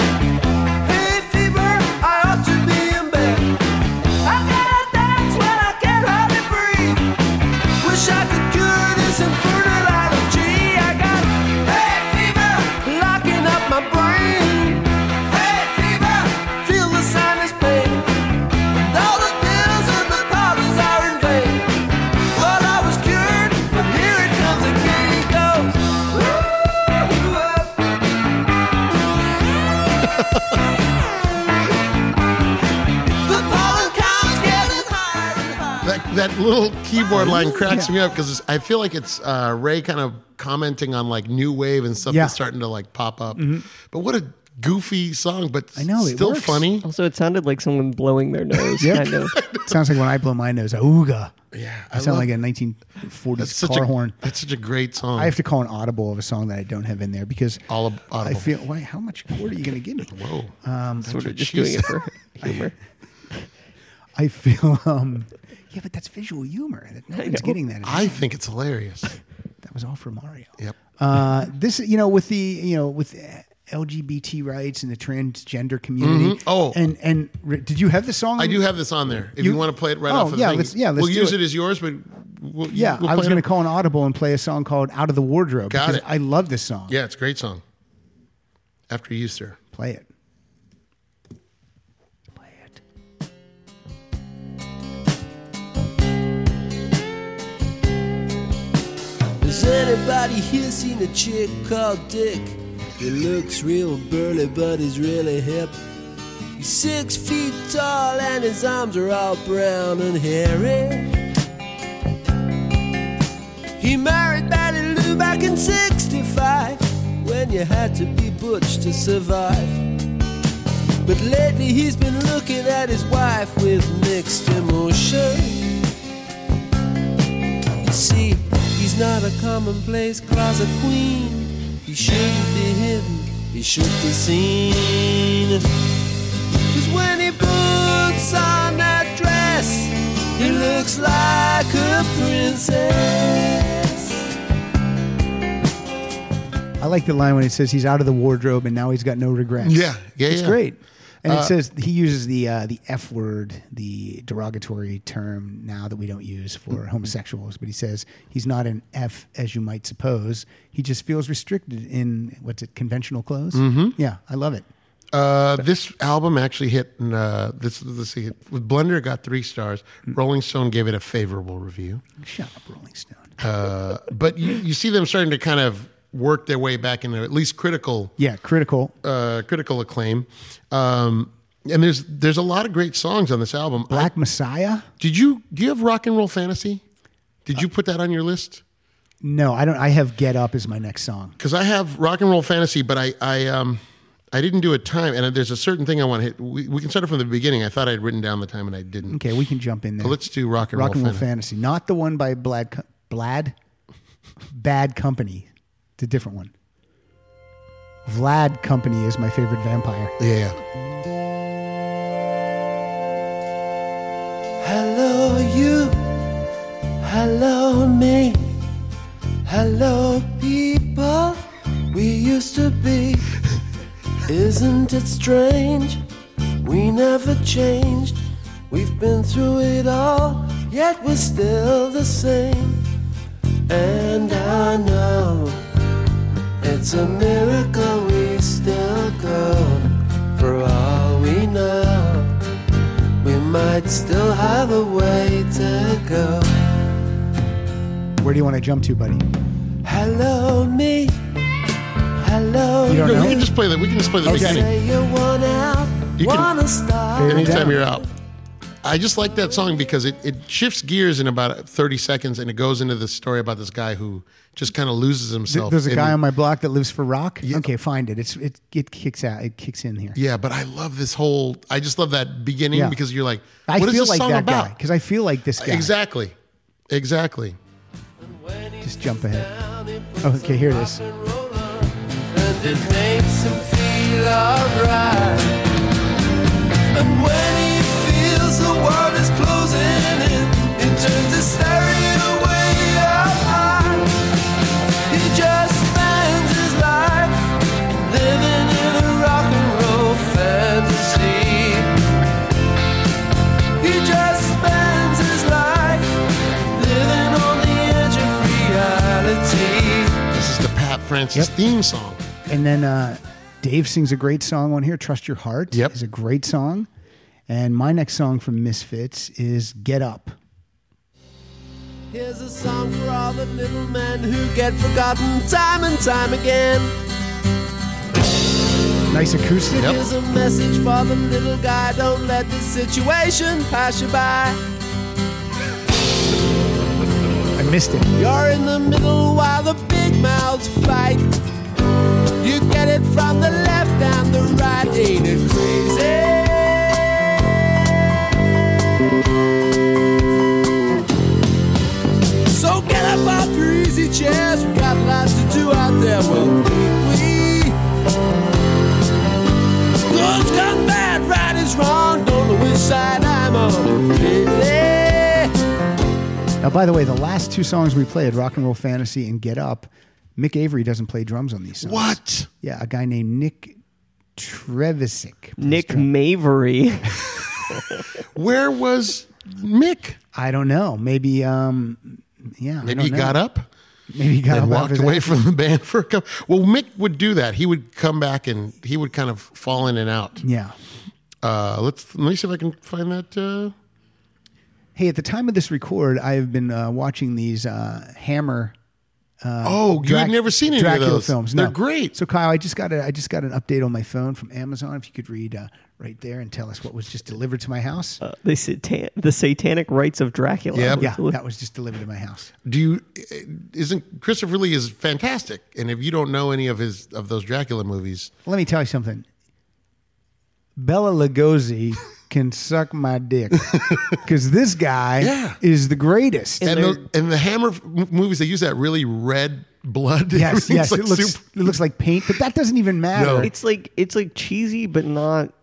Hay fever, I ought to be in bed. I gotta dance when I can hardly breathe. Wish I could cure this infernal allergy. I got hay fever locking up my brain. Hay fever, feel the sinus pain. And all the pills and the powders are in vain. Well, I was cured, but here it comes again. It goes. Woo-hoo-up. [laughs] the pollen count's getting higher and higher. That, that little keyboard line cracks me up because I feel like it's uh, Ray kind of commenting on like new wave and stuff Yeah. Mm-hmm. that's starting to like pop up. But what a goofy song, but I know, it still works. funny. Also, it sounded like someone blowing their nose, Yep. [laughs] kind [laughs] of. Sounds like when I blow my nose. Ooga. Yeah, I, sound like love- a 1940s that's such car a horn. That's such a great song. I have to call an audible of a song that I don't have in there because All ab- I audible. feel. Why? How much chord are you going to give me? Whoa. sort of just she doing [laughs] [laughs] it for humor. I feel. um Yeah, but that's visual humor. That no one's know. getting that. oh, I think it's hilarious. that was all for Mario. Yep. Uh, this, you know, with the you know with uh, LGBT rights and the transgender community. Mhm. Oh. and and re- did you have the song? I do have this on there. If you, You- want to play it right Oh, off of yeah, the thing, let's- yeah, let's we'll do use it. it. as yours, but we'll, Yeah, we'll I was play it going to up. call an audible and play a song called "Out of the Wardrobe." Got because it. I love this song. Yeah, it's a great song. After you, sir. play it. Has anybody here seen a chick called Dick? He looks real burly, but he's really hip. He's six feet tall, and his arms are all brown and hairy. He married Betty Lou back in 65 when you had to be butch to survive. But lately he's been looking at his wife with mixed emotion. You see, he's not a commonplace closet queen. He shouldn't be hidden, he should be seen. Cause when he puts on that dress, he looks like a princess. I like the line when it says he's out of the wardrobe and now he's got no regrets. Yeah, yeah, it's yeah. Uh, great. And it says he uses the uh, the F word, the derogatory term now that we don't use Mm-hmm. for homosexuals, but he says he's not an F as you might suppose. He just feels restricted in what's it, conventional clothes? Mm-hmm. Yeah, I love it. Uh, this album actually hit. Uh, this let's see. With Blender it got three stars. Rolling Stone gave it a favorable review. Shut up, Rolling Stone. Uh, but you, you see them starting to kind of work their way back into at least critical yeah, critical. uh, critical acclaim. Um, and there's there's a lot of great songs on this album. I- Black Messiah? did you do you have rock and roll fantasy? Did you put that on your list? No, I don't I have Get Up as my next song. because I have rock and roll fantasy, but I, I, um, I didn't do a time, and there's a certain thing I want to hit. We, we can start it from the beginning. I thought I'd written down the time, and I didn't. Okay, we can jump in there. So let's do rock and Rock roll, and Roll fantasy. Fantasy, not the one by Blad, Co- Blad, Bad Company. It's a different one. Vlad Company is my favorite vampire. yeah, Hello, you. Hello, me. Hello, people. We used to be. Isn't it strange? We never changed. We've been through it all, yet we're still the same. And I know it's a miracle we still go. For all we know, we might still have a way to go. Where do you want to jump to, buddy? Hello, me. Hello, You don't No, we know? can just play the we can just play the beginning Say you want out, You can- wanna start. Very anytime down. you're out. I just like that song because it, it shifts gears in about 30 seconds, and it goes into the story about this guy who just kind of loses Th- himself. There's a in- guy on my block that lives for rock. Okay, find it. It's it it kicks out. It kicks in here. Yeah, but I love this whole. I just love that beginning Yeah. because you're like, I what is feel this like song that guy about? because I feel like this guy. Exactly, exactly. Just jump ahead. Okay, here it is. And it makes him feel alright. And when he feels the world is closing in, he turns to staring away our eyes. He just spends his life living in a rock and roll fantasy. He just spends his life living on the edge of reality. This is the Pat Francis theme song. And then uh, Dave sings a great song on here. Trust Your Heart Yep. is a great song. And my next song from Misfits is Get Up. Here's a song for all the little men who get forgotten time and time again. Nice acoustic. Yep. Here's a message for the little guy. Don't let this situation pass you by. I missed it. You're in the middle while the big mouths fight. You get it from the left and the right. Ain't it crazy? So get up off your easy chairs. We got lots to do out there. Well, we. Who's come bad? Right is wrong. Don't know which side I'm on. Lately. Now, by the way, the last two songs we played, Rock and Roll Fantasy and Get Up, Mick Avery doesn't play drums on these songs. What? Yeah, a guy named Nick Trevisick. plays Nick drum. Mavery. [laughs] Where was Mick? I don't know. Maybe, um, yeah. I Maybe don't he know. got up Maybe he got and up walked after away That. from the band for a couple. Well, Mick would do that. He would come back and he would kind of fall in and out. Yeah. Uh, let's let me see if I can find that. Uh, Hey, at the time of this record, I have been uh, watching these uh, Hammer oh, you had Drac- never seen any Dracula of those films. They're no. great. So Kyle, I just got a, I just got an update on my phone from Amazon. If you could read uh, right there and tell us what was just delivered to my house. Uh, the, satan- the Satanic Rites of Dracula. Yep. yeah, that was just delivered to my house. Do you? Isn't Christopher Lee is fantastic? And if you don't know any of his of those Dracula movies, Let me tell you something. Bella Lugosi [laughs] can suck my dick because this guy Yeah. is the greatest. and, they're- the, and the Hammer f- m- movies, they use that really red blood. [laughs] yes, Everything's yes, like it looks super- it looks like paint, but that doesn't even matter. No. It's like it's like cheesy, but not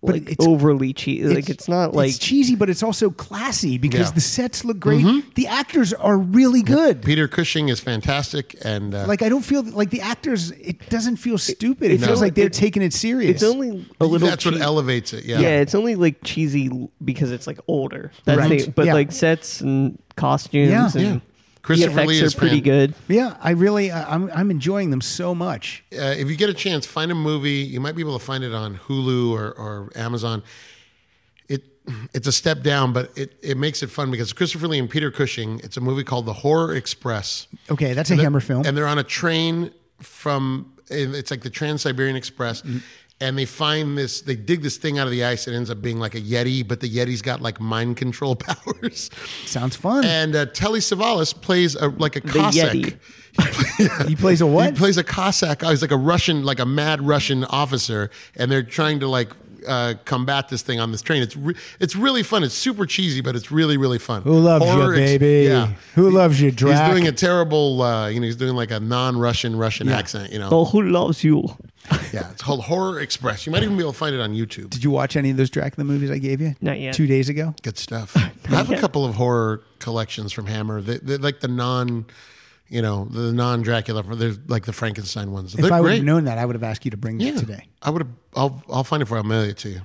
But like it's- overly cheesy. Like it's not like it's cheesy, but it's also classy because Yeah. Mm-hmm. the sets look great. The actors are really good. Peter Cushing is fantastic, and uh, Like I don't feel like the actors. It doesn't feel stupid. It, it's feels only- like they're it- taking it serious. it's only a little. that's cheap. what elevates it. Yeah. yeah. it's only like cheesy l- because it's like older. That's Right. the, but Yeah. like sets and costumes Yeah. and Yeah. Christopher the effects Lee are is pretty fan- good. yeah. I really I- I'm I'm enjoying them so much. uh, if you get a chance, find a movie. You might be able to find it on Hulu or, or Amazon. It it's a step down, but it, it makes it fun because Christopher Lee and Peter Cushing. It's a movie called The Horror Express. Okay, that's a Hammer film. And they're on a train from and it's like the Trans Siberian Express. And they find this, they dig this thing out of the ice. It ends up being like a Yeti, but the Yeti's got like mind control [laughs] powers. Sounds fun. And uh, Telly Savalas plays a, like a Cossack. Yeti. he plays a what? He plays a Cossack. uh, He's like a Russian, like a mad Russian officer, and they're trying to like uh, combat this thing on this train. It's re- it's really fun. It's super cheesy, but it's really really fun. Who loves Horror you, ex- baby? yeah. Who loves you, Drac? He's doing a terrible, uh, you know, he's doing like a non-Russian Russian accent, you know. Oh, who loves you? Yeah, it's called Horror Express. You might even be able to find it on YouTube. Did you watch any of those Dracula movies I gave you? Not yet. Two days ago. [laughs] Good stuff. I have a couple of horror collections from Hammer. They, they're like the non, you know, the non-Dracula. They're like the Frankenstein ones. If they're I would great. have known that, I would have asked you to bring that today. I would have. I'll, I'll find it for you. I'll mail it to you.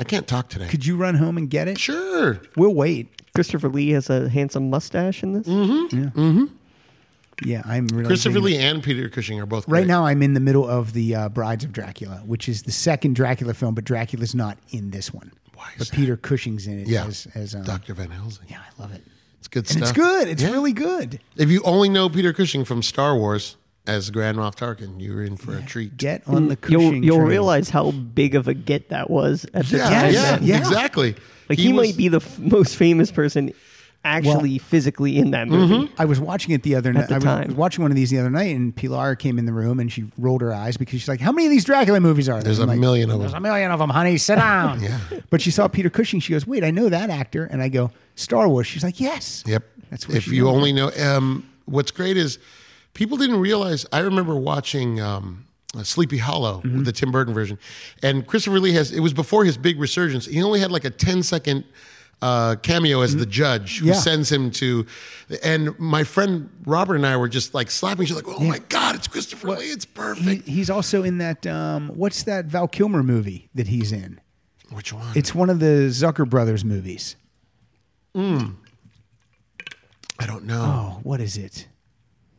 I can't talk today. Could you run home and get it? sure. We'll wait. Christopher Lee has a handsome mustache in this. Yeah, I'm really Christopher Lee and Peter Cushing are both Right great. now, I'm in the middle of the uh, Brides of Dracula, which is the second Dracula film, but Dracula's not in this one. Why is But that? Peter Cushing's in it Yeah, as, as um, Doctor Van Helsing. Yeah, I love it. it's good And stuff. it's good. It's Yeah. really good. If you only know Peter Cushing from Star Wars as Grand Moff Tarkin, you're in for a treat. Get on the Mm, You'll Cushing. you'll train. realize how big of a get that was at the Yeah, time. yeah, Yes, yeah. exactly. Like he, was- might be the f- most famous person actually physically in that movie. mm-hmm. I was watching it the other night. the I was, time. was watching one of these the other night, and Pilar came in the room and she rolled her eyes because she's like, "How many of these Dracula movies are there?" There's I'm a like, million of them. There's a million of them, honey. Sit down. [laughs] Yeah. But she saw Peter Cushing. She goes, "Wait, I know that actor." And I go, "Star Wars." She's like, "Yes." Yep. That's where if she you went. only know. Um, what's great is people didn't realize. I remember watching um, Sleepy Hollow, Mm-hmm. the Tim Burton version, and Christopher Lee has. It was before his big resurgence. He only had like a 10 second. Uh, cameo as the judge who Mm-hmm. Yeah. sends him to, and my friend Robert and I were just like slapping each other, like, "Oh my god, it's Christopher Lee! It's He, perfect." he's also in that. Um, what's that Val Kilmer movie that he's in? Which one? It's one of the Zucker brothers movies. I don't know. Oh, what is it?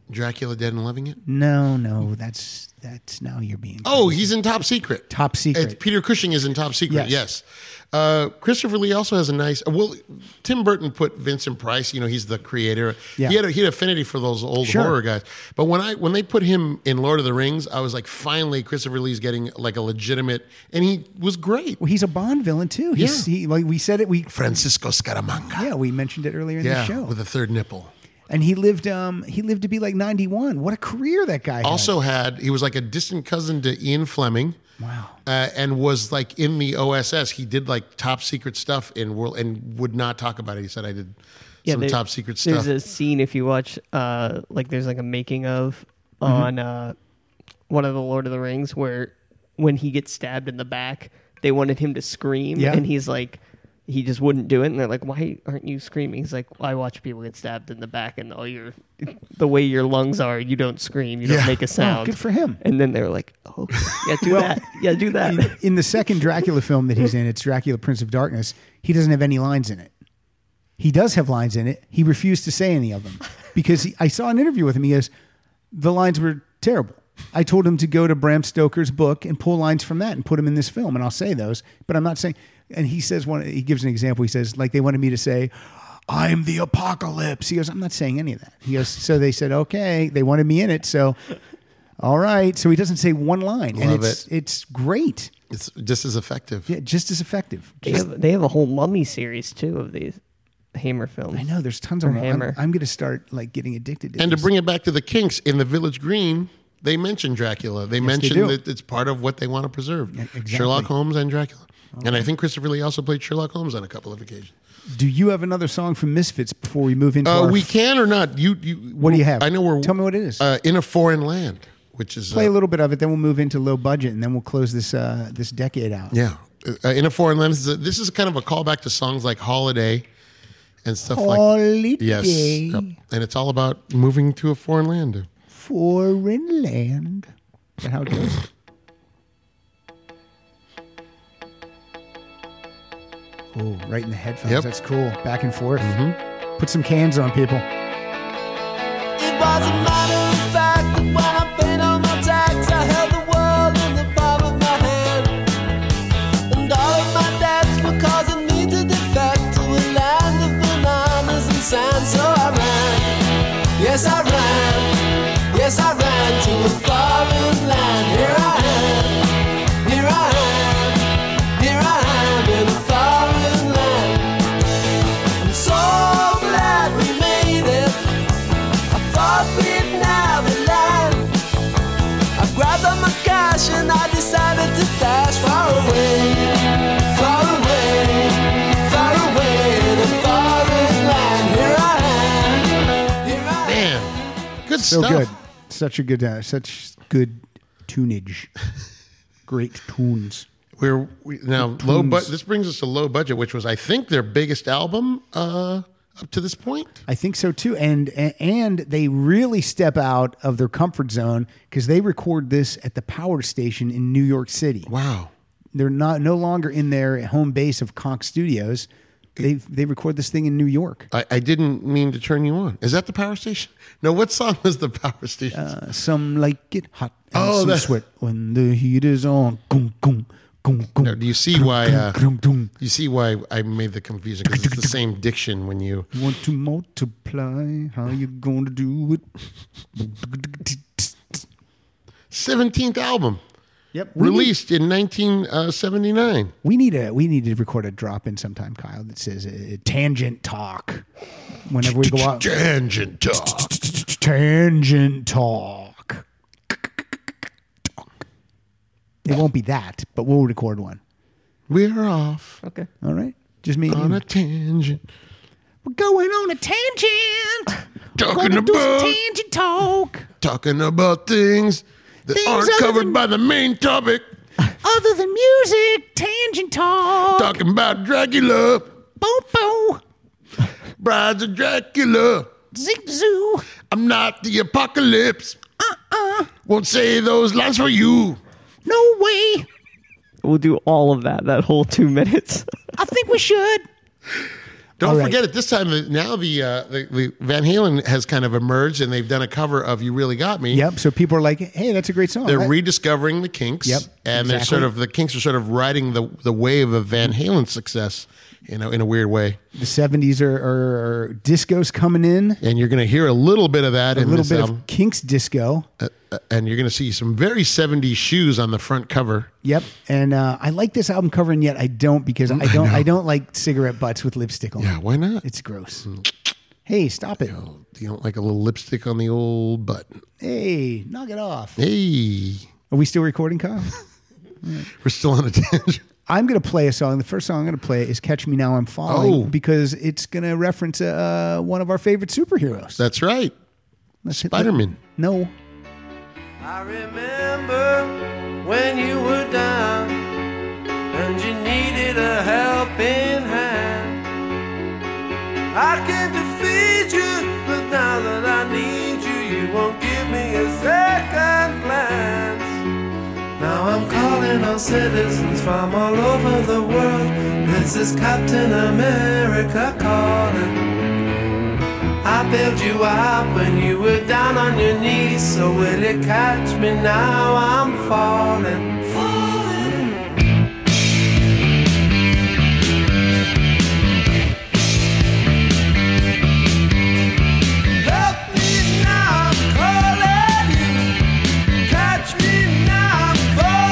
Dracula, Dead and Loving It. No, no, that's that's now you're being. Oh, he's in Top Secret. Top Secret. It's Peter Cushing is in Top Secret. Yes. Yes. Uh, Christopher Lee also has a nice. uh, Well, Tim Burton put Vincent Price. You know, he's the creator. Yeah. He had a, he had affinity for those old Sure. horror guys. But when I when they put him in Lord of the Rings, I was like, finally, Christopher Lee's getting like a legitimate, and he was great. Well, he's a Bond villain too. He's, Yeah. he, like we said it. We Francisco Scaramanga. yeah, we mentioned it earlier in Yeah, the show. with the third nipple. and he lived um he lived to be like 91 what a career that guy Also had he was like a distant cousin to Ian Fleming. Wow. Uh, and was like in the OSS. He did like top secret stuff in world and would not talk about it. He said I did some there- top secret stuff. There's a scene if you watch, uh, like there's like a making of Mm-hmm. on uh, one of the Lord of the Rings where when he gets stabbed in the back, they wanted him to scream, Yeah. and he's like. He just wouldn't do it, and they're like, "Why aren't you screaming?" He's like, "I watch people get stabbed in the back, and all your, the way your lungs are, you don't scream, you don't Yeah. Oh, make a sound." Oh, good for him. And then they're like, "Oh, yeah, do that, yeah, do that." had in the second dracula film that he's in it's dracula prince of darkness he doesn't have any lines in it he does have lines in it he refused to say any of them because he, i saw an interview with him he goes the lines were terrible i told him to go to bram stoker's book and pull lines from that and put them in this film and i'll say those but i'm not saying and he says one he gives an example he says like they wanted me to say I'm the apocalypse. He goes, I'm not saying any of that. He goes, so they said, okay, they wanted me in it. So, all right. So he doesn't say one line. and Love it's, it. it's great. it's just as effective. Yeah, just as effective. they, have, they have a whole mummy series too of these Hammer films. I know there's tons of them. I'm- Hammer. I'm, going to start like getting addicted to And to this. bring it back to the Kinks in the Village Green, they mentioned Dracula. They mentioned do. that it's part of what they want to preserve. exactly. Oh, Sherlock Holmes and Dracula. And I think Christopher Lee also played Sherlock Holmes on a couple of occasions. Do you have another song from Misfits before we move into Uh, our we can or not? You, you. What do you have? I know we're. Tell me what it is. Uh, in a foreign land, which is play uh, a little bit of it, then we'll move into low budget, and then we'll close this uh, this decade out. Yeah. uh, in a foreign land. This is, a, this is kind of a callback to songs like Holiday and stuff like Holiday, Yes. Yep. And it's all about moving to a foreign land. foreign land. Is that how it [coughs] goes? Oh, right in the headphones. Yep. Mm-hmm. That's cool. Back and forth. Put some cans on, people. It was a matter of fact that when I paid all my tax, I held the world in the palm of my hand. And all of my debts were causing me to defect to a land of bananas and sand. So I ran, yes, I ran, yes, I ran to a foreign land. Here I am, here I am, here I am in a foreign land. I'm so glad we made it. I thought we'd never land. I grabbed all my cash and I decided to dash far away, far away, far away in a foreign land. Here I am, here I am. Man, good So stuff. good. Such a good, uh, such good tunage. Great tunes. We're we, now low, but this brings us to low budget, which was I think their biggest album uh, up to this point. I think so too. And a- and they really step out of their comfort zone because they record this at the power station in New York City. Wow. They're not no longer in their home base of Conk Studios. They they record this thing in New York. I, I didn't mean to turn you on. Is that the power station? No, what song was the power station? Uh, some like it hot and Oh, some that- sweat when the heat is on. Gung, gung, gung, gung, No, do you see why? Uh, gung, gung. you see why I made the confusion because it's the same diction when you. You want to multiply? How you gonna do it? Seventeenth album Yep. we need- released in uh, 1979. We need a we need to record a drop in sometime, Kyle. That says uh, tangent talk. Whenever we go out, Tangent Talk. tangent talk. It won't be that, but we'll record one. We're off Okay. All right, just me. and on you. a tangent, We're going on a tangent. talking Gonna do some about tangent talk. talking about things that Things aren't other covered than- by the main topic. Other than music, tangent talk. Talking about Dracula, Boom, boom. Brides of Dracula. Zig zoo. I'm not the apocalypse. Uh-uh. Won't say those lines for you. No way. We'll do all of that, that whole two [laughs] minutes. I think we should. Don't All right. forget at this time that now the, uh, the the Van Halen has kind of emerged and they've done a cover of "You Really Got Me." Yep. So people are like, "Hey, that's a great song." They're I- rediscovering the Kinks. Yep, And they're exactly. sort of the Kinks are sort of riding the the wave of Van Halen's success, you know, in a weird way. the 70s are, are, are discos coming in And you're going to hear a little bit of that a in little this bit album. of kinks disco Uh, uh, and you're going to see some very 70s shoes on the front cover. yep and uh, i like this album cover and yet i don't because i don't i, don't like cigarette butts with lipstick on Yeah, why not? it's gross Mm. hey stop it you don't like a little lipstick on the old button. hey knock it off Hey, are we still recording [laughs] kyle we're still on a [laughs] tangent. i'm going to play a song the first song i'm going to play is catch me now i'm falling Oh. because it's going to reference uh, one of our favorite superheroes That's right. Let's hit that. Spider-Man. no I remember when you were down and you needed a helping hand. I came to feed you, but now that I need you, you won't give me a second glance. Now I'm calling on citizens from all over the world. This is Captain America calling. I built you up when you were down on your knees. So will you catch me now? I'm falling, falling. Help me now, I'm calling you. Catch me now,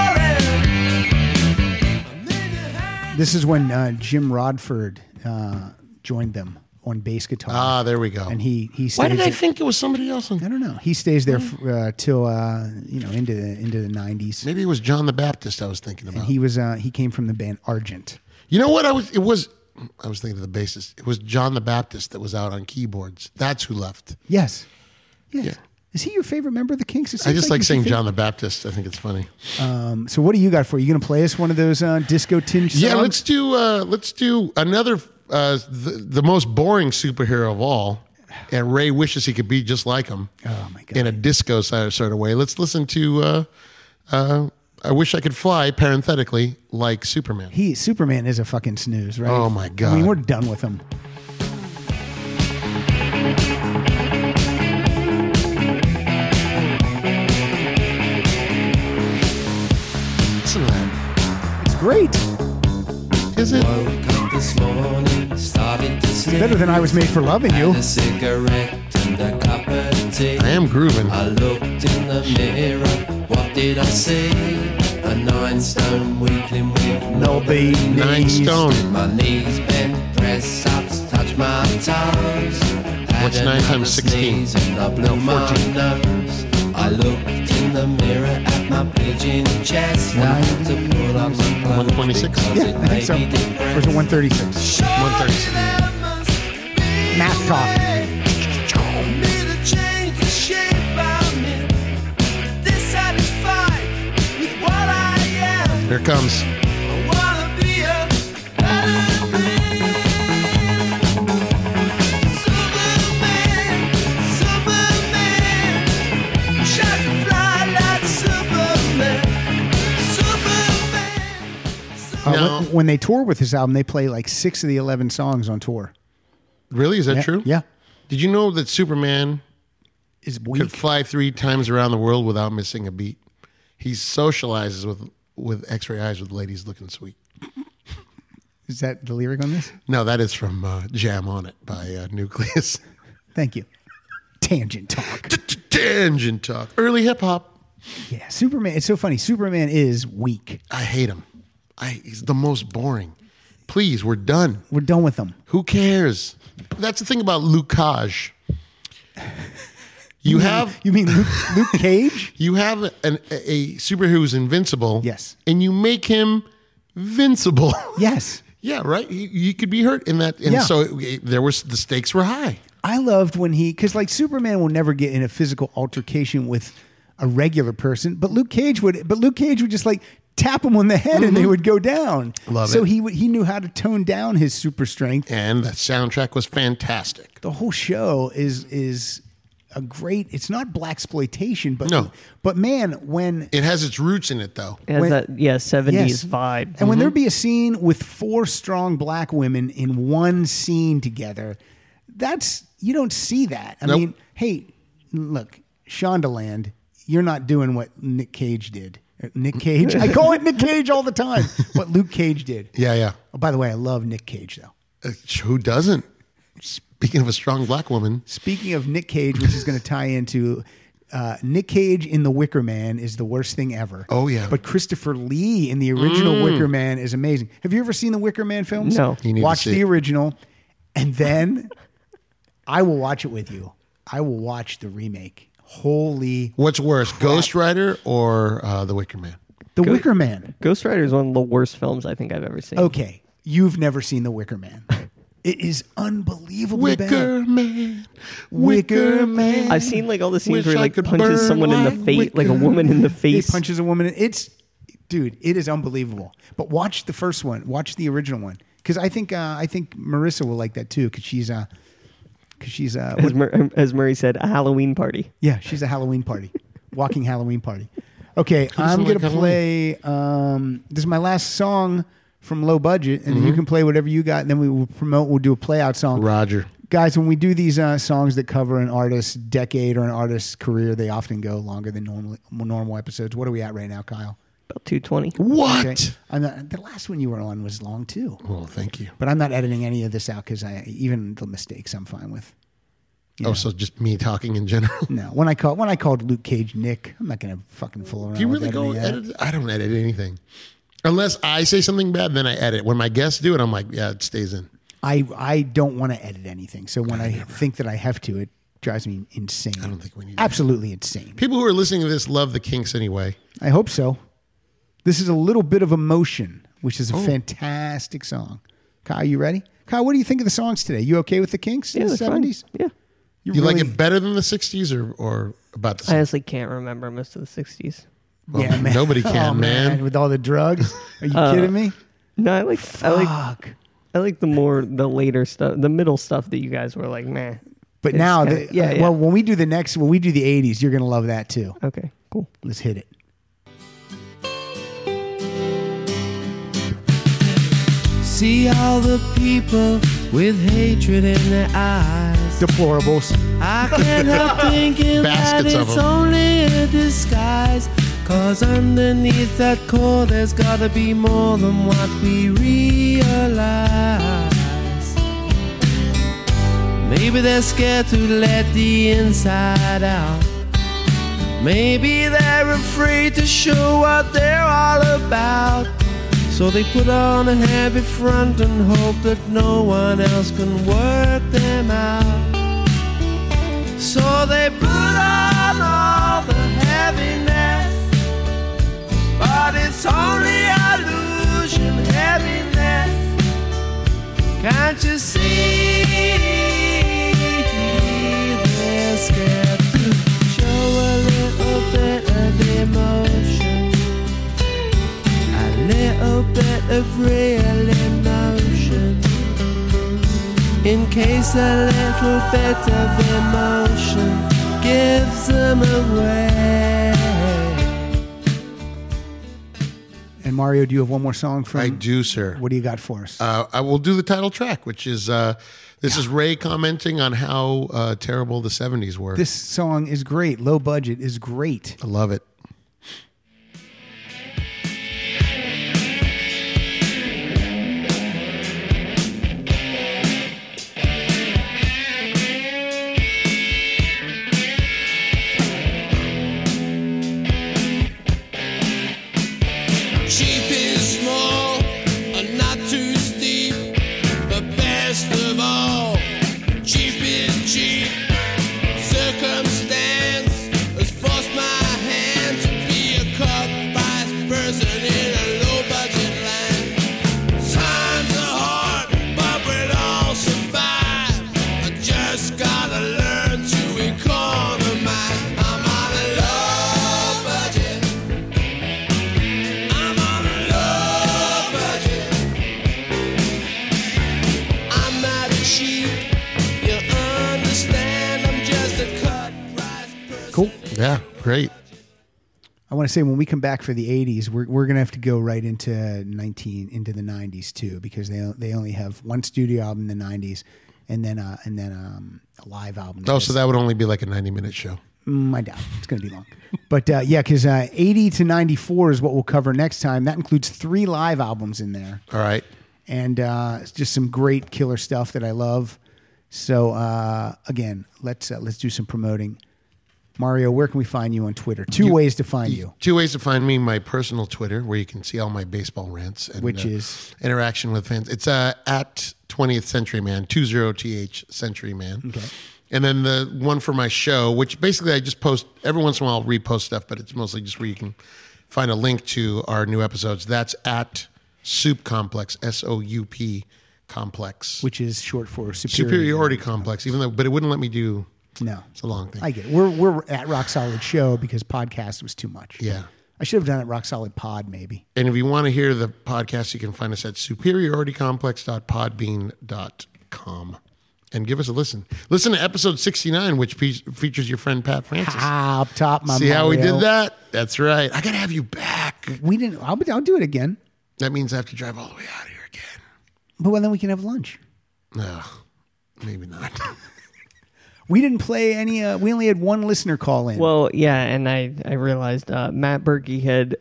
I'm falling. I'm in your hands. this is when uh, jim rodford uh, joined them on bass guitar Ah, there we go. and he he stays Why did I there- think it was somebody else? I On, don't know. He stays there f- uh, till uh, you know into the into the nineties. maybe it was John the Baptist I was thinking about. And he was uh, he came from the band Argent. you know what? I was. It was. I was thinking of the bassist. It was John the Baptist that was out on keyboards. That's who left. Yes, yes. Is he your favorite member of the Kinks? It I seems just like he's saying your John the Baptist. I think it's funny. favorite. So what do you got for you? Going to play us one of those uh, disco tinge songs? Yeah, let's do uh, let's do another uh, the, the most boring superhero of all. And Ray wishes he could be just like him. Oh, my God. In a disco sort of- sort of way. Let's listen to uh, uh, "I Wish I Could Fly" parenthetically like Superman. He Superman is a fucking snooze, right? Oh, my I mean, God. we're done with him. Listen to that. It's great. Is it? Woke up this morning, started to stare Better than I was made for loving you. at a cigarette and a cup of tea. I am grooving. I looked in the mirror, what did I see? A nine stone weakling with no beam. Nine stone. My knees bent, press ups, touch my toes. Had What's nine times another 16? sneeze And I blew my nose. I looked in the mirror at my pigeon chest. Now to pull up some clothes 126? because Yeah, it I think made so. me Or is it 136? 130. Math talk. Here it comes. Uh, No. when, when they tour with this album, they play like six of the 11 songs on tour. Really? Is that Yeah, true? Yeah. Did you know that Superman Is could weak. fly three times around the world without missing a beat? He socializes with with X-ray eyes with ladies looking sweet. Is that the lyric on this? No, that is from uh, "Jam on It" by uh, Nucleus. [laughs] Thank you. Tangent talk. Tangent talk. Early hip hop. Yeah. Superman. It's so funny. Superman is weak. I hate him. I, he's the most boring. Please, we're done. We're done with him. Who cares? That's the thing about Lucage. [laughs] You have You mean Luke, [laughs] Luke Cage? you have an, a, a superhero who's invincible. Yes. and you make him vincible. Yes. [laughs] yeah, right. You, you could be hurt in that, and Yeah. so it, it- there was the stakes were high. I loved when he, because like Superman will never get in a physical altercation with a regular person, but Luke Cage would. But Luke Cage would just like tap him on the head and they would go down. Mm-hmm. Love so it. he would he knew how to tone down his super strength. And the soundtrack was fantastic. The whole show is is a great. It's not black exploitation, but No. but man, when It has its roots in it, though. It has When- that yeah yes. seventies vibe. Mm-hmm. And when there'd be a scene with four strong black women in one scene together, that's you don't see that. I Nope. mean, hey, look, Shondaland, you're not doing what Nick Cage did. Uh, Nick Cage, I call it Nick Cage all the [laughs] time. What Luke Cage did. Yeah, yeah. Oh, by the way, I love Nick Cage though. Uh, Who doesn't? Speaking of a strong black woman, Speaking of Nick Cage, which is [laughs] going to tie into. Uh, Nick Cage in The Wicker Man is the worst thing ever. Oh, yeah. But Christopher Lee in the original Wicker Man is amazing. Have you ever seen the Wicker Man films? No. You need to watch see the it. original, and then [laughs] I will watch it with you. I will watch the remake. Holy, what's worse, Ghost Rider or uh, The Wicker Man? The Wicker Man. Ghost Rider is one of the worst films I think I've ever seen. Okay, you've never seen the Wicker Man. It is unbelievably Wicker bad. Man, Wicker Man. I've seen like all the Wish scenes where he I like could punches burn someone in the like face, like a wicker. woman in the He face. punches a woman. It's, dude, it is unbelievable. But watch the first one. Watch the original one because I think uh, I think Marissa will like that too because she's uh, because she's uh, as, Mur- as Murray said, a Halloween party. Yeah, she's a Halloween party, walking Halloween party. Okay, I'm like gonna play. Um, this is my last song from Low Budget, and then you can play whatever you got. And then we will promote. We'll do a play out song. Roger. Guys, when we do these uh, songs that cover an artist's decade or an artist's career, they often go longer than normal normal episodes. What are we at right now, Kyle? About two twenty. What? I'm not, the last one you were on was long too, Well, thank you. but I'm not editing any of this out because I even the mistakes I'm fine with. Oh, so just me talking in general. No, when I call when I called Luke Cage Nick, I'm not gonna fucking fool around. Do you with really go editing that. edit? I don't edit anything, unless I say something bad, then I edit. When my guests do it, I'm like, yeah, it stays in. I I don't want to edit anything. So when I, think that I have to, it drives me insane. I don't think we need to. absolutely insane. People who are listening to this love the Kinks anyway. I hope so. This is a little bit of emotion, which is a Oh. fantastic song. Kyle, you ready? Kyle, what do you think of the songs today? You okay with the Kinks in the that's fine. seventies? Yeah. You like it better than the '60s or or about the I same. honestly can't remember most of the 60s. Well, nobody [laughs] can, Oh, man. With all the drugs, are Uh, you kidding me? No, I like I like Fuck. I like the more the later stuff, the middle stuff that you guys were like, meh. But It's now, kinda- the, yeah, yeah. well, when we do the next, when we do the '80s, you're gonna love that too. Okay, cool. Let's hit it. See all the people with hatred in their eyes. Deplorables. I [laughs] can't help thinking that Baskets of it's 'em. only a disguise. Cause underneath that core, there's gotta be more than what we realize. Maybe they're scared to let the inside out. Maybe they're afraid to show what they're all about. So they put on a heavy front and hope that no one else can work them out. So they put on all the heaviness, but it's only illusion heaviness. Can't you see? They're scared to show a little bit of emotion, a little bit of real emotion. In case a little bit of emotion gives them away. And Mario, do you have one more song from? I do, sir. What do you got for us? Uh, I will do the title track, which is uh, this is Ray commenting on how uh, terrible the '70s were. this song is great. Low budget is great. I love it. Cheap is small and not too steep, but best of all, cheap is cheap. Circumstance has forced my hand to be a cup-sized person in a low-budget land. Times are hard, but we'll all survive. I just gotta learn to economize. I'm on a low budget. I'm on a low budget. I'm not cheap. You understand? I'm just a cut-price person. Cool. Yeah, great. I want to say when we come back for the '80s, we're, we're gonna have to go right into 19 into the '90s too, because they they only have one studio album in the '90s, and then uh, and then um, a live album. Oh, so that would only be like a 90-minute show. Mm, I doubt it. it's going to be long. But uh, yeah, because uh, 80 to 94 is what we'll cover next time. That includes three live albums in there All right. and uh, it's just some great killer stuff that I love. So uh, again, let's uh, let's do some promoting. Mario, where can we find you on Twitter? Two ways to find you. E- Two ways to find me: my personal Twitter, where you can see all my baseball rants, and, uh, Which is? interaction with fans. It's uh, at Twentieth Century Man, two zero th Century Man. Okay. And then the one for my show, which basically I just post every once in a while, I'll repost stuff, but it's mostly just where you can find a link to our new episodes. That's at Soup Complex, S O U P Complex, Which is short for superiority. superiority complex. Even though, but it wouldn't let me do. No, It's a long thing. I get it. We're we're at Rock Solid Show because podcast was too much. Yeah. I should have done it Rock Solid Pod maybe. And if you want to hear the podcast, you can find us at superioritycomplex.podbean.com and give us a listen. Listen to episode 69, which pe- features your friend Pat Francis. Ah, up top, my See how we Mario. did that? That's right. I got to have you back. We didn't. I'll, I'll do it again. That means I have to drive all the way out of here again. But well, then we can have lunch. No, maybe not. [laughs] We didn't play any. Uh, we only had one listener call in. Well, yeah, and I I realized uh, Matt Berkey had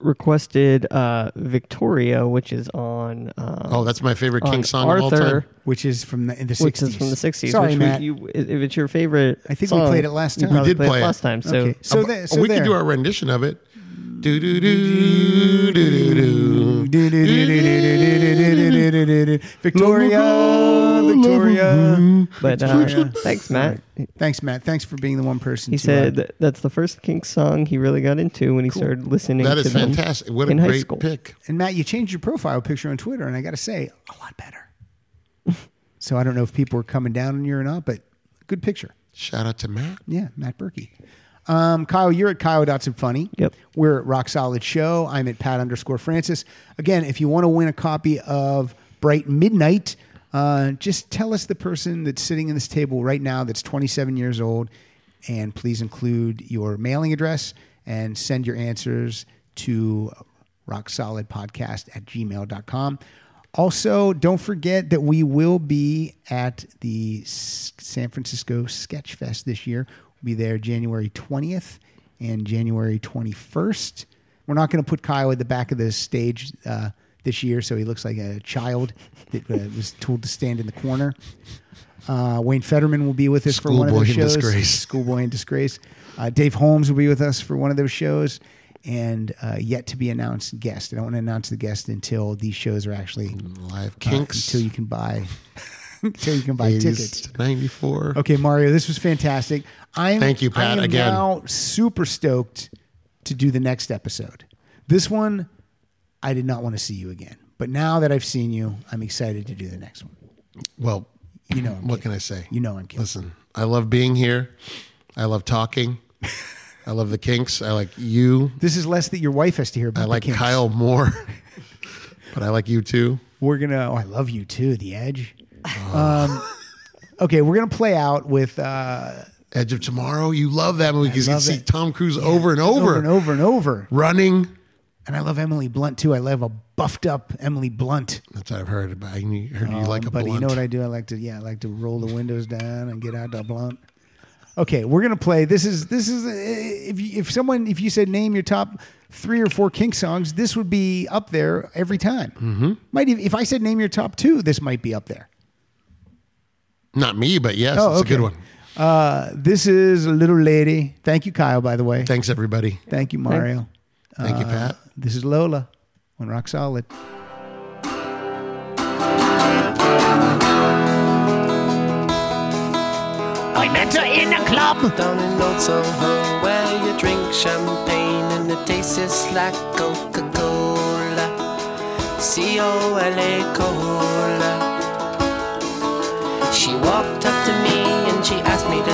requested uh, Victoria, which is on uh, oh, that's my favorite King on song Arthur, of all time. which is from the in the which 60s. is from the '60s. Sorry, which we- Matt. you, if it's your favorite, I think we played it last time. We did play it it. last time. So okay. So, there- so we there. could do our rendition of it. Do, do, do, do, do, do. Victoria, Victoria. but uh, thanks, Matt. Thanks, Matt. Thanks for being the one person. He to, said uh, that that's the first Kinks song he really got into when he started listening. That to is them fantastic. What a in high great school. pick. and Matt, you changed your profile picture on Twitter, and I got to say, a lot better. [laughs] so I don't know if people were coming down on you or not, but good picture. Shout out to Matt. Yeah, Matt Berkey. Um, Kyle, you're at Kyle Dotson Funny. Yep. We're at Rock Solid Show. I'm at Pat underscore Francis. Again, if you want to win a copy of Bright Midnight, uh, just tell us the person that's sitting in this table right now that's 27 years old, and please include your mailing address and send your answers to rocksolidpodcast at gmail.com. Also, don't forget that we will be at the S- San Francisco Sketch Fest this year. We'll be there January 20th and January 21st. We're not going to put Kyle at the back of the stage uh, this year, so he looks like a child that uh, was told to stand in the corner. Uh, Wayne Fetterman will be with us for one of Schoolboy those in shows. disgrace. Schoolboy in Disgrace. Uh, Dave Holmes will be with us for one of those shows, and uh, yet to be announced guest. I don't want to announce the guest until these shows are actually Live uh, kinks. until you can buy [laughs] until you can buy 80s tickets. to 94. Okay, Mario, this was fantastic. I'm Thank you, Pat, I am again. now super stoked to do the next episode. This one, I did not want to see you again, but now that I've seen you, I'm excited to do the next one. Well, You know, I'm what kidding. can I say? You know, I'm kidding. Listen, I love being here. I love talking. I love the kinks. I like you. This is less that your wife has to hear about. I the like kinks. Kyle more, [laughs] but I like you too. We're gonna. Oh, I love you too. The Edge. Oh. [laughs] Um, okay, we're gonna play out with uh, Edge of Tomorrow. You love that movie because you can love see it. Tom Cruise over and over, over and over and over. running. And I love Emily Blunt too. I love a buffed up Emily Blunt. That's what I've heard. But I knew- heard you like a Oh, but blunt. Um, you know what I do? I like to yeah, I like to roll the windows down and get out the blunt. Okay, we're gonna play. This is this is uh, if you, if someone if you said name your top three or four Kink songs, this would be up there every time. Mm-hmm. Might even, if I said name your top two, this might be up there. Not me, but yes, Oh, it's okay. a good one. Uh, this is Little Lady. Thank you, Kyle. By the way, Thanks, everybody. thank you, Mario. Thank you, Uh, Pat. This is Lola on Rock Solid. I met her in a club. Down in Old Soho, where you drink champagne and it tastes just like Coca Cola. C O L A Cola. She walked up to me and she asked me to Oh,